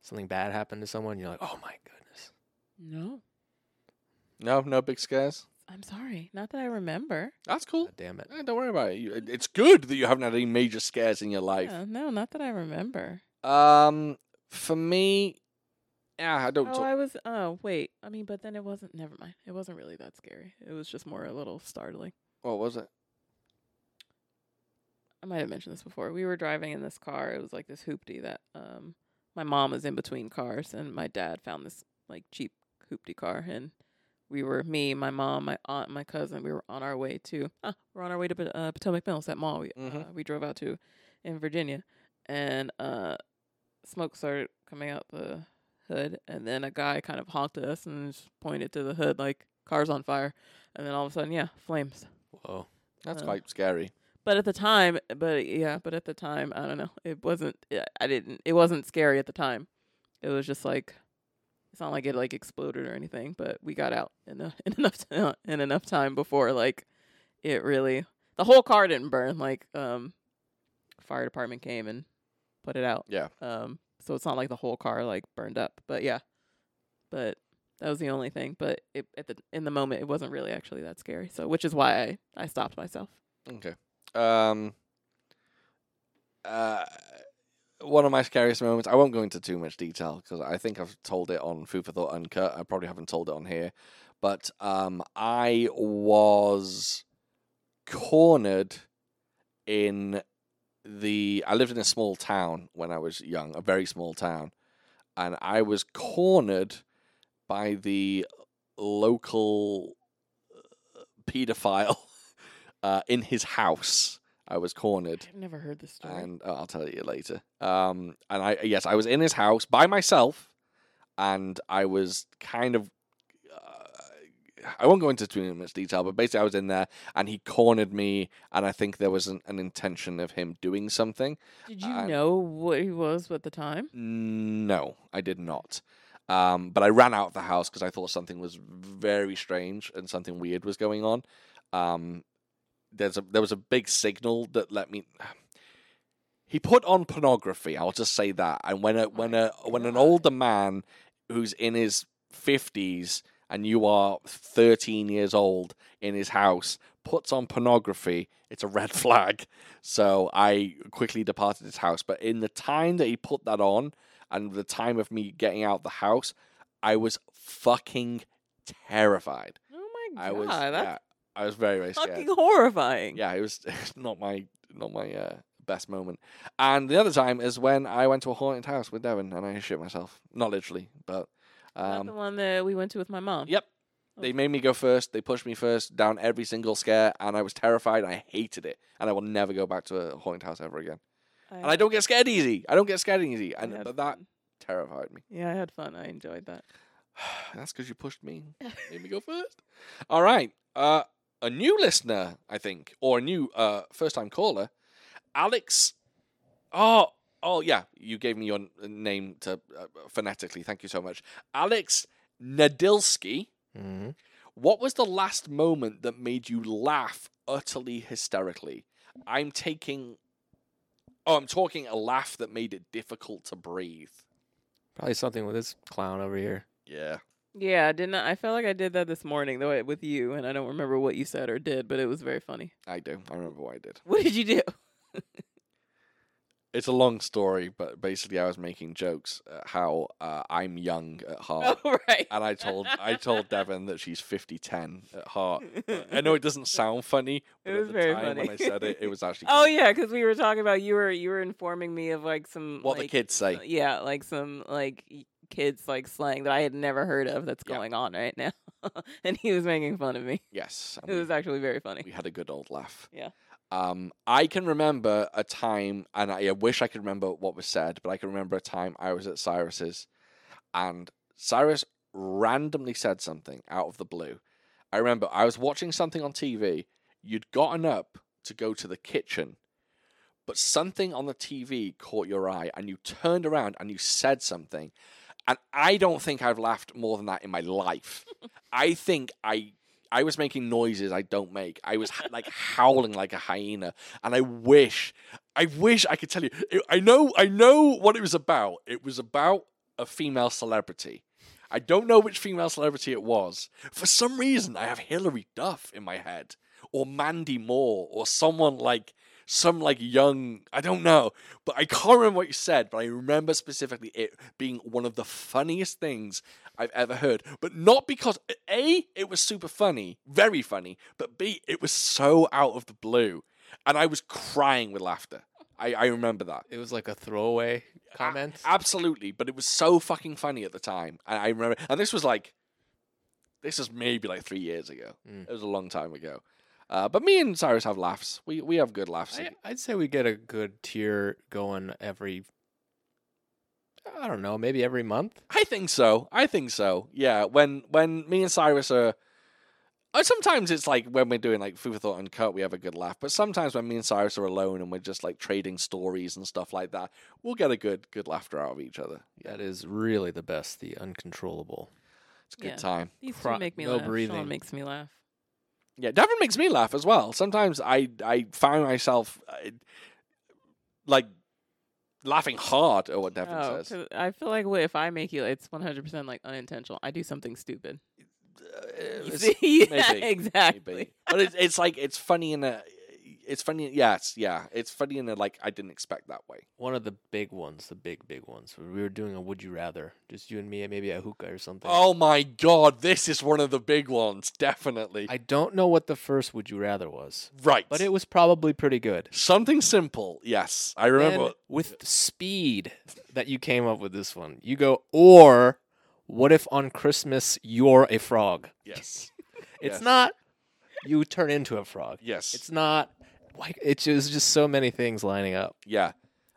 B: something bad happen to someone? You're like, "Oh my goodness."
C: No.
A: No, no big scares.
C: I'm sorry. Not that I remember.
A: That's cool.
B: God damn it.
A: Eh, don't worry about it. You- it- It's good that you haven't had any major scares in your life.
C: Yeah, no, not that I remember.
A: Um, for me, yeah, I don't.
C: Oh,
A: talk-
C: I was. Oh, wait. I mean, but then it wasn't. Never mind. It wasn't really that scary. It was just more a little startling.
A: what was it?
C: I might have mentioned this before. We were driving in this car. It was like this hoopty that um my mom was in between cars and my dad found this like cheap hoopty car and we were me, my mom, my aunt, my cousin. We were on our way to ah, we're on our way to Pot- uh, Potomac Mills, that mall we
A: Mhm.
C: uh, we drove out to in Virginia, and uh, smoke started coming out the hood, and then a guy kind of honked at us and just pointed to the hood like cars on fire, and then all of a sudden, yeah, flames.
B: Whoa.
A: That's
C: Uh,
A: quite scary.
C: But at the time, but yeah, but at the time, I don't know. It wasn't. I- I didn't. It wasn't scary at the time. It was just like it's not like it like exploded or anything. But we got out in, a, (laughs) in enough time, in enough time before like it really. The whole car didn't burn. Like um, fire department came and put it out.
A: Yeah.
C: Um. So it's not like the whole car like burned up. But yeah. But that was the only thing. But it, at the in the moment, it wasn't really actually that scary. So which is why I I stopped myself.
A: Okay. Um. Uh, one of my scariest moments. I won't go into too much detail because I think I've told it on Food for Thought Uncut. I probably haven't told it on here, but um, I was cornered in the. I lived in a small town when I was young, a very small town, and I was cornered by the local uh, pedophile (laughs) uh, in his house. I was cornered
C: I've never heard this story.
A: and uh, I'll tell you later. Um, and I yes, I was in his house by myself, and I was kind of. Uh, I won't go into too much detail, but basically, I was in there, and he cornered me, and I think there was an, an intention of him doing something.
C: Did you
A: I-
C: know what he was at the time?
A: No, I did not. Um, but I ran out of the house because I thought something was very strange and something weird was going on. Um, there's a there was a big signal that let me. He put on pornography. I'll just say that. And when a when
C: my
A: a when an
C: God.
A: older man who's in his fifties and you are thirteen years old in his house puts on pornography, it's a red (laughs) flag. So I quickly departed his house. But in the time that he put that on and the time of me getting out the house, I was fucking terrified.
C: Oh my god,
A: I was yeah,
C: that's
A: I was very, very scared.
C: fucking horrifying.
A: Yeah, it was (laughs) not my not my uh, best moment. And the other time is when I went to a haunted house with Devin and I shit myself. Not literally, but
C: Not the
A: um,
C: one that we went to with my mom.
A: yep. They made me go first. They pushed me first down every single scare, and I was terrified. I hated it, and I will never go back to a haunted house ever again. And I don't get scared easy. I don't get scared easy,
C: I
A: and
C: had
A: but that
C: fun.
A: terrified me.
C: Yeah, I had fun. I enjoyed that.
A: (sighs) That's because you pushed me. Made me go first. All right. Uh, a new listener, I think, or a new uh, first time caller, Alex. Oh, oh, yeah. You gave me your n- name to uh, phonetically. Thank you so much. Alex Nadilski.
B: Mm-hmm.
A: What was the last moment that made you laugh utterly hysterically? I'm taking. Oh, I'm talking a laugh that made it difficult to breathe.
B: Probably something with this clown over here.
A: Yeah.
C: Yeah, didn't I? I felt like I did that this morning though it- with you, and I don't remember what you said or did, but it was very funny. (laughs)
A: I do. I remember what I did.
C: What did you do?
A: It's a long story, but basically, I was making jokes at how uh, I'm young at heart,
C: (laughs) oh right.
A: and I told I told Devon that she's 50 10 at heart. uh, I
C: (laughs)
A: know it doesn't sound funny, but
C: It was
A: at the
C: very
A: time when I
C: funny.
A: said it, it was actually
C: (laughs) Oh yeah, because we were talking about you were you were informing me of like some
A: what the
C: like,
A: kids say.
C: Yeah, like some like y- kids like slang that I had never heard of that's
A: Yeah.
C: going on right now, (laughs) and he was making fun of me.
A: Yes, and
C: It
A: we-
C: was actually very funny.
A: we had a good old laugh.
C: Yeah.
A: Um, I can remember a time, and I wish I could remember what was said, but I can remember a time I was at Cyrus's, and Cyrus randomly said something out of the blue. I remember I was watching something on TV. You'd gotten up to go to the kitchen, but something on the TV caught your eye, and you turned around and you said something. And I don't think I've laughed more than that in my
C: (laughs)
A: life. I think I I was making noises I don't make. I was h- like howling like a hyena, and I wish, I wish I could tell you. It- I know, I know what it was about. It was about a female celebrity. I don't know which female celebrity it was. For some reason, I have Hilary Duff in my head, or Mandy Moore, or someone like some like young. I don't know, but I can't remember what you said. But I remember specifically it being one of the funniest things I've ever heard. But not because A, it was super funny, very funny, but B, it was so out of the blue. And I was crying with laughter. I, I remember that.
B: It was like a throwaway comment.
A: Absolutely. But it was so fucking funny at the time. And I remember and this was like this was maybe like three years ago.
B: Mm.
A: It was a long time ago. Uh, but me and Cyrus have laughs. We we have good laughs.
B: I, I'd say we get a good tier going every. I don't know, maybe every month.
A: I think so. I think so. Yeah. When when me and Cyrus are, uh, sometimes it's like when we're doing like Food for Thought and Cut, we have a good laugh. But sometimes when me and Cyrus are alone and we're just like trading stories and stuff like that, we'll get a good good laughter out of each other. Yeah,
B: That is really the best. The uncontrollable.
A: it's a good
C: Yeah.
A: time.
C: These two
B: Cry-
C: make me
B: no
C: laugh. Sean
B: breathing.
C: makes me laugh.
A: Yeah, Devon makes me laugh as well. Sometimes I I find myself uh, like laughing hard at what Devon
C: Oh,
A: says.
C: 'cause I feel like wh- if I make you, it's 100% like unintentional. I do something stupid. (laughs)
A: Uh,
C: You
A: it's-
C: see? (laughs) Yeah,
A: maybe,
C: exactly.
A: Maybe. But it's, it's like it's funny in a it's funny yes, yeah. It's funny in a like I didn't expect that way.
B: One of the big ones, the big big ones. We were doing a would you rather, just you and me, and maybe a hookah or something.
A: Oh my god, this is one of the big ones, definitely.
B: I don't know what the first would you rather was,
A: right.
B: but it was probably pretty good.
A: something simple, yes. I remember (laughs)
B: And with the speed that you came up with this one. You go or what if on Christmas you're a frog?
A: yes.
B: It's
A: Yes.
B: not you turn into a frog.
A: Yes.
B: It's not like it's just, just so many things lining up.
A: yeah.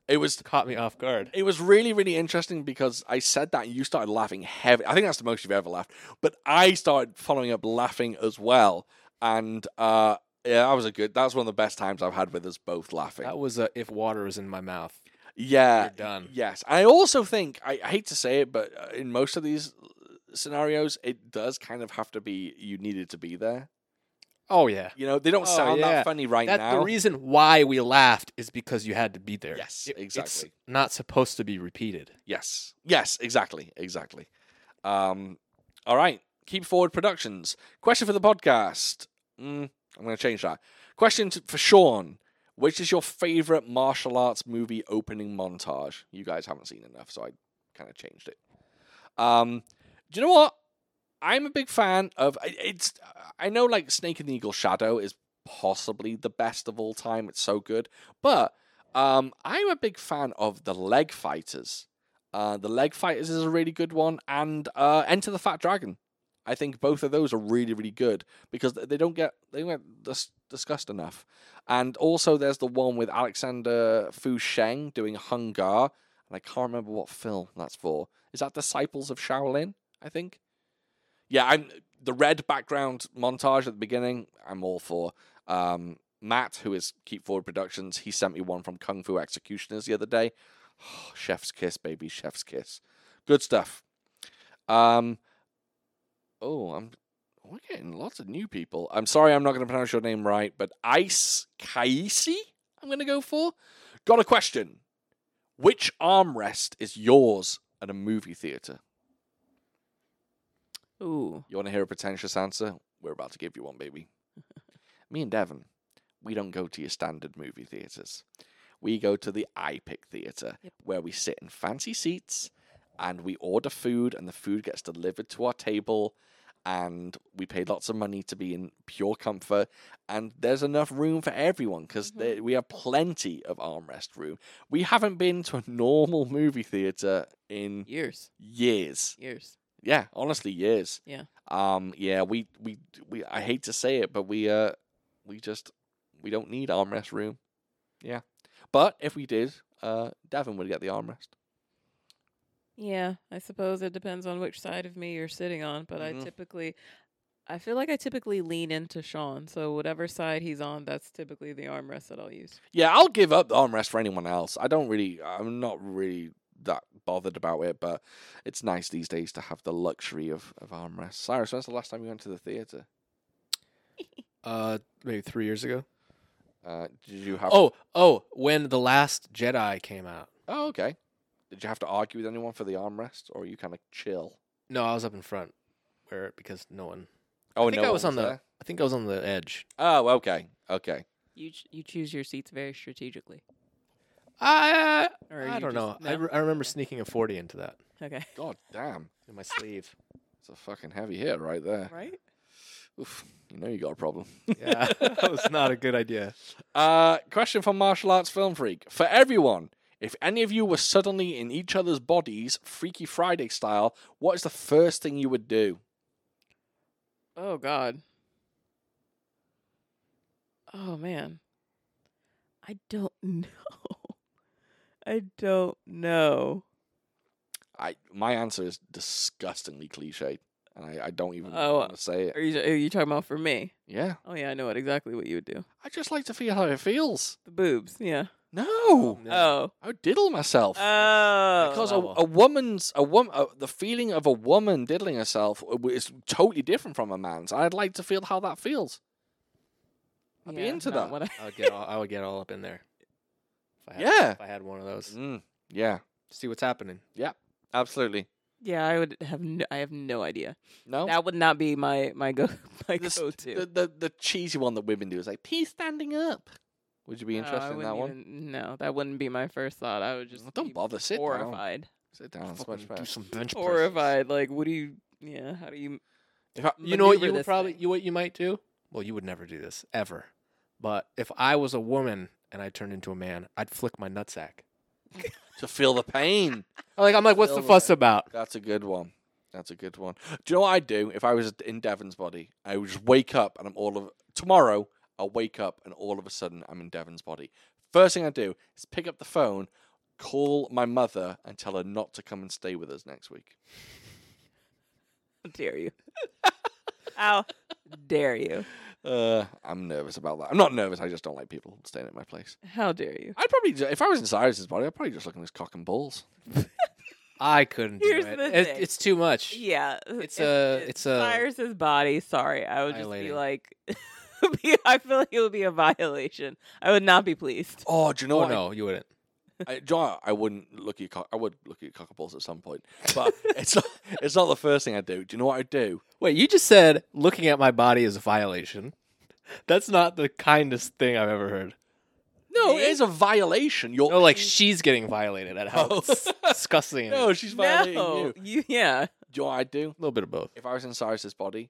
A: It was
B: Caught me off guard.
A: it was really, really interesting because I said that and you started laughing heavy. I think that's the most you've ever laughed. But I started following up laughing as well. And uh yeah, that was a good that was one of the best times I've had with us both laughing.
B: That was a if water is in my mouth,
A: Uh, yeah.
B: you're done.
A: Yes, I also think I, I hate to say it, but uh, in most of these scenarios, it does kind of have to be you needed to be there.
B: Oh yeah.
A: You know, they don't
B: Oh,
A: sound
B: yeah.
A: that funny right
B: That's
A: now.
B: the reason why we laughed is because you had to be there.
A: Yes,
B: It's
A: exactly.
B: not supposed to be repeated.
A: yes, yes, exactly, exactly. Um, all right, keep forward productions. Question for the podcast. Mm, I'm going to change that. Question to, for Sean. Which is your favorite martial arts movie opening montage? You guys haven't seen enough, so I kind of changed it. Um, do you know what? I'm a big fan of I- it's. I know like Snake and the Eagle Shadow is possibly the best of all time. It's so good, but um, I'm a big fan of the Leg Fighters. Uh, the Leg Fighters is a really good one, and uh, Enter the Fat Dragon. I think both of those are really really good because th- they don't get they don't get dis- discussed enough. And also, there's the one with Alexander Fu Sheng doing Hungar, and I can't remember what film that's for. Is that Disciples of Shaolin? I think. Yeah, I'm the red background montage at the beginning. I'm all for. Um, Matt, who is Keep Forward Productions, he sent me one from Kung Fu Executioners the other day. (sighs) chef's kiss, baby, chef's kiss. Good stuff. Um, oh, I'm we're getting lots of new people. I'm sorry, I'm not going to pronounce your name right, but Ice Kaisi, I'm going to go for. Got a question. Which armrest is yours at a movie theater?
C: Ooh.
A: You want to hear a pretentious answer? We're about to give you one, baby. Me and Devon, we don't go to your standard movie theaters. We go to the iPic theater
C: Yep.
A: where we sit in fancy seats and we order food and the food gets delivered to our table and we pay lots of money to be in pure comfort and there's enough room for everyone because
C: Mhm.
A: we have plenty of armrest room. We haven't been to a normal movie theater in
C: Years.
A: years.
C: Years.
A: Yeah, honestly, years.
C: Yeah.
A: Um. Yeah. We we we. I hate to say it, but we uh we just we don't need armrest room. Yeah. But if we did, uh, Davin would get the armrest.
C: Yeah, I suppose it depends on which side of me you're sitting on, but
A: Mhm.
C: I typically I feel like I typically lean into Sean, so whatever side he's on, that's typically the armrest that I'll use.
A: Yeah, I'll give up the armrest for anyone else. I don't really. I'm not really that bothered about it, but it's nice these days to have the luxury of of armrests. Cyrus, when's the last time you went to the theater?
B: Uh, maybe three years ago.
A: Uh, did you have?
B: Oh, oh, when the last Jedi came out.
A: Oh, okay. Did you have to argue with anyone for the armrest, or were you kind of chill?
B: No, I was up in front, where because no one.
A: Oh
B: I think
A: no,
B: I
A: one
B: was on the.
A: there?
B: I think I was on the edge.
A: Oh, okay, okay.
C: You ch- you choose your seats very strategically.
B: I
C: Or
B: I
C: you
B: don't
C: just-
B: know. I,
C: no?
B: re- I remember
C: Okay.
B: sneaking a forty into that
C: Okay.
A: God damn.
B: in my sleeve.
A: It's a fucking heavy hit right there.
C: (laughs) Right?
A: Oof, you know you got a problem.
B: yeah, (laughs) that was not a good idea.
A: Uh, question from Martial Arts Film Freak. For everyone, if any of you were suddenly in each other's bodies, Freaky Friday style, what is the first thing you would do?
C: Oh God. Oh man. I don't (laughs) know. I don't know.
A: I My answer is disgustingly cliched, and I, I don't even
C: Oh,
A: want to say it.
C: Are you are you talking about for me?
A: Yeah.
C: Oh yeah, I know what exactly what you would do.
A: I just like to feel how it feels.
C: The boobs, yeah.
A: No.
B: No.
C: Oh.
A: I would diddle myself.
C: Oh.
A: because a,
B: level.
A: a woman's a woman uh, the feeling of a woman diddling herself uh, w- is totally different from a man's i'd like to feel how that feels i'd be
C: Yeah,
A: into that
C: not what I-
B: I would get all, I would get all up in there. If I had,
A: Yeah.
B: If I had one of those,
A: Mm, yeah
B: see what's happening.
A: absolutely
C: yeah, I would have no, I have no idea.
A: no
C: That would not be my my go (laughs) my
A: This-
C: go
A: the,
C: to.
A: the, the cheesy one that women do is like pee standing up would
C: Uh,
A: you be interested in that one
C: no, that wouldn't be my first thought. I would just
A: Well, don't
C: be
A: bother sit down
C: horrified.
A: sit down it's
B: Fucking
A: much better
B: do some bench presses.
C: Horrified. Like, what do you? Yeah, how do you?
A: If I-
B: You know what
C: maneuver
B: you would
C: this
B: probably
C: thing.
B: you what you might do? Well, you would never do this ever. But if I was a woman and I turned into a man, I'd flick my nutsack.
A: to feel the pain
B: Like I'm like, what's the
A: Silver.
B: fuss about?
A: That's a good one. That's a good one. Do you know what I'd do if I was in Devon's body? I would just wake up and I'm all of tomorrow. I'll wake up and all of a sudden I'm in Devon's body. First thing I do is pick up the phone, call my mother, and tell her not to come and stay with us next week.
C: How
B: (laughs)
C: dare you? how dare you?
A: Uh, I'm nervous about that. I'm not nervous. I just don't like people staying at my place.
C: How dare you?
A: I'd probably, ju- if I was in Cyrus's body, I'd probably just look at his cock and balls.
B: I couldn't do
C: Here's
B: it.
C: the
B: It's-
C: thing.
B: It's too much.
C: Yeah,
B: It's a- it's a-
C: fires his body. Sorry, I would just be
B: Violating.
C: like, (laughs) be- I feel like it would be a violation. I would not be pleased.
A: Oh, do you know
B: Oh
A: what? I-
B: no, you wouldn't.
A: I, do you know what? I wouldn't look at your cock. I would look at your cock and balls at some point, but (laughs) it's not. It's not the first thing I do. Do you know what I do?
B: Wait, you just said looking at my body is a violation. (laughs) That's not the kindest thing I've ever heard.
A: No,
C: Me?
A: it is a violation. You're
B: No, Oh, like she's getting violated at how
A: Oh.
B: it's disgusting.
A: (laughs) no, she's violating
C: no,
A: you. Do
C: you yeah.
A: you know what I'd do
B: a little bit
A: (laughs)
B: of both.
A: if I was in Cyrus's body?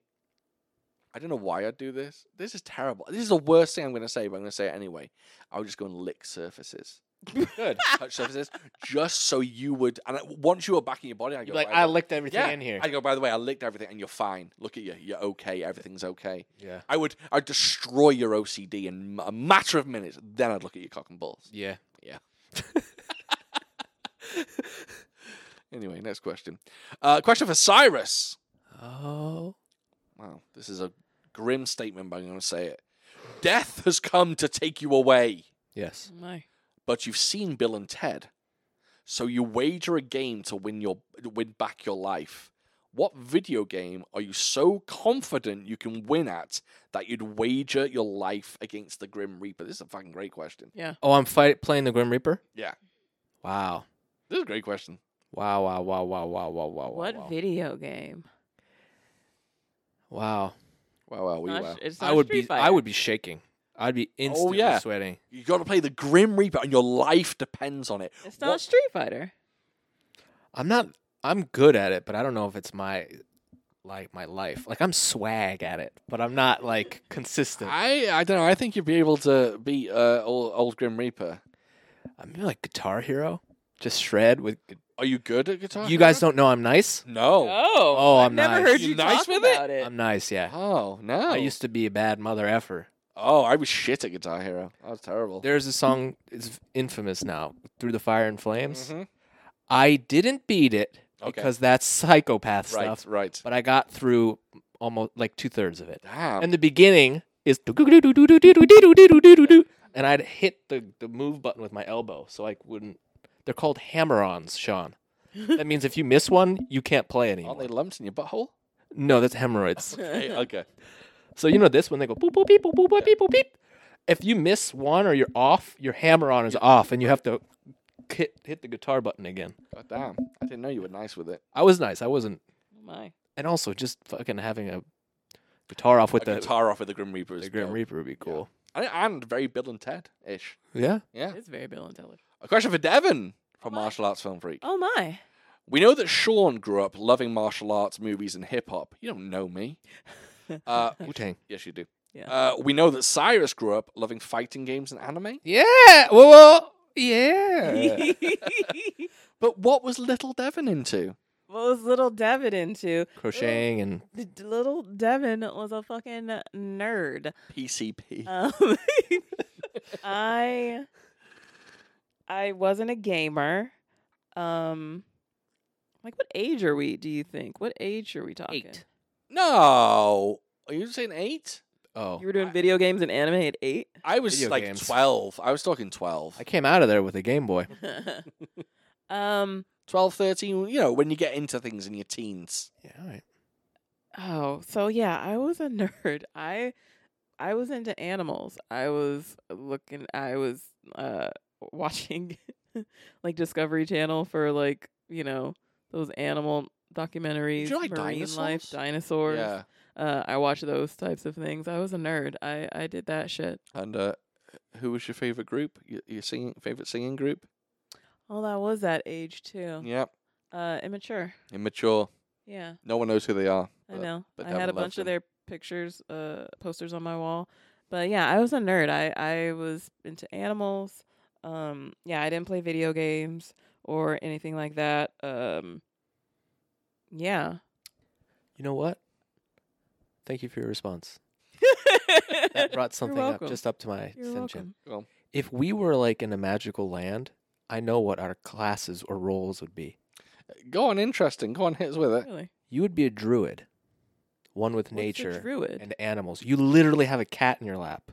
A: I don't know why I'd do this. This is terrible. This is the worst thing I'm going to say, but I'm going to say it anyway. I would just go and lick surfaces,
B: Good. (laughs)
A: touch surfaces, just so you would. And I- once you were back in your body, I go.
B: You're like
A: "By
B: I
A: the-
B: licked everything
A: Yeah,
B: in here.
A: I go. By the way, I licked everything, and you're fine. Look at you. You're okay. Everything's okay.
B: yeah.
A: I would. I'd destroy your OCD in a matter of minutes. Then I'd look at your cock and balls.
B: Yeah.
A: Anyway, next question. Uh, question for Cyrus.
B: Oh.
A: Wow, this is a grim statement, but I'm going to say it. Death has come to take you away,
B: Yes.
C: My.
A: but you've seen Bill and Ted, so you wager a game to win your win back your life. What video game are you so confident you can win at that you'd wager your life against the Grim Reaper? This is a fucking great question.
B: Oh, I'm fight- playing the Grim Reaper?
A: Yeah.
B: Wow.
A: This is a great question.
B: Wow, wow, wow, wow, wow, wow, wow.
C: What
B: wow.
C: video game?
B: Wow.
A: Wow, wow, we
C: Not
A: wow.
C: sh- it's
B: I
C: not
B: would
C: Street
B: be
C: Fighter.
B: I would be shaking. I'd be instantly
A: Oh, yeah.
B: sweating.
A: You got to play the Grim Reaper, and your life depends on it.
C: It's not
A: What-
C: Street Fighter.
B: I'm not I'm good at it, but I don't know if it's my like my life. Like I'm swag at it, but I'm not like consistent.
A: I I don't know. I think you'd be able to beat uh, old, old Grim Reaper.
B: I'm like guitar hero. Just shred with
A: Are you good at guitar?
B: You guys don't know I'm nice?
A: No.
C: Oh,
B: Oh,
C: I've
B: I'm
C: never
B: nice.
C: heard
A: You
C: you
A: nice
C: talk
A: with it?
C: about it.
B: I'm nice, yeah.
A: Oh no.
B: I used to be a bad mother effer.
A: Oh, I was shit at Guitar Hero. I was terrible.
B: There's a song it's infamous now, Through the Fire and Flames.
A: Mhm.
B: I didn't beat it
A: Okay.
B: because that's psychopath
A: Right,
B: stuff,
A: right.
B: but I got through almost like two thirds of it.
A: Damn.
B: And the beginning is and I'd hit the, the move button with my elbow, so I wouldn't. They're called hammer-ons, Sean. That means if you miss one, you can't play
A: Aren't they
B: anymore.
A: lumps in your
B: (laughs)
A: butthole?
B: No, that's hemorrhoids.
A: Hey, okay.
B: So you know this when they go boop boop beep boop boop boop beep boop beep. If you miss one or you're off, your hammer-on is off, and you have to hit hit the guitar button again.
A: God damn. I didn't know you were nice with it.
B: I was nice. I wasn't.
C: Oh my.
B: And also, just fucking having a guitar off with
A: a
B: the,
A: guitar off with the Grim Reaper is
B: the Grim
A: dope.
B: Reaper would be cool.
A: And, and very Bill and Ted ish.
B: Yeah.
A: Yeah.
C: It's very Bill and Teller.
A: A question for Devin from
C: Oh, my.
A: Martial Arts Film Freak.
C: Oh my.
A: We know that Sean grew up loving martial arts, movies, and hip hop. You don't know
B: (laughs)
A: me. Uh,
B: Wu Tang.
A: yes, you do.
C: Yeah.
A: Uh, we know that Cyrus grew up loving fighting games and anime.
B: Yeah. Well, well
A: (laughs)
B: yeah.
A: But what was little Devin into?
C: (laughs) what was little Devin into?
B: Crocheting and
C: D- Little Devin was a fucking nerd.
A: PCP.
C: Um, (laughs) I I wasn't a gamer. Um, like what age are we? Do you think? What age are we talking?
A: no. Are you saying eight?
B: oh,
C: You were doing
A: I-
C: video games and anime at eight. (laughs)
A: I was
B: Video
A: like
B: games.
A: 12. I was talking 12.
B: I came out of there with a Game Boy.
C: um.
A: 12, 13, you know, when you get into things in your teens.
B: Yeah. All right.
C: Oh, so yeah, I was a (laughs) nerd. I I was into animals. I was looking I was uh (laughs) watching like Discovery Channel for like, you know, those animal documentaries,
A: like
C: marine life,
A: dinosaurs?
C: dinosaurs.
A: Yeah.
C: Uh I watched those types of things. I was a nerd. I I did that shit.
A: And uh, who was your favorite group? Your, your singing favorite singing group?
C: Oh, that was that age too.
A: Yeah.
C: Uh immature.
A: Immature.
C: Yeah,
A: No one knows who they are.
C: I
A: but-
C: know.
A: but
C: I had
A: Devin
C: a bunch
A: loved
C: of
A: them.
C: their pictures, uh, posters on my wall. But yeah, I was a nerd. I I was into animals. Um, yeah, I didn't play video games or anything like that. Um, yeah.
B: You know what? Thank you for your response. (laughs)
C: (laughs)
B: That brought something up
C: welcome.
B: just up to my
C: You're
B: attention.
C: welcome.
B: If we were like in a magical land, I know what our classes or roles would be.
A: Go on, interesting. Go on, hit us with it.
C: Really.
B: You would be a druid, one with
C: What's a
B: nature
C: druid.
B: and animals. You literally have a cat in your lap.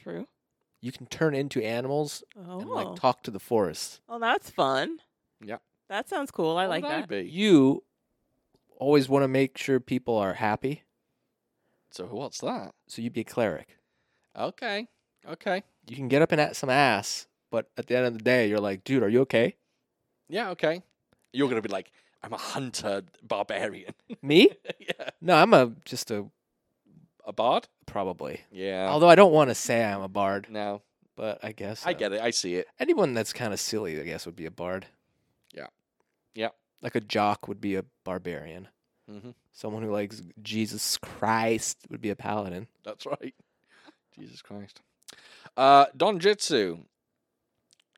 C: True.
B: You can turn into animals
C: Oh.
B: and like talk to the forest.
C: well, that's fun.
A: Yeah.
C: That sounds cool. I like that.
B: You always want to make sure people are happy,
A: So what's that?
B: so you'd be a cleric.
A: Okay. Okay.
B: You can get up and at some ass, but at the end of the day, you're like, dude, are you
C: (laughs)
B: okay?
A: Yeah, okay. You're going to be like, I'm a hunter barbarian. (laughs)
B: Me?
A: yeah.
B: No, I'm a just a
A: A bard?
B: probably.
C: Oh.
A: Yeah.
B: Although I don't want to say I'm a bard,
A: no.
B: but I guess
A: I
B: uh,
A: get it. I see it.
B: anyone that's kind of silly, I guess, would be a bard.
A: Yeah. Yeah.
B: Like a jock would be a barbarian.
A: Mhm.
B: Someone who likes Jesus Christ would be a paladin.
A: That's right. (laughs) Jesus Christ. Uh, Don Jitsu.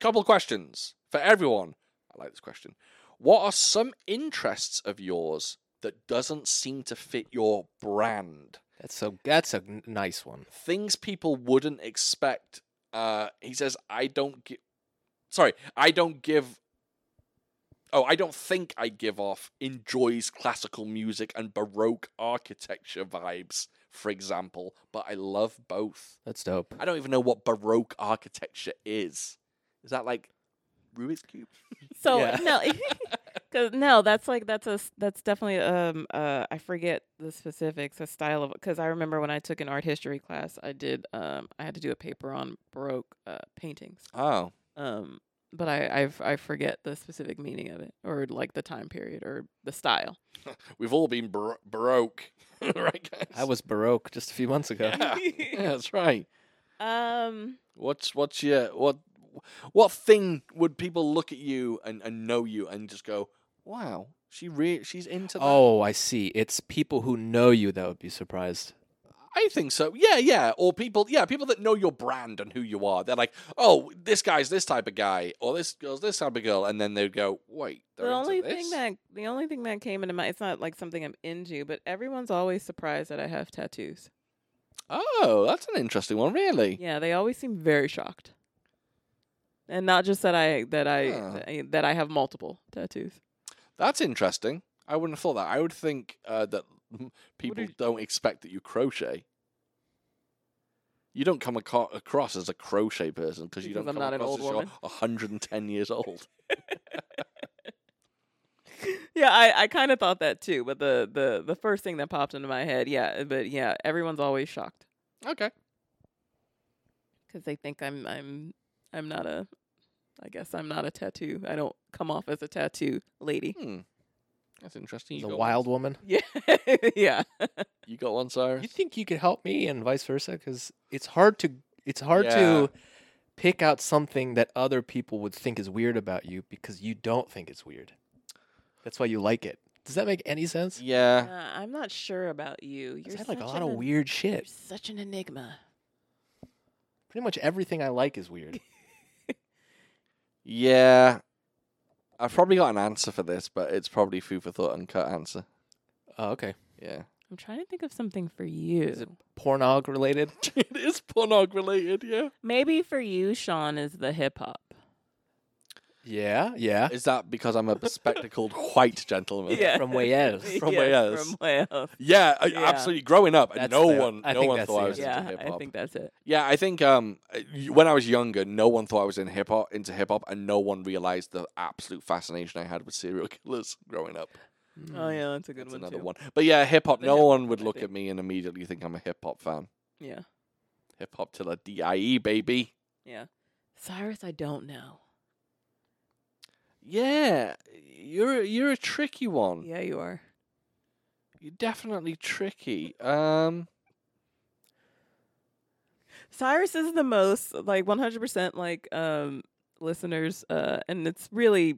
A: Couple questions for everyone. I like this question. What are some interests of yours that doesn't seem to fit your brand?
B: That's so. That's a n- nice one.
A: Things people wouldn't expect. Uh, he says, I don't give. Sorry, I don't give. Oh, I don't think I give off enjoys classical music and Baroque architecture vibes, for example, but I love both.
B: That's dope.
A: I don't even know what Baroque architecture is. Is that like Rubik's cube?
C: So
B: Yeah.
C: no, (laughs)
A: (laughs)
C: because no, that's like that's a s- that's definitely um uh I forget the specifics a style of because I remember when I took an art history class I did um I had to do a paper on baroque uh, paintings
A: Oh,
C: um but I I've, I forget the specific meaning of it or like the time period or
A: (laughs)
C: the style. (laughs)
A: We've all been bro- broke, (laughs) right, guys?
B: I was baroque just a few months ago.
A: Yeah. (laughs) yeah, that's right.
C: Um,
A: What's what's your what what thing would people look at you and, and know you and just go, wow, she re- she's into that.
B: Oh, I see. It's people who know you that would be surprised.
A: I think so. Yeah, yeah. Or people, yeah, people that know your brand and who you are. They're like, oh, this guy's this type of guy, or this girl's this type of girl, and then they go, wait, they're
C: the
A: into
C: only
A: this?
C: thing that the only thing that came into my it's not like something I'm into, but everyone's always surprised that I have tattoos.
A: Oh, that's an interesting one, really.
C: Yeah, they always seem very shocked. And not just that I that I
A: Huh.
C: that I- that I have multiple tattoos. (laughs)
A: That's interesting. I wouldn't have thought that. I would think uh, that people
B: you-
A: don't expect that you crochet. You don't come aco- across as a crochet person because you don't
C: Because I'm
A: come
C: not an
A: across
C: old
A: as you're
C: woman.
A: 110 years old.
C: Yeah, I, I kind of thought that too, but the, the the first thing that popped into my head, yeah, uh, but yeah, everyone's always shocked
A: Okay.
C: because they think I'm I'm I'm not a, I guess I'm not a tattoo. I don't come off as a tattoo lady. (laughs)
A: Hmm. That's interesting. You
B: The
A: got
B: wild woman.
C: Yeah, yeah.
A: One. You got one, Cyrus?
B: You think you could help me and vice versa? Because it's hard to it's hard
A: Yeah.
B: to pick out something that other people would think is weird about you because you don't think it's weird. That's why you like it. Does that make any sense?
A: Yeah.
C: Uh, I'm not sure about you.
B: I've
C: You're
B: had like a
C: such
B: lot
C: an
B: of
C: en-
B: weird
C: You're
B: shit.
C: such an enigma.
B: Pretty much everything I like is weird.
A: Yeah. I've probably got an answer for this, but it's probably food for thought and cut answer.
B: Oh, okay.
A: Yeah.
C: I'm trying to think of something for you.
B: Is it pornog related?
A: it is pornog related, yeah.
C: Maybe for you, Sean is the hip hop.
B: Yeah,
A: (laughs)
B: yeah.
A: Is that because I'm a (laughs) bespectacled white gentleman?
B: From
C: (laughs)
B: Wales.
A: From Wales.
C: From
A: (laughs)
C: Wales.
A: Yeah, I-
C: Yeah.
A: absolutely. Growing up,
B: That's
A: no
B: fair.
A: one,
B: I
A: no
B: think
A: one
B: that's
A: thought
B: the
A: I was
B: answer.
A: into
C: Yeah,
A: hip
C: I
A: hop.
C: think that's it.
A: yeah, I think um, y- when I was younger, no one thought I was in hip hop, into hip hop, and no one realized the absolute fascination I had with serial (laughs) killers growing up.
C: Oh yeah, that's a good
A: Mm. That's
C: one
A: another
C: too.
A: one. But yeah, hip hop.
C: The
A: No
C: hip
A: one
C: hop,
A: would
C: I
A: look
C: think.
A: at me and immediately think I'm a hip hop fan.
C: Yeah,
A: Hip hop till a die, E, baby.
C: yeah. Cyrus, I don't know.
A: Yeah, you're you're a tricky one.
C: Yeah, you are.
A: You're definitely tricky. Um,
C: Cyrus is the most like 100% like um listeners uh and it's really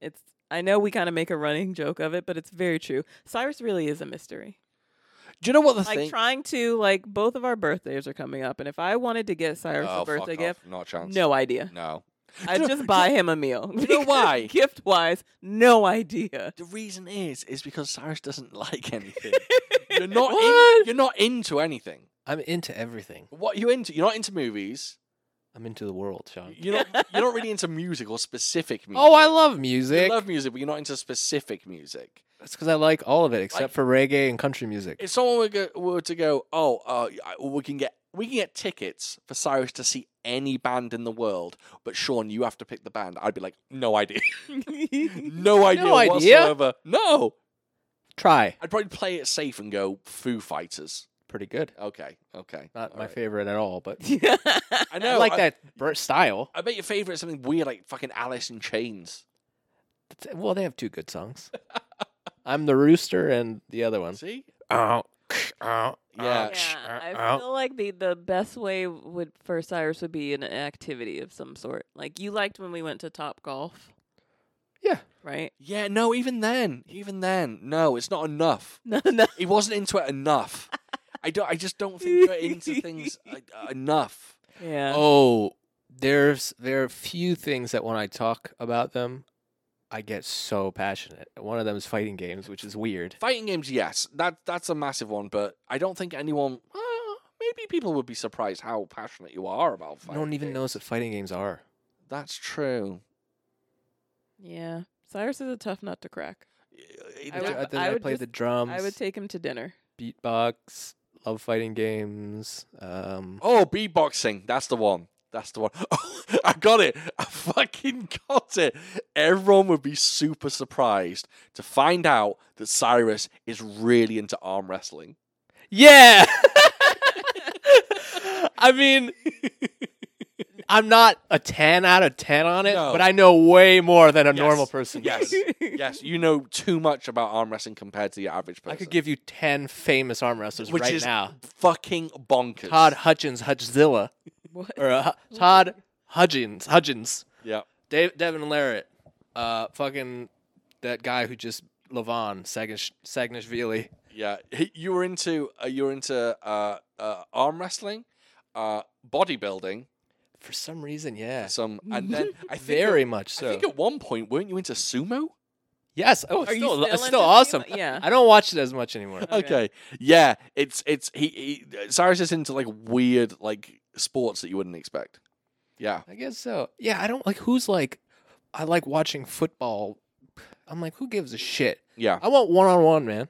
C: it's I know we kind of make a running joke of it, but it's very true. Cyrus really is a mystery.
A: do you know what the
C: Like
A: thing?
C: trying to like both of our birthdays are coming up and if I wanted to get Cyrus
A: oh,
C: a birthday
A: fuck
C: gift,
A: off. Not a chance.
C: no idea.
A: no. (laughs)
C: I'd
A: know-
C: just buy him a meal.
A: you know
C: (laughs)
A: why?
C: Gift wise,
A: (laughs)
C: no idea.
A: The reason is is because Cyrus doesn't (laughs) like anything.
B: (laughs)
A: you're not in-
B: What?
A: you're not into anything.
B: I'm into everything.
A: What are you into? You're not into movies.
B: I'm into the world, Sean.
A: You're
B: (laughs)
A: not you're not really into music or specific music.
B: Oh, I love music.
A: You love music, but you're not into specific music.
B: That's because I like all of it except
A: Like-
B: for reggae and country music.
A: If someone were, go, were to go, oh, uh, I- we can get we can get tickets for Cyrus to see any band in the world, but Sean, you have to pick the band. I'd be like, no idea, (laughs)
B: (laughs)
A: no idea
B: idea.
A: whatsoever. No,
B: Try.
A: I'd probably play it safe and go Foo Fighters.
B: Pretty good.
A: Okay, okay,
B: Not
A: all
B: my
A: right.
B: favorite at all, (laughs)
C: (laughs)
B: but
A: I
B: I
A: know.
B: like
A: I-
B: that br- style.
A: I bet your favorite is something weird like fucking Alice in Chains.
B: That's- Well, they have two good songs.
C: (laughs)
B: I'm the rooster and the other one.
A: See?
B: Oh, oh,
A: Yeah.
C: Yeah, I feel like the the best way would for Cyrus would be an activity of some sort. Like you liked when we went to Top Golf,
B: yeah.
C: right? (laughs)
A: Yeah, no, even then, even then, no, it's not enough.
C: No, no.
A: He wasn't into it enough. I don't. I just don't think you're into
C: (laughs)
A: things uh, enough.
C: Yeah.
B: Oh, there's there are few things that when I talk about them, I get so passionate. One of them is fighting games, which is weird.
A: Fighting games, yes, that that's a massive one, but I don't think anyone. well, maybe people would be surprised how passionate you are about fighting.
B: no one even
A: games.
B: knows what fighting games are.
A: That's true.
C: Yeah. Cyrus is a tough nut to crack.
A: It-
C: I
B: The
C: would-
B: dr- then
C: I
B: I,
C: would
B: play
C: just-
B: the drums.
C: I would take him to dinner. (laughs)
B: beatbox, love fighting games. Um,
A: Oh, beatboxing. That's the one. That's the one. (laughs) Oh, I got it. I fucking got it. Everyone would be super surprised to find out that Cyrus is really into arm wrestling.
B: (laughs) Yeah. I mean, I'm not a 10 out of 10 on it,
A: No.
B: but I know way more than a
A: Yes.
B: normal person. (laughs)
A: Yes. yes. You know too much about arm wrestling compared to your average person.
B: I could give you 10 famous arm wrestlers
A: which
B: right
A: is
B: now.
A: fucking bonkers.
B: Todd Hutchins, Hutchzilla.
C: What?
B: Or
C: (laughs)
B: uh, Hu- Todd Hudgens, Hudgens.
A: Yeah.
B: Dave, Devin Larrett. Uh, fucking that guy who just, Levon, Sagnish, Sagnishvili.
A: Yeah. He, you were into uh, you were into uh, uh, arm wrestling, uh, bodybuilding,
B: For some reason, yeah.
A: some, and then
B: (laughs)
A: I think at-
B: Very much
A: I
B: so.
A: think at one point weren't you into sumo?
B: Yes. Oh, it's
C: Are you
B: still,
C: still
B: it's still
C: into
B: awesome. (laughs)
C: sumo? Yeah. (laughs)
B: I don't watch it as much anymore.
A: (laughs) Okay.
C: Okay.
A: Yeah, it's it's he, he Cyrus is into like weird like sports that you wouldn't expect. Yeah.
B: I guess so. Yeah, I don't like who's like I like watching football. I'm like, who gives a shit?
A: Yeah.
B: I want one on one, man.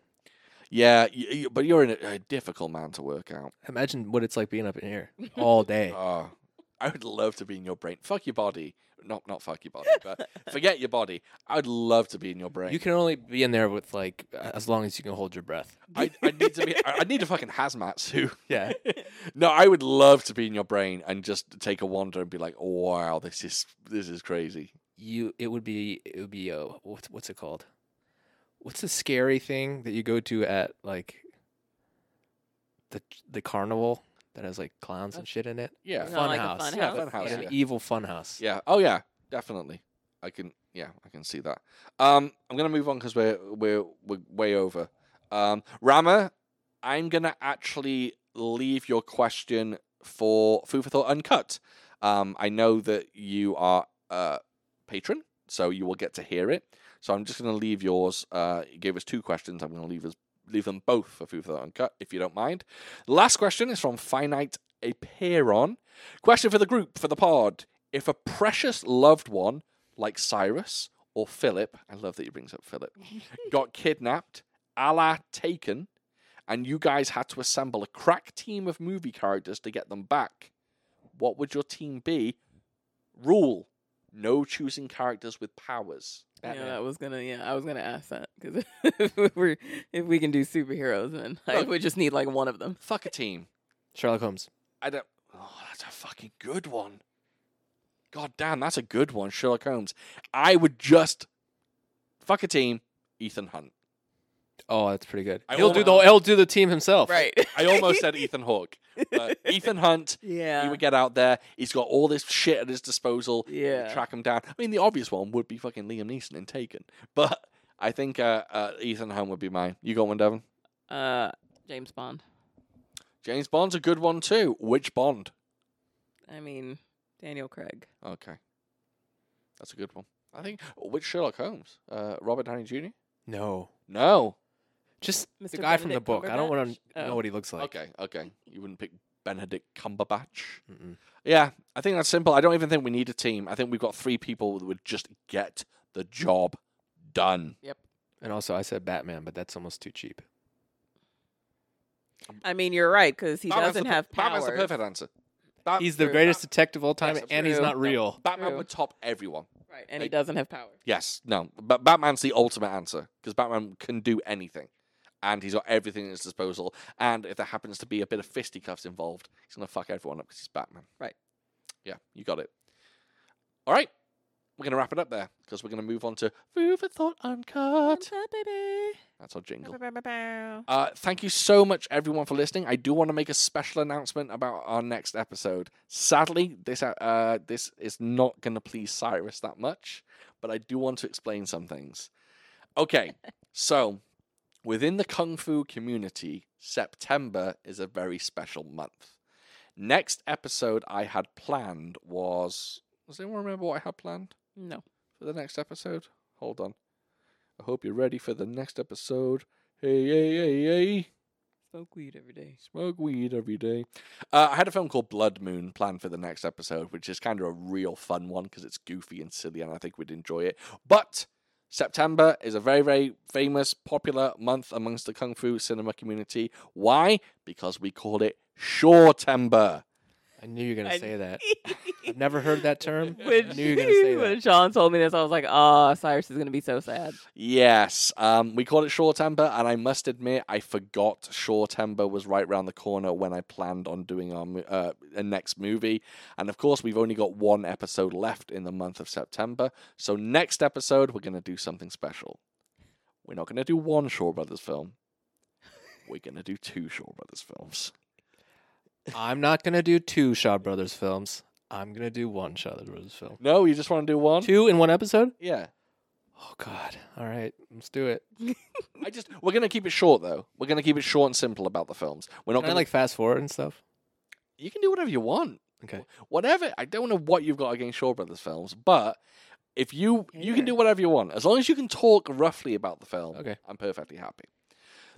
A: Yeah, y y- but you're in a, a difficult man to work out.
B: Imagine what it's like being up
A: (laughs)
B: in here all day.
A: Oh, I would love to be in your brain. Fuck your body. Not not fuck your body, (laughs) but forget your body. I would love to be in your brain.
B: you can only be in there with like as long as you can hold your breath. (laughs)
A: I, I need to be. I I need a fucking hazmat suit.
B: Yeah.
A: No, I would love to be in your brain and just take a wander and be like, "Wow, this is this is crazy."
B: you it would be it would be uh, what's what's it called? What's the scary thing that you go to at like the the carnival that has like clowns and shit in it?
A: Yeah,
C: Not like
B: Funhouse.
C: a fun
A: Yeah,
C: house.
A: funhouse,
B: Like
A: yeah.
B: an evil fun house.
A: Yeah. Oh yeah, definitely. I can. Yeah, I can see that. Um, I'm gonna move on because we're we're we're way over. Um, Rama, I'm gonna actually leave your question for Food for Thought Uncut. Um, I know that you are a patron, so you will get to hear it. So I'm just gonna leave yours. Uh, you gave us two questions. I'm gonna leave us leave them both for Food for Thought Uncut, if you don't mind. Last question is from Finite Aperon. Question for the group for the pod if a precious loved one like Cyrus or Philip, I love that he brings up Philip, got kidnapped, a la taken, and you guys had to assemble a crack team of movie characters to get them back, what would your team be? Rule no choosing characters with powers.
C: Yeah,
B: Batman.
C: that was gonna. Yeah, I was gonna ask that because (laughs) if we we're if we can do superheroes, then (laughs) I
A: Look.
C: would just need like one of them.
A: Fuck a team.
B: Sherlock Holmes.
A: I don't. Oh, that's a fucking good one. God damn, that's a good one, Sherlock Holmes. I would just fuck a team, Ethan Hunt.
B: Oh, that's pretty good.
A: I
B: he'll do the
A: almo-
B: he'll do the team himself.
C: Right.
A: I almost said Ethan Hawke.
C: (laughs)
A: but Ethan Hunt, he
C: yeah.
A: would get out there. He's got all this shit at his disposal. He would
C: yeah.
A: Track him down. I mean, the obvious one would be fucking Liam Neeson in Taken. But I think uh, uh, Ethan Hunt would be mine. You got one, Devon?
C: Uh, James Bond.
A: James Bond's a good one, too. Which Bond?
C: I mean, Daniel Craig.
A: Okay. That's a good one. I think. Which Sherlock Holmes? Uh, Robert Downey Jr.?
B: No.
A: No.
B: Just the
C: Mr.
B: guy from the
C: Benedict
B: book. I don't want
C: Cumberbatch?
B: to know
C: Oh.
B: what he looks like.
A: okay, okay. You wouldn't pick Benedict Cumberbatch?
B: Mm-mm.
A: Yeah, I think that's simple. I don't even think we need a team. I think we've got three people that would just get the job done.
B: And also, I said Batman, but that's almost too cheap.
C: I mean, you're right because he
A: Batman's
C: doesn't
A: the, per-
C: have power.
A: Batman's the perfect answer. Bat-
B: He's the
C: True.
B: greatest detective of all time,
A: Yes,
B: and he's
C: true.
B: not real.
A: Batman
C: True.
A: would top everyone.
C: Right, and he
A: Like-
C: doesn't have power.
A: Yes, no, but Batman's the ultimate answer because Batman can do anything, and he's got everything at his disposal. And if there happens to be a bit of fisticuffs involved, he's gonna fuck everyone up because he's Batman.
C: Right.
A: Yeah, you got it. All right, we're gonna wrap it up there because we're gonna move on to Food for Thought Uncut. That's our jingle. Uh, thank you so much, everyone, for listening. I do want to make a special announcement about our next episode. Sadly, this uh, uh, this is not going to please Cyrus that much, but I do want to explain some things. Okay, so within the kung fu community, September is a very special month. Next episode I had planned was. Does anyone remember what I had planned?
C: No.
A: for the next episode? Hold on. I hope you're ready for the next episode. Hey, hey, hey, hey.
C: Smoke weed every (laughs) day.
A: Smoke weed every day. Uh, I had a film called Blood Moon planned for the next episode, which is kind of a real fun one because it's goofy and silly, and I think we'd enjoy it. But September is a very, very famous, popular month amongst the kung fu cinema community. Why? Because we call it Shortember.
B: I knew you were gonna
C: I-
B: say that. I've never heard that
C: (laughs)
B: term.
C: when,
B: I knew you were gonna say
C: when
B: that.
C: Sean told me this, I was like, "Oh, Cyrus is gonna be so sad."
A: Yes, um, we called it Short Temper, and I must admit, I forgot Short Temper was right round the corner when I planned on doing our mo- uh, uh, next movie. And of course, we've only got one episode left in the month of September. So, next episode, we're going to do something special. We're not going to do one Shaw Brothers film, we're going to do two Shaw Brothers films.
B: I'm not gonna do two Shaw Brothers films. I'm gonna do one Shaw Brothers film.
A: No, you just want to do one?
B: Two in one episode?
A: Yeah.
B: Oh God! All right, let's do it.
A: I just we're going to keep it short though. We're going to keep it short and simple about the films. We're not
B: Can I
A: going
B: like fast forward and stuff?
A: you can do whatever you want.
B: Okay.
A: Whatever. I don't know what you've got against Shaw Brothers films, but if you you can do whatever you want as long as you can talk roughly about the film.
B: Okay.
A: I'm perfectly happy.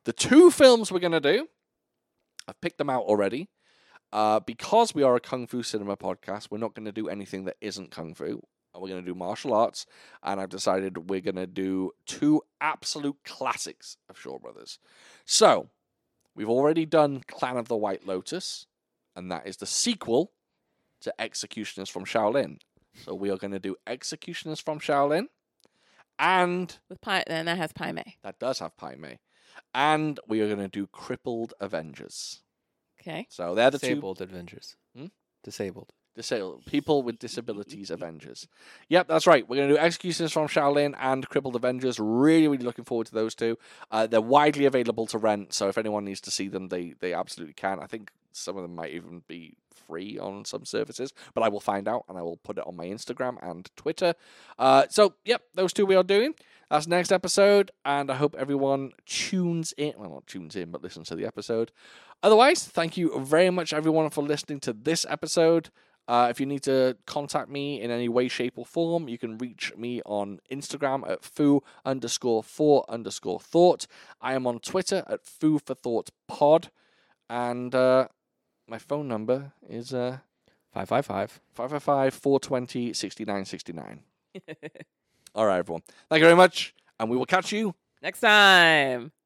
A: The two films we're gonna do, I've picked them out already. Uh, because we are a kung fu cinema podcast, we're not gonna do anything that isn't kung fu. Uh, We're gonna do martial arts, and I've decided we're gonna do two absolute classics of Shaw Brothers. So we've already done Clan of the White Lotus, and that is the sequel to Executioners from Shaolin. So we are going to do Executioners from Shaolin, and
C: With pie, and that has pie May.
A: that does have Pai Mei, and we are going to do Crippled Avengers.
C: Okay, (laughs)
A: So they're the two
B: Disabled Avengers.
A: Hmm?
B: Disabled.
A: disabled people with disabilities Avengers. Yep, that's right. We're going to do Executioners from Shaolin and Crippled Avengers. Really, really looking forward to those two. Uh, they're widely available to rent, so if anyone needs to see them, they they absolutely can. I think some of them might even be free on some services, but I will find out and I will put it on my Instagram and Twitter. Uh, so, yep, those two we are doing. That's next episode, and I hope everyone tunes in. Well, not tunes in, but listens to the episode. Otherwise, thank you very much, everyone, for listening to this episode. Uh, if you need to contact me in any way, shape, or form, you can reach me on Instagram at foo underscore for underscore thought. I am on Twitter at foo for thought pod, and uh, my phone number is uh,
B: Five five five.
A: 555 420 6969. All right, everyone. Thank you very much, and we will catch you
C: next time.